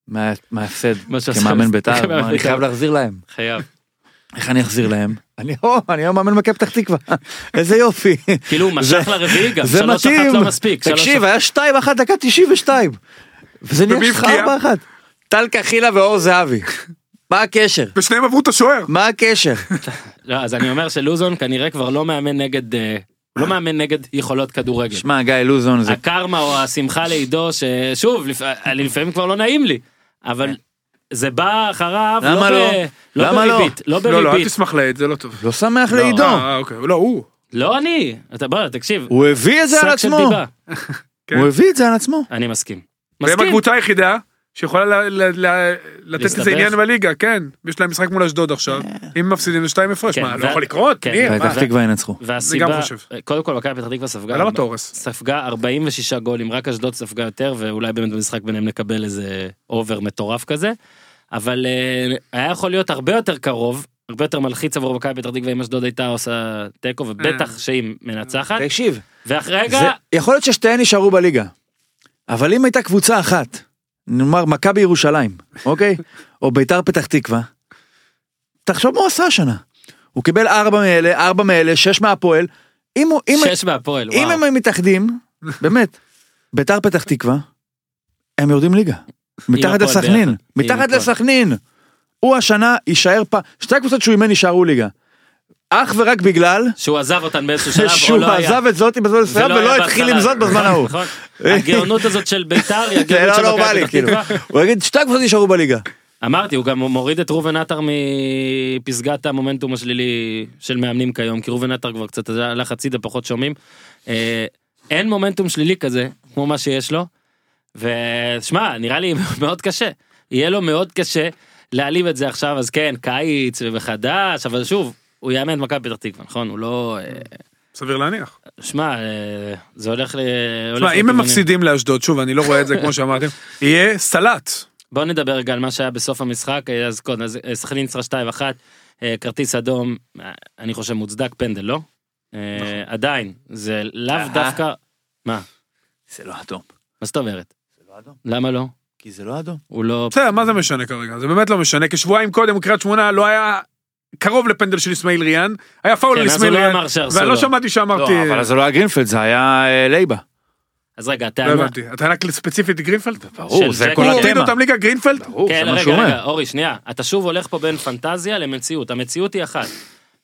Speaker 3: מה- מההפסד
Speaker 1: מה שעשה
Speaker 3: כמאמן
Speaker 1: בסדר,
Speaker 3: בית"ר,
Speaker 1: כמאמן
Speaker 3: אמר, אני
Speaker 1: בית"ר."
Speaker 3: חייב להחזיר להם.
Speaker 1: חייב
Speaker 3: איך אני אחזיר להם? אני או, אני היום מאמן מכבי פתח תקווה. איזה יופי.
Speaker 1: כאילו הוא משך
Speaker 3: זה-
Speaker 1: לרביעי גם
Speaker 3: זה
Speaker 1: שלוש אחת
Speaker 3: מתאים.
Speaker 1: לא מספיק שלוש
Speaker 3: תקשיב,
Speaker 1: אחת.
Speaker 3: היה 2-1 דקה 92. וזה נהיה שלך
Speaker 2: ומבקיע.
Speaker 3: 4-1. טל קחילה ואור זהבי. מה הקשר?
Speaker 2: ושניהם עברו את השוער.
Speaker 3: מה הקשר?
Speaker 1: לא, אז אני אומר שלוזון כנראה כבר לא מאמן נגד אה, לא מאמן נגד יכולות כדורגל
Speaker 3: שמע, גיא לוזון זה...
Speaker 1: הקרמה או השמחה לעידו ששוב לפ- אני לפעמים כבר לא נעים לי אבל זה בא אחריו
Speaker 3: כן. למה
Speaker 1: ב-
Speaker 3: לא?
Speaker 1: לא
Speaker 3: למה לא?
Speaker 1: בריבית לא
Speaker 2: לא, לא, אל
Speaker 1: בריבית
Speaker 2: תשמח לעד, זה לא טוב.
Speaker 3: לא שמח
Speaker 1: לא.
Speaker 3: לעידו.
Speaker 2: אה, אוקיי, לא, הוא.
Speaker 1: לא אני, אתה בוא, תקשיב,
Speaker 3: הוא הביא את זה על
Speaker 1: שק של
Speaker 3: עצמו.
Speaker 1: דיבה.
Speaker 2: כן.
Speaker 3: הוא הביא את זה על עצמו.
Speaker 1: אני מסכים.
Speaker 2: והם
Speaker 1: מסכים.
Speaker 2: הקבוצה היחידה שיכולה ל- ל- ל- לתת
Speaker 1: להסתבך. אה.
Speaker 2: לזה עניין בליגה, כן. יש להם משחק מול אשדוד עכשיו, אם מפסידים לשתיים הפרש,
Speaker 1: כן,
Speaker 2: מה,
Speaker 1: ו-
Speaker 2: לא יכול לקרות?
Speaker 1: כן,
Speaker 2: ניר,
Speaker 1: ו-
Speaker 2: מה?
Speaker 3: פתח תקווה ינצחו.
Speaker 1: והסיבה,
Speaker 2: חושב.
Speaker 1: קודם כל מכבי פתח תקווה ספגה,
Speaker 2: למה אתה הורס?
Speaker 1: ספגה 46 גולים, רק אשדוד ספגה יותר, ואולי באמת במשחק ביניהם נקבל איזה אובר מטורף כזה. אבל אה, היה יכול להיות הרבה יותר קרוב, הרבה יותר מלחיץ עבור מכבי פתח תקווה אם אשדוד הייתה עושה תיקו, ובטח
Speaker 2: אה.
Speaker 1: שהיא מנצחת.
Speaker 3: תקשיב,
Speaker 1: ואחרי רגע,
Speaker 3: זה- יכול להיות ששתיהן יישארו בליגה. אבל אם הייתה קבוצה אחת, נאמר מכבי ירושלים, אוקיי? או ביתר פתח תקווה, תחשוב מה הוא עשה השנה. הוא קיבל ארבע מאלה, ארבע מאלה, שש מהפועל. אם הוא, אם,
Speaker 1: שש מהפועל,
Speaker 3: אם
Speaker 1: וואו.
Speaker 3: הם מתאחדים, באמת, ביתר פתח תקווה, הם יורדים ליגה. מתחת
Speaker 1: הפועל
Speaker 3: לסכנין,
Speaker 1: ביחד. עם
Speaker 3: מתחת
Speaker 1: הפועל.
Speaker 3: לסכנין. הוא השנה יישאר פעם, שתי הקבוצות שהוא אימן יישארו ליגה. אך ורק בגלל
Speaker 1: שהוא עזב אותן באיזשהו שלב, או
Speaker 3: שהוא
Speaker 1: לא היה. לא
Speaker 3: עזב את זאתי בזמן מסוים
Speaker 1: היה
Speaker 3: ולא
Speaker 1: בהתחלה.
Speaker 3: התחיל עם זאת בזמן
Speaker 1: נכון,
Speaker 3: ההוא.
Speaker 1: נכון. כן, הגאונות הזאת של ביתר היא
Speaker 3: זה
Speaker 1: הגאונות
Speaker 3: לא
Speaker 1: של מכבי
Speaker 3: נורמלי,
Speaker 1: פתח
Speaker 3: כאילו.
Speaker 1: תקווה.
Speaker 3: הוא יגיד, שתי הקבוצות יישארו בליגה.
Speaker 1: אמרתי, הוא גם מוריד את ראובן עטר מפסגת המומנטום השלילי של מאמנים כיום, כי ראובן עטר כבר קצת הלך הצידה, פחות שומעים. אה, אין מומנטום שלילי כזה, כמו מה שיש לו, ושמע, נראה לי מאוד קשה. יהיה לו מאוד קשה להעליב את זה עכשיו, אז כן, קיץ ומחדש, אבל שוב, הוא יאמן את מכבי פתח תקווה, נכון? הוא לא... אה,
Speaker 2: סביר להניח.
Speaker 1: לא שמע, אה, זה הולך ל...
Speaker 2: תשמע,
Speaker 1: הולך
Speaker 2: אם הם
Speaker 1: לכיוונים.
Speaker 2: מפסידים לאשדוד, שוב, אני לא רואה את זה כמו שאמרתם, יהיה סלט.
Speaker 1: בוא נדבר רגע על מה שהיה בסוף המשחק, אה, אז קודם, אז אה, סכנין ניצחה 2-1, אה, כרטיס אדום, אה, אני חושב מוצדק פנדל, לא? אה,
Speaker 2: נכון.
Speaker 1: עדיין, זה
Speaker 2: אה,
Speaker 1: לאו
Speaker 3: אהה.
Speaker 1: דווקא, מה?
Speaker 3: זה לא אדום.
Speaker 1: מה זאת אומרת?
Speaker 3: זה לא אדום.
Speaker 1: למה לא?
Speaker 3: כי זה לא אדום.
Speaker 1: הוא לא...
Speaker 2: בסדר, מה זה משנה כרגע? זה באמת לא משנה, כי שבועיים קודם קריית שמונה לא היה קרוב לפנדל של אסמאעיל ריאן, היה פאול
Speaker 1: כן,
Speaker 2: על
Speaker 1: אז הוא
Speaker 2: אסמאעיל
Speaker 1: לא
Speaker 2: ריאן,
Speaker 1: אמר שהרסו
Speaker 2: ואני לא
Speaker 1: לו.
Speaker 2: שמעתי
Speaker 3: לא,
Speaker 2: שאמרתי,
Speaker 3: אבל זה לא היה גרינפלד, זה היה אה, לייבה.
Speaker 1: אז רגע,
Speaker 2: לא
Speaker 1: הטענה...
Speaker 2: הבנתי, אתה רק ספציפית גרינפלד?
Speaker 1: של
Speaker 3: ברור, זה
Speaker 1: ג'קי.
Speaker 3: כל
Speaker 2: הוא
Speaker 1: התמה.
Speaker 2: הוריד
Speaker 3: התמה.
Speaker 2: אותם ליגה גרינפלד?
Speaker 3: לא ברור,
Speaker 1: כן,
Speaker 3: זה מה
Speaker 1: רגע,
Speaker 3: שהוא
Speaker 1: רגע,
Speaker 3: אומר.
Speaker 1: אורי, שנייה. אתה שוב הולך פה בין פנטזיה למציאות. המציאות היא אחת.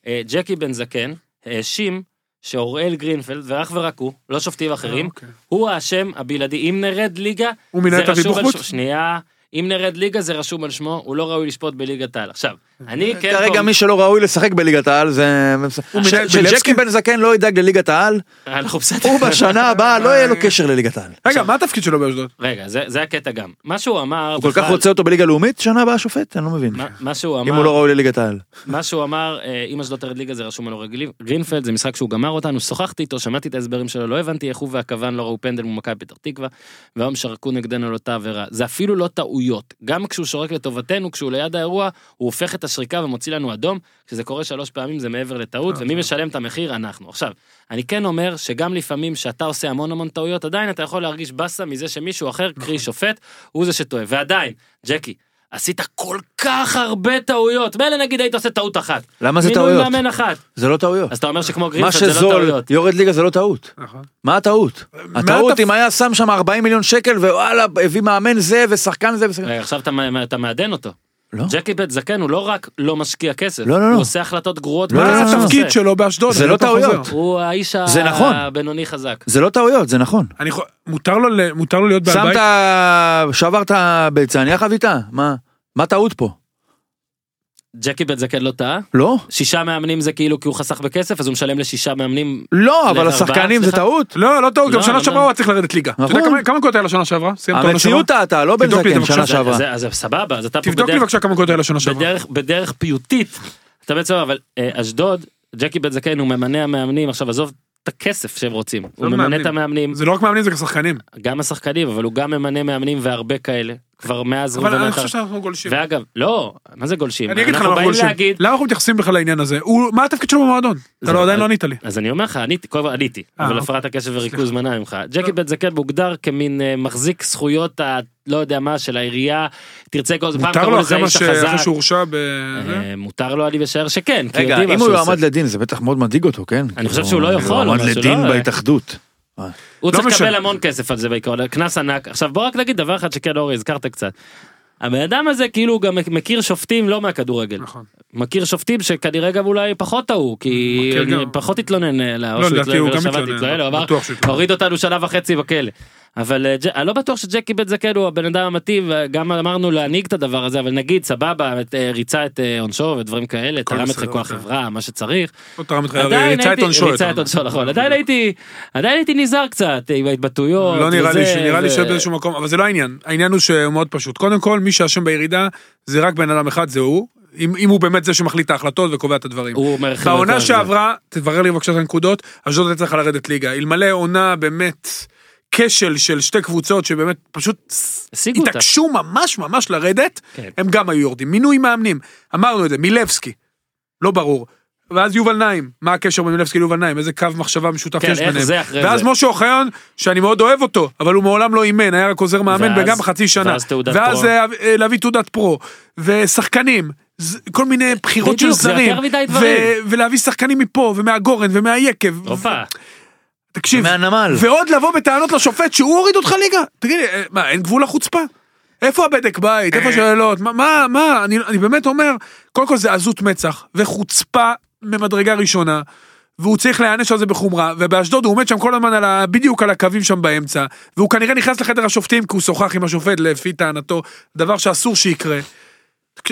Speaker 1: אה, ג'קי בן זקן האשים שאוראל גרינפלד, ואך ורק הוא, לא שופטים אחרים,
Speaker 3: אה,
Speaker 2: אוקיי.
Speaker 1: הוא האשם הבלעדי. אם נרד ליגה,
Speaker 2: הוא מינה
Speaker 1: זה
Speaker 2: את
Speaker 1: רשום
Speaker 2: אביב
Speaker 1: על
Speaker 2: בחוץ?
Speaker 1: ש- שנייה. אם נרד ליגה זה רשום על שמו, הוא לא ראוי לשפוט בליגת העל. עכשיו, אני כן...
Speaker 3: אה, כרגע
Speaker 1: פה-
Speaker 3: מי שלא ראוי לשחק בליגת העל זה...
Speaker 2: הוא
Speaker 3: ש-
Speaker 2: מיכאל
Speaker 3: שג'קי
Speaker 2: בילבסקי?
Speaker 3: בן זקן לא ידאג לליגת העל,
Speaker 1: אנחנו אה, לא, בסדר.
Speaker 3: הוא בשנה הבאה לא יהיה לו קשר לליגת העל.
Speaker 2: רגע, מה התפקיד שלו באשדוד?
Speaker 1: רגע, זה זה הקטע גם. מה שהוא אמר...
Speaker 3: הוא כל כך
Speaker 1: בכלל-
Speaker 3: רוצה אותו בליגה לאומית, שנה הבאה שופט? אני לא מבין.
Speaker 1: מה- מה שהוא אמר...
Speaker 3: אם הוא לא ראוי לליגת העל.
Speaker 1: מה שהוא אמר, אה, אם אשדוד תרד ליגה זה רשום על אורי גליב- גרינפלד, זה משחק שהוא גמר אותנו, שוחחתי איתו, שמעתי את ההסברים שלו, לא הבנתי איך הוא והכוון לא ראו פנדל ממכבי פתח תקווה, והיום שרקו נגדנו על אותה עבירה. זה אפילו לא טעויות. גם כשהוא שורק לטובתנו, כשהוא ליד האירוע, הוא הופך את השריקה ומוציא לנו אדום, כשזה קורה שלוש פעמים זה מעבר לטעות,
Speaker 3: אה,
Speaker 1: ומי משלם את המחיר? אנחנו. עכשיו, אני כן אומר שגם לפעמים שאתה עושה המון המון טעויות, עדיין אתה יכול להרגיש באסה מזה שמישהו אחר,
Speaker 3: נכון.
Speaker 1: קרי שופט, הוא זה שטועה. ועדיין, ג'קי, עשית כל כך הרבה טעויות. מילא נגיד היית עושה טעות אחת.
Speaker 3: למה זה
Speaker 1: מינוי
Speaker 3: טעויות?
Speaker 1: מאמן אחת.
Speaker 3: זה לא טעויות.
Speaker 1: אז אתה אומר שכמו
Speaker 3: מה
Speaker 1: גרינפלד זה לא
Speaker 3: שזול
Speaker 1: טעויות.
Speaker 3: יורד ליגה זה לא טעות.
Speaker 2: נכון.
Speaker 3: מה הטעות? הטעות
Speaker 2: התפ-
Speaker 3: אם היה שם שם 40 מיליון שקל ווואלה הביא מאמן זה ושחקן זה ושחקן...
Speaker 1: רגע, עכשיו אתה מ- אתה מעדן אותו.
Speaker 3: לא.
Speaker 1: ג'קי בית זקן הוא לא רק לא משקיע כסף.
Speaker 3: לא, לא, לא.
Speaker 1: הוא עושה החלטות גרועות.
Speaker 3: לא,
Speaker 1: במה
Speaker 3: לא,
Speaker 2: מה
Speaker 1: שהוא
Speaker 3: לא, לא.
Speaker 2: התפקיד
Speaker 1: אה, עושה.
Speaker 2: שלו באשדוד?
Speaker 3: זה
Speaker 2: אני
Speaker 3: לא
Speaker 2: חוזר.
Speaker 3: טעויות.
Speaker 1: הוא האיש
Speaker 3: זה נכון.
Speaker 1: הבינוני חזק.
Speaker 3: זה לא טעויות זה נכון.
Speaker 2: אני חו- מותר לו ל- מותר לו להיות בעל בית?
Speaker 3: שמת שברת ביצה נהיה חביתה מה מה טעות פה
Speaker 1: ג'קי בית זקן לא טעה?
Speaker 3: לא
Speaker 1: שישה מאמנים זה כאילו כי הוא חסך בכסף אז הוא משלם לשישה מאמנים.
Speaker 3: לא אבל
Speaker 1: לארבעה,
Speaker 3: השחקנים זה
Speaker 1: סליחה?
Speaker 3: טעות.
Speaker 2: לא, לא טעות, גם
Speaker 1: לא,
Speaker 2: שנה
Speaker 1: לא,
Speaker 2: שעברה
Speaker 1: לא.
Speaker 2: הוא היה צריך לרדת ליגה. אתה יודע
Speaker 3: נכון.
Speaker 2: כמה- כמה קולות היה לו שנה שעברה? סיימת את העונה שעברה?
Speaker 3: המציאות טעתה לא בן
Speaker 2: תבדוק לי את
Speaker 3: זקן
Speaker 2: זה,
Speaker 3: שנה
Speaker 2: בבקשה.
Speaker 3: שעברה.
Speaker 1: זה- אז סבבה אז אתה פה
Speaker 2: תבדוק לי
Speaker 1: בדרך-
Speaker 2: בבקשה כמה קולות היה לו שנה שעברה.
Speaker 1: בדרך, בדרך פיוטית, אתה בעצם אבל אה, אשדוד, ג'קי בן זקן הוא ממנה המאמנים, עכשיו עזוב את הכסף שהם רוצים, הוא ממנה
Speaker 2: מאמנים.
Speaker 1: את המאמנים,
Speaker 2: זה לא רק מאמנים, זה גם שחקנים.
Speaker 1: גם השחקנים, אבל הוא גם ממנה מאמנים והרבה כאלה, כבר מאז
Speaker 2: אבל
Speaker 1: ראובן
Speaker 2: אני
Speaker 1: עטר.
Speaker 2: חושב שאנחנו גולשים.
Speaker 1: ואגב, לא, מה זה גולשים?
Speaker 2: אני אגיד לך
Speaker 1: אנחנו
Speaker 2: למה אנחנו
Speaker 1: באים
Speaker 2: גולשים.
Speaker 1: להגיד,
Speaker 2: למה אנחנו מתייחסים בכלל לעניין הזה? הוא- מה התפקיד שלו במועדון?
Speaker 1: זה-
Speaker 2: אתה לא, עדיין
Speaker 1: אז-
Speaker 2: לא ענית לי.
Speaker 1: אז אני אומר לך, עניתי, קודם כל עניתי,
Speaker 2: אה,
Speaker 1: אבל
Speaker 2: אוקיי.
Speaker 1: הפרעת הקשב וריכוז
Speaker 2: סליחה. לא.
Speaker 1: מנע ממך. ג'קי בן זקן מוגדר כמין אה, מחזיק זכויות ה... לא יודע מה, של העירייה, תרצה כל פעם
Speaker 2: מותר
Speaker 1: קראו
Speaker 2: לו
Speaker 1: לזה
Speaker 2: אחרי מה
Speaker 1: האיש
Speaker 2: ש- אחרי
Speaker 1: החזק.
Speaker 2: שהוא הורשע ב... זה?
Speaker 1: אה, מותר לו, אני משער שכן, כי
Speaker 3: רגע
Speaker 1: יודעים מה
Speaker 3: אם
Speaker 1: שהוא
Speaker 3: הוא
Speaker 1: עושה.
Speaker 3: יועמד לדין זה בטח מאוד מדאיג אותו כן.
Speaker 1: אני חושב
Speaker 3: כאילו,
Speaker 1: שהוא לא
Speaker 3: הוא
Speaker 1: יכול,
Speaker 3: יועמד
Speaker 1: אבל שלא,
Speaker 3: לדין
Speaker 1: אה.
Speaker 3: בהתאחדות.
Speaker 1: הוא
Speaker 2: לא
Speaker 1: צריך לקבל
Speaker 2: משנה.
Speaker 1: המון כסף על זה בעיקרון, אה, קנס ענק. עכשיו בוא רק נגיד דבר אחד שכן אורי הזכרת קצת. הבן אדם הזה כאילו גם מכיר שופטים לא מהכדורגל,
Speaker 2: נכון.
Speaker 1: מכיר שופטים שכנראה גם אולי פחות טעו, כי
Speaker 2: מכיר גם.
Speaker 1: פחות התלונן, אה, לא, שהוא
Speaker 2: לדעתי הוא
Speaker 1: ולא
Speaker 2: גם
Speaker 1: שבת
Speaker 2: התלונן,
Speaker 1: הוא אמר,
Speaker 2: בטוח שהוא התלונן.
Speaker 1: הוריד אותנו שנה וחצי בכלא. אה, לא
Speaker 2: הכל
Speaker 1: אה, תרם את
Speaker 2: בסדר,
Speaker 1: חלקו
Speaker 2: אוקיי.
Speaker 1: החברה, מה שצריך.
Speaker 2: לא תרם את
Speaker 1: עדיין
Speaker 2: חייו, ריצה את
Speaker 1: הייתי-
Speaker 2: עונשו.
Speaker 1: ריצה
Speaker 2: אתה
Speaker 1: את
Speaker 2: אומר. אוקיי.
Speaker 1: עונשו, נכון. עדיין הייתי, עדיין הייתי נזהר קצת אה, עם ההתבטאויות.
Speaker 2: לא נראה לי,
Speaker 1: וזה,
Speaker 2: ש- נראה לי
Speaker 1: זה-
Speaker 2: שבאיזשהו מקום, אבל זה לא העניין. העניין הוא שמאוד פשוט. קודם כל, מי שאשם בירידה זה רק בן אדם אחד, זה הוא. אם, אם הוא באמת זה שמחליט את ההחלטות וקובע את הדברים.
Speaker 1: הוא אומר לך
Speaker 2: בעונה
Speaker 1: יותר, זה-
Speaker 2: שעברה, תברר לי בבקשה את הנקודות, אשדוד הייתה צריכה לרדת ליגה. אלמלא עונה באמת כשל של שתי קבוצות שבאמת פשוט
Speaker 1: השיגו אותה.
Speaker 2: התעקשו ממש ממש לרדת,
Speaker 1: כן.
Speaker 2: הם גם היו יורדים. מינוי מאמנים, אמרנו את זה, מילבסקי, לא ברור. ואז יובל נעים, מה הקשר בין מילבסקי ליובל נעים, איזה קו מחשבה משותף
Speaker 1: כן,
Speaker 2: יש
Speaker 1: איך
Speaker 2: ביניהם.
Speaker 1: זה אחרי
Speaker 2: ואז
Speaker 1: זה.
Speaker 2: משה אוחיון, שאני מאוד אוהב אותו, אבל הוא מעולם לא אימן, היה רק עוזר מאמן
Speaker 1: ואז-
Speaker 2: וגם חצי שנה.
Speaker 1: ואז תעודת
Speaker 2: ואז
Speaker 1: פרו.
Speaker 2: אה, אה, להביא תעודת פרו, ושחקנים, ז- כל מיני בחירות של
Speaker 1: בדיוק, זה
Speaker 2: זרים.
Speaker 1: יותר מדי
Speaker 2: ו-
Speaker 1: דברים.
Speaker 2: ולהביא שחקנים מפה, ומהגורן, ומהיקב.
Speaker 1: הופה.
Speaker 2: תקשיב,
Speaker 3: מהנמל.
Speaker 2: ועוד לבוא בטענות לשופט שהוא הוריד אותך ליגה? תגיד לי, אה, מה, אין גבול לחוצפה? איפה הבדק בית? איפה השאלות? מה- מה, מה, אני, אני באמת אומר, קודם כל זה עזות מצח וחוצפה ממדרגה ראשונה. והוא צריך להיענש על זה בחומרה, ובאשדוד הוא עומד שם כל הזמן על ה... בדיוק על הקווים שם באמצע, והוא כנראה נכנס לחדר השופטים כי הוא שוחח עם השופט לפי טענתו, דבר שאסור שיקרה.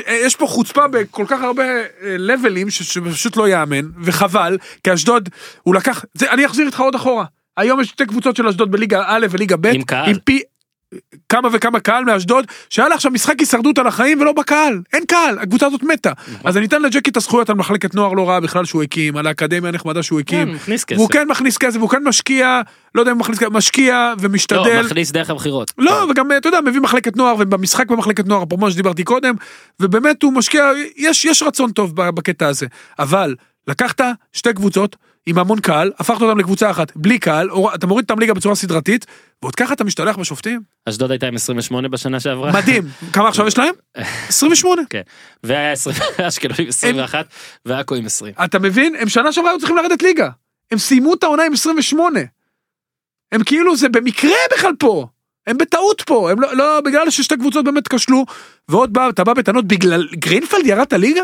Speaker 2: אה, יש פה חוצפה בכל כך הרבה אה, לבלים ש- שפשוט לא ייאמן וחבל כי אשדוד הוא לקח זה אני אחזיר איתך עוד אחורה היום יש שתי קבוצות של אשדוד בליגה א' וליגה ב'
Speaker 1: עם קהל.
Speaker 2: עם פי כמה וכמה קהל מאשדוד שהיה לה עכשיו משחק הישרדות על החיים ולא בקהל אין קהל הקבוצה הזאת מתה
Speaker 1: נכון.
Speaker 2: אז אני אתן לג'קי את הזכויות על מחלקת נוער לא רעה בכלל שהוא הקים על האקדמיה הנחמדה שהוא
Speaker 1: כן,
Speaker 2: הקים.
Speaker 1: מכניס כסף.
Speaker 2: והוא כן מכניס כסף והוא כן משקיע לא יודע אם הוא מכניס כסף, משקיע
Speaker 1: לא,
Speaker 2: ומשתדל
Speaker 1: מכניס דרך המכירות.
Speaker 2: לא, וגם, אתה יודע, מביא מחלקת נוער, ובמשחק במחלקת נוער, הפרומו שדיברתי קודם, ובאמת הוא משקיע, יש, יש רצון טוב ב- בקטע הזה. אבל, לקחת שתי קבוצות עם המון קהל, הפכת אותם לקבוצה אחת, בלי קהל, או, אתה מוריד אותם ליגה בצורה סדרתית, ועוד ככה אתה משתלח בשופטים?
Speaker 1: אשדוד הייתה עם 28 בשנה שעברה.
Speaker 2: מדהים. כמה עכשיו יש להם? 28.
Speaker 1: כן. והיה 20, אשקלון עם 21, ועכו עם 20.
Speaker 2: אתה מבין? הם שנה שעברה היו צריכים לרדת ליגה. הם סיימו את העונה עם 28. הם כאילו זה במקרה בכלל פה. הם בטעות פה, הם לא, לא בגלל ששתי קבוצות באמת כשלו, ועוד בא, אתה בא בטענות בגלל גרינפלד ירד את הליגה?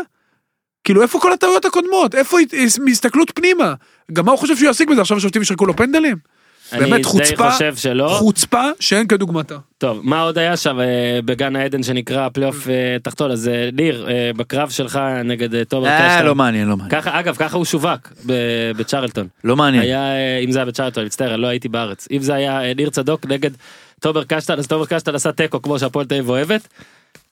Speaker 2: כאילו איפה כל הטעויות הקודמות? איפה הת- הס- מהסתכלות פנימה? גם מה הוא חושב שהוא ישיג בזה? עכשיו השופטים ישרקו לו פנדלים? באמת
Speaker 1: אני די
Speaker 2: חוצפה,
Speaker 1: חושב שלא.
Speaker 2: חוצפה שאין כדוגמתה.
Speaker 1: טוב, מה עוד היה שם אה, בגן העדן שנקרא פלייאוף אה, תחתון? אז אה, ניר, אה, בקרב שלך נגד אה, תומר
Speaker 3: אה,
Speaker 1: קשטן.
Speaker 3: לא מעניין, לא מעניין.
Speaker 1: ככה, אגב, ככה הוא שווק ב- בצ'רלטון.
Speaker 3: לא מעניין.
Speaker 1: היה, אה, אם זה היה בצ'רלטון, אני מצטער, אני לא הייתי בארץ. אם זה היה אה, ניר צדוק נגד תומר קשטן, אז תומר קשטן עשה תיקו כמו שהפועל תל אביב אוהבת.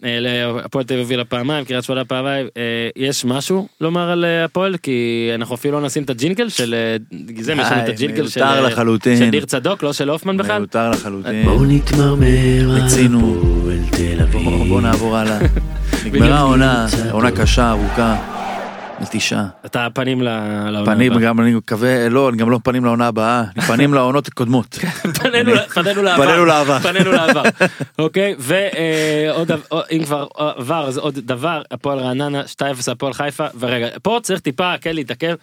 Speaker 1: אה, ל- הפועל תל אביב הובילה פעמיים, קריית שמונה פעמיים. אה, יש משהו לומר על אה, הפועל? כי אנחנו אפילו לא נשים את הג'ינגל של... אה, זה, יש לנו את
Speaker 3: די,
Speaker 1: הג'ינגל של...
Speaker 3: מיותר
Speaker 1: אה,
Speaker 3: לחלוטין.
Speaker 1: של ניר צדוק, לא של הופמן בכלל.
Speaker 3: מיותר לחלוטין.
Speaker 5: בואו נתמרמר על
Speaker 3: מיצינו.
Speaker 5: הפועל תל
Speaker 3: בוא-
Speaker 5: אביב.
Speaker 3: בוא נעבור הלאה. נגמרה העונה, עונה קשה, ארוכה, נטישה.
Speaker 1: אתה פנים ל... לעונה
Speaker 3: פנים
Speaker 1: הבאה.
Speaker 3: גם, אני מקווה, לא, אני גם לא פנים לעונה הבאה, פנים לעונות הקודמות.
Speaker 1: כן, פנינו ל- פנינו לעבר.
Speaker 3: פנינו לעבר.
Speaker 1: פנינו לעבר. אוקיי, ועוד, אם כבר אה, עבר, אז עוד דבר, הפועל רעננה, 2-0 הפועל חיפה, ורגע, פה צריך טיפה כן להתעכב.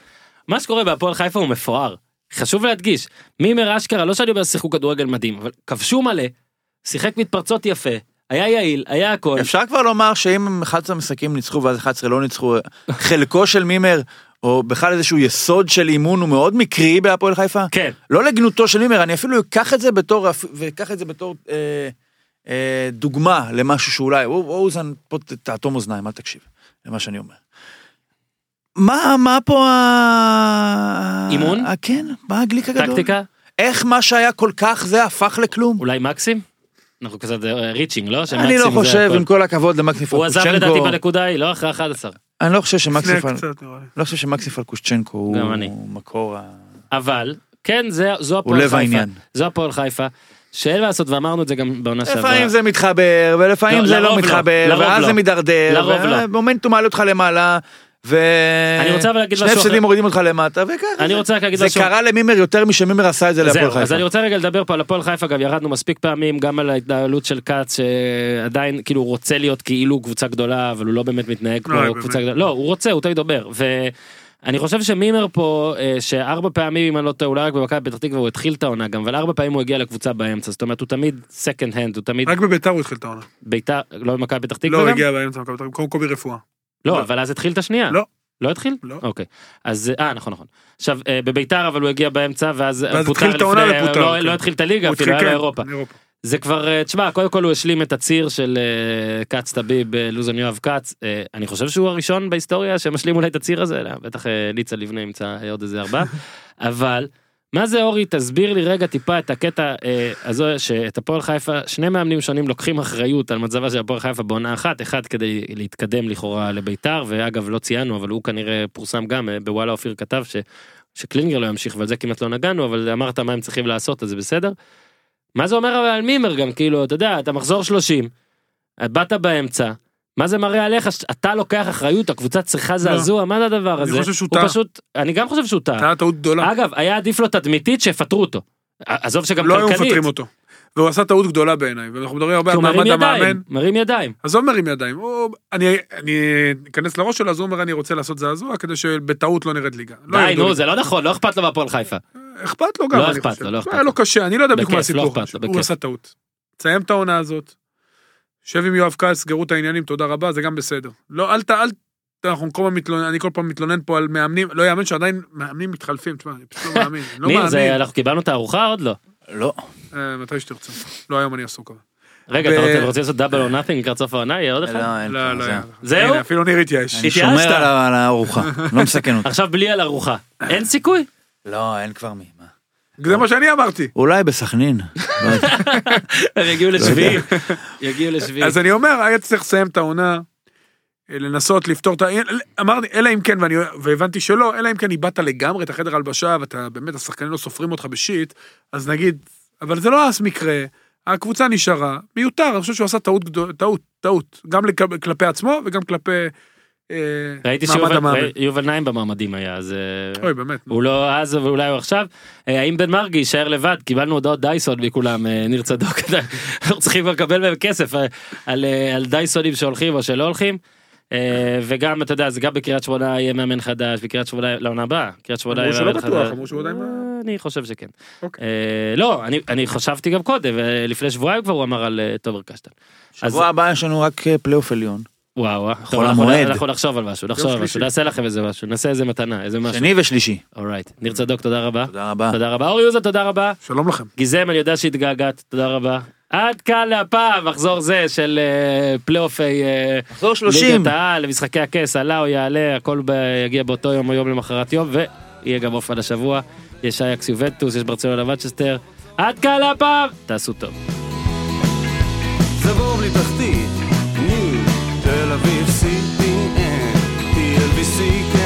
Speaker 1: מה שקורה בהפועל חיפה הוא מפואר. חשוב להדגיש, מימר אשכרה, לא שאני אומר שיחקו כדורגל מדהים, אבל כבשו מלא, שיחק מתפרצות יפה, היה יעיל, היה הכל.
Speaker 3: אפשר כבר לומר שאם הם 11 משחקים ניצחו ואז 11 לא ניצחו, חלקו של מימר, או בכלל איזשהו יסוד של אימון הוא מאוד מקרי בהפועל חיפה?
Speaker 1: כן.
Speaker 3: לא לגנותו של מימר, אני אפילו אקח את זה בתור, אפ- ואקח את זה בתור אה, אה, דוגמה למשהו שאולי, או- אוזן, פה ת- תאטום אוזניים, אל תקשיב למה שאני אומר. מה, מה פה ה...
Speaker 1: אימון?
Speaker 3: ה- כן, מה הגליק הגדול?
Speaker 1: טקטיקה,
Speaker 3: איך מה שהיה כל כך זה הפך לכלום?
Speaker 1: אולי מקסים? אנחנו כזה אה, ריצ'ינג, לא?
Speaker 3: אני
Speaker 1: שמקסים
Speaker 3: לא
Speaker 1: זה
Speaker 3: חושב,
Speaker 1: הכל.
Speaker 3: עם כל הכבוד למקסי
Speaker 1: הוא עזב לדעתי
Speaker 3: פלקוצ'נקו,
Speaker 1: בנקודה ההיא, לא אחרי 11.
Speaker 3: אני לא חושב שמקסי
Speaker 2: לפני
Speaker 3: פל...
Speaker 2: קצת, נראה לי.
Speaker 3: לא חושב שמקסי פלקושצ'נקו הוא
Speaker 1: גם אני.
Speaker 3: הוא מקור ה...
Speaker 1: אבל כן זה זו
Speaker 3: הוא
Speaker 1: הפועל
Speaker 3: לב
Speaker 1: חיפה.
Speaker 3: העניין.
Speaker 1: זו הפועל חיפה. שאין מה לעשות ואמרנו את זה גם בעונה שעברה.
Speaker 3: לפעמים זה מתחבר, ולפעמים
Speaker 1: לא,
Speaker 3: זה לא
Speaker 1: לרוב לא.
Speaker 3: מתחבר,
Speaker 1: לרוב
Speaker 3: ואז
Speaker 1: לא.
Speaker 3: זה מידרדר,
Speaker 1: לרוב לא.
Speaker 3: והמומנטום מעלה אותך למעלה, ו...
Speaker 1: אני רוצה אבל להגיד
Speaker 3: שני
Speaker 1: משהו אחר.
Speaker 3: הפסדים מורידים אותך למטה, וככה.
Speaker 1: אני
Speaker 3: זה-
Speaker 1: רוצה רק להגיד
Speaker 3: זה
Speaker 1: משהו.
Speaker 3: קרה למימר יותר משמימר עשה את זה להפועל
Speaker 1: זהו, אז
Speaker 3: חיפה.
Speaker 1: אני רוצה רגע לדבר פה על הפועל חיפה, גם ירדנו מספיק פעמים, גם על ההתנהלות של כץ, שעדיין כאילו הוא רוצה להיות כאילו קבוצה גדולה, אבל הוא לא באמת מתנהג כמו
Speaker 2: לא, באמת.
Speaker 1: קבוצה גדולה. לא, הוא רוצה, הוא תמיד אומר. ואני חושב שמימר פה, אה, שארבע פעמים, אם אני לא טועה, אולי רק במכבי פתח תקווה הוא התחיל את העונה גם, אבל ארבע פעמים הוא הגיע לקבוצה באמצע, זאת אומרת הוא תמיד second hand, הוא תמיד
Speaker 2: רק בביתר הוא התחיל את העונה.
Speaker 1: ביתר, לא במכבי פתח תקווה
Speaker 2: לא
Speaker 1: גם?
Speaker 2: הגיע באמצע מכבי תל אביב, קודם כל ברפואה.
Speaker 1: לא, אבל אז התחיל את השנייה.
Speaker 2: לא.
Speaker 1: לא התחיל?
Speaker 2: לא.
Speaker 1: אוקיי. אז, אה, נכון, נכון. עכשיו, אה, בביתר, אבל הוא הגיע באמצע, ואז אה,
Speaker 2: ואז
Speaker 1: פוטר
Speaker 2: התחיל את העונה
Speaker 1: לפני-
Speaker 2: ופוטר,
Speaker 1: לא-
Speaker 2: כן.
Speaker 1: לא התחיל את הליגה,
Speaker 2: הוא
Speaker 1: אפילו היה
Speaker 2: התחיל, כן,
Speaker 1: לאירופה.
Speaker 2: אירופה.
Speaker 1: זה כבר, אה, תשמע, קודם כל הוא השלים את הציר של אה, כץ טביב, אה, לוזון יואב כץ. אה, אני חושב שהוא הראשון בהיסטוריה שמשלים אולי את הציר הזה, לא, בטח אה, ניצה לבנה ימצא אה, עוד איזה ארבעה. אבל, מה זה אורי, תסביר לי רגע טיפה את הקטע אה, הזה, שאת הפועל חיפה, שני מאמנים שונים לוקחים אחריות על מצבה של הפועל חיפה בעונה אחת, אחד כדי להתקדם לכאורה לביתר, ואגב, לא ציינו, אבל הוא כנראה פורסם גם, אה, בוואלה אופיר כתב ש... שקלינגר לא ימשיך ועל זה כמעט לא נגענו אבל אמרת מה הם צריכים לעשות אז זה בסדר. מה זה אומר אבל על מימר גם כאילו אתה יודע אתה מחזור 30. באת באמצע. מה זה מראה עליך שאתה לוקח אחריות הקבוצה צריכה זעזוע מה זה הדבר הזה.
Speaker 2: לא. חושב שהוא
Speaker 1: הוא
Speaker 2: טעה.
Speaker 1: פשוט אני גם חושב שהוא טעה.
Speaker 2: הייתה טעות גדולה.
Speaker 1: אגב היה עדיף לו תדמיתית שיפטרו אותו. ע- עזוב שגם
Speaker 2: לא היו
Speaker 1: כלכלית.
Speaker 2: מפטרים אותו. והוא עשה טעות גדולה בעיניי, ואנחנו מדברים הרבה
Speaker 1: כי הוא
Speaker 2: על מעמד
Speaker 1: מרים ידיים.
Speaker 2: המאמן.
Speaker 1: מרים ידיים.
Speaker 2: עזוב מרים ידיים, הוא- אני אני אכנס לראש שלו, אז הוא אומר אני רוצה לעשות זעזוע כדי שבטעות לא נרד ליגה. לא
Speaker 1: די
Speaker 2: ירדו
Speaker 1: נו
Speaker 2: ליגה.
Speaker 1: זה לא נכון לא אכפת לו מהפועל חיפה.
Speaker 2: אכפת לו גם,
Speaker 1: לא
Speaker 2: אני
Speaker 1: אכפת
Speaker 2: חושב.
Speaker 1: לו, לא אכפת
Speaker 2: היה
Speaker 1: לו.
Speaker 2: לו קשה, אני לא יודע בדיוק מה
Speaker 1: בכיף, לא
Speaker 2: הסיפור.
Speaker 1: אכפת לו,
Speaker 2: הוא
Speaker 1: בכיף.
Speaker 2: עשה טעות. תסיים את העונה הזאת, שב עם יואב כץ, סגרו את העניינים, תודה רבה, זה גם בסדר. לא, אל ת... אל ת- אנחנו כל פעם מתלונן, אני כל פעם מתלונן פה על מאמנים, לא יאמן שעדיין מאמנים מתחלפים, תשמע, אני פשוט לא מאמין, לא
Speaker 1: ניר, זה-
Speaker 2: מאמין.
Speaker 1: אנחנו קיבלנו את הארוחה עוד לא.
Speaker 3: לא.
Speaker 2: אה, מתי שתרצו. לא, היום אני עסוק. אבל.
Speaker 1: רגע
Speaker 2: ב-
Speaker 1: אתה רוצה- רוצה לעשות דאבל או נאטינג לקראת סוף העונה יהיה עוד אחד.
Speaker 3: לא, אין
Speaker 2: לא,
Speaker 3: כלום,
Speaker 2: לא,
Speaker 3: זהו.
Speaker 2: יאללה.
Speaker 1: זהו?
Speaker 2: הנה, אפילו ניר התייאש.
Speaker 3: אני שומר
Speaker 1: התייאשת.
Speaker 3: על ה- על הארוחה, לא מסכן אותה.
Speaker 1: עכשיו בלי על ארוחה. אין סיכוי.
Speaker 3: לא, אין כבר מי. מה.
Speaker 2: זה מה שאני אמרתי.
Speaker 3: אולי בסכנין. לא יודע.
Speaker 1: הם יגיעו לשביעי. יגיעו לשביעי.
Speaker 2: אז אני אומר, היה צריך לסיים את העונה, אה, לנסות לפתור את ה... אה, אמרתי, אלא אם כן, ואני, והבנתי שלא, אלא אם כן איבדת לגמרי את החדר הלבשה, ואתה באמת, השחקנים לא סופרים אותך בשיט, אז נגיד, אבל זה לא אז מקרה, הקבוצה נשארה, מיותר, אני חושב שהוא עשה טעות, גדול- טעות, טעות, גם לק- כלפי עצמו וגם כלפי אה,
Speaker 1: ראיתי
Speaker 2: מעמד המאמן.
Speaker 1: שיובל יובל נעים במעמדים היה אז אה,
Speaker 2: אוי, באמת.
Speaker 1: הוא לא אז ואולי הוא עכשיו אה, האם בן מרגי יישאר לבד קיבלנו הודעות דייסון מכולם אה, ניר צדוק אנחנו צריכים כבר לקבל מהם כסף אה, על אה, על דייסונים שהולכים או שלא הולכים. אה, וגם אתה יודע זה גם בקריית שמונה יהיה מאמן חדש בקריית שמונה לעונה הבאה קריית שמונה
Speaker 2: אמרו
Speaker 1: יהיה
Speaker 2: שלא
Speaker 1: מאמן
Speaker 2: בטוח,
Speaker 1: חדש.
Speaker 2: אמרו שהוא עדיין...
Speaker 1: אה, אני חושב שכן.
Speaker 2: אוקיי.
Speaker 1: אה, לא אני אני חשבתי גם קודם אה, לפני שבועיים כבר הוא אמר על אה, תומר קשטן. אז-
Speaker 3: שבוע הבא יש לנו רק אה, פלייאוף עליון.
Speaker 1: וואו, אה, טוב,
Speaker 3: חול
Speaker 1: אנחנו-
Speaker 3: המועד.
Speaker 1: אנחנו נחשוב על משהו, נחשוב על
Speaker 2: שלישי.
Speaker 1: משהו, נעשה לכם איזה משהו, נעשה איזה מתנה, איזה משהו.
Speaker 3: שני ושלישי.
Speaker 1: אורייט. ניר צדוק, תודה רבה.
Speaker 3: תודה רבה.
Speaker 1: תודה רבה. אורי יוזה, תודה רבה.
Speaker 2: שלום לכם.
Speaker 1: גיזם, אני יודע שהתגעגעת, תודה רבה. עד כאן להפעם, מחזור זה של אה, פלייאופי אה,
Speaker 3: מחזור 30.
Speaker 1: ליגת העל, משחקי הכס, עלה או יעלה, הכל ב- יגיע באותו יום או יום למחרת יום, ויהיה גם אופן השבוע. יש אייקס יובנטוס, יש ברצלונה מצ'סטר. עד כאן להפעם, תעשו טוב.
Speaker 6: זה בלי תחתית, ניו, תל אביב סיטי, TLVC, כן.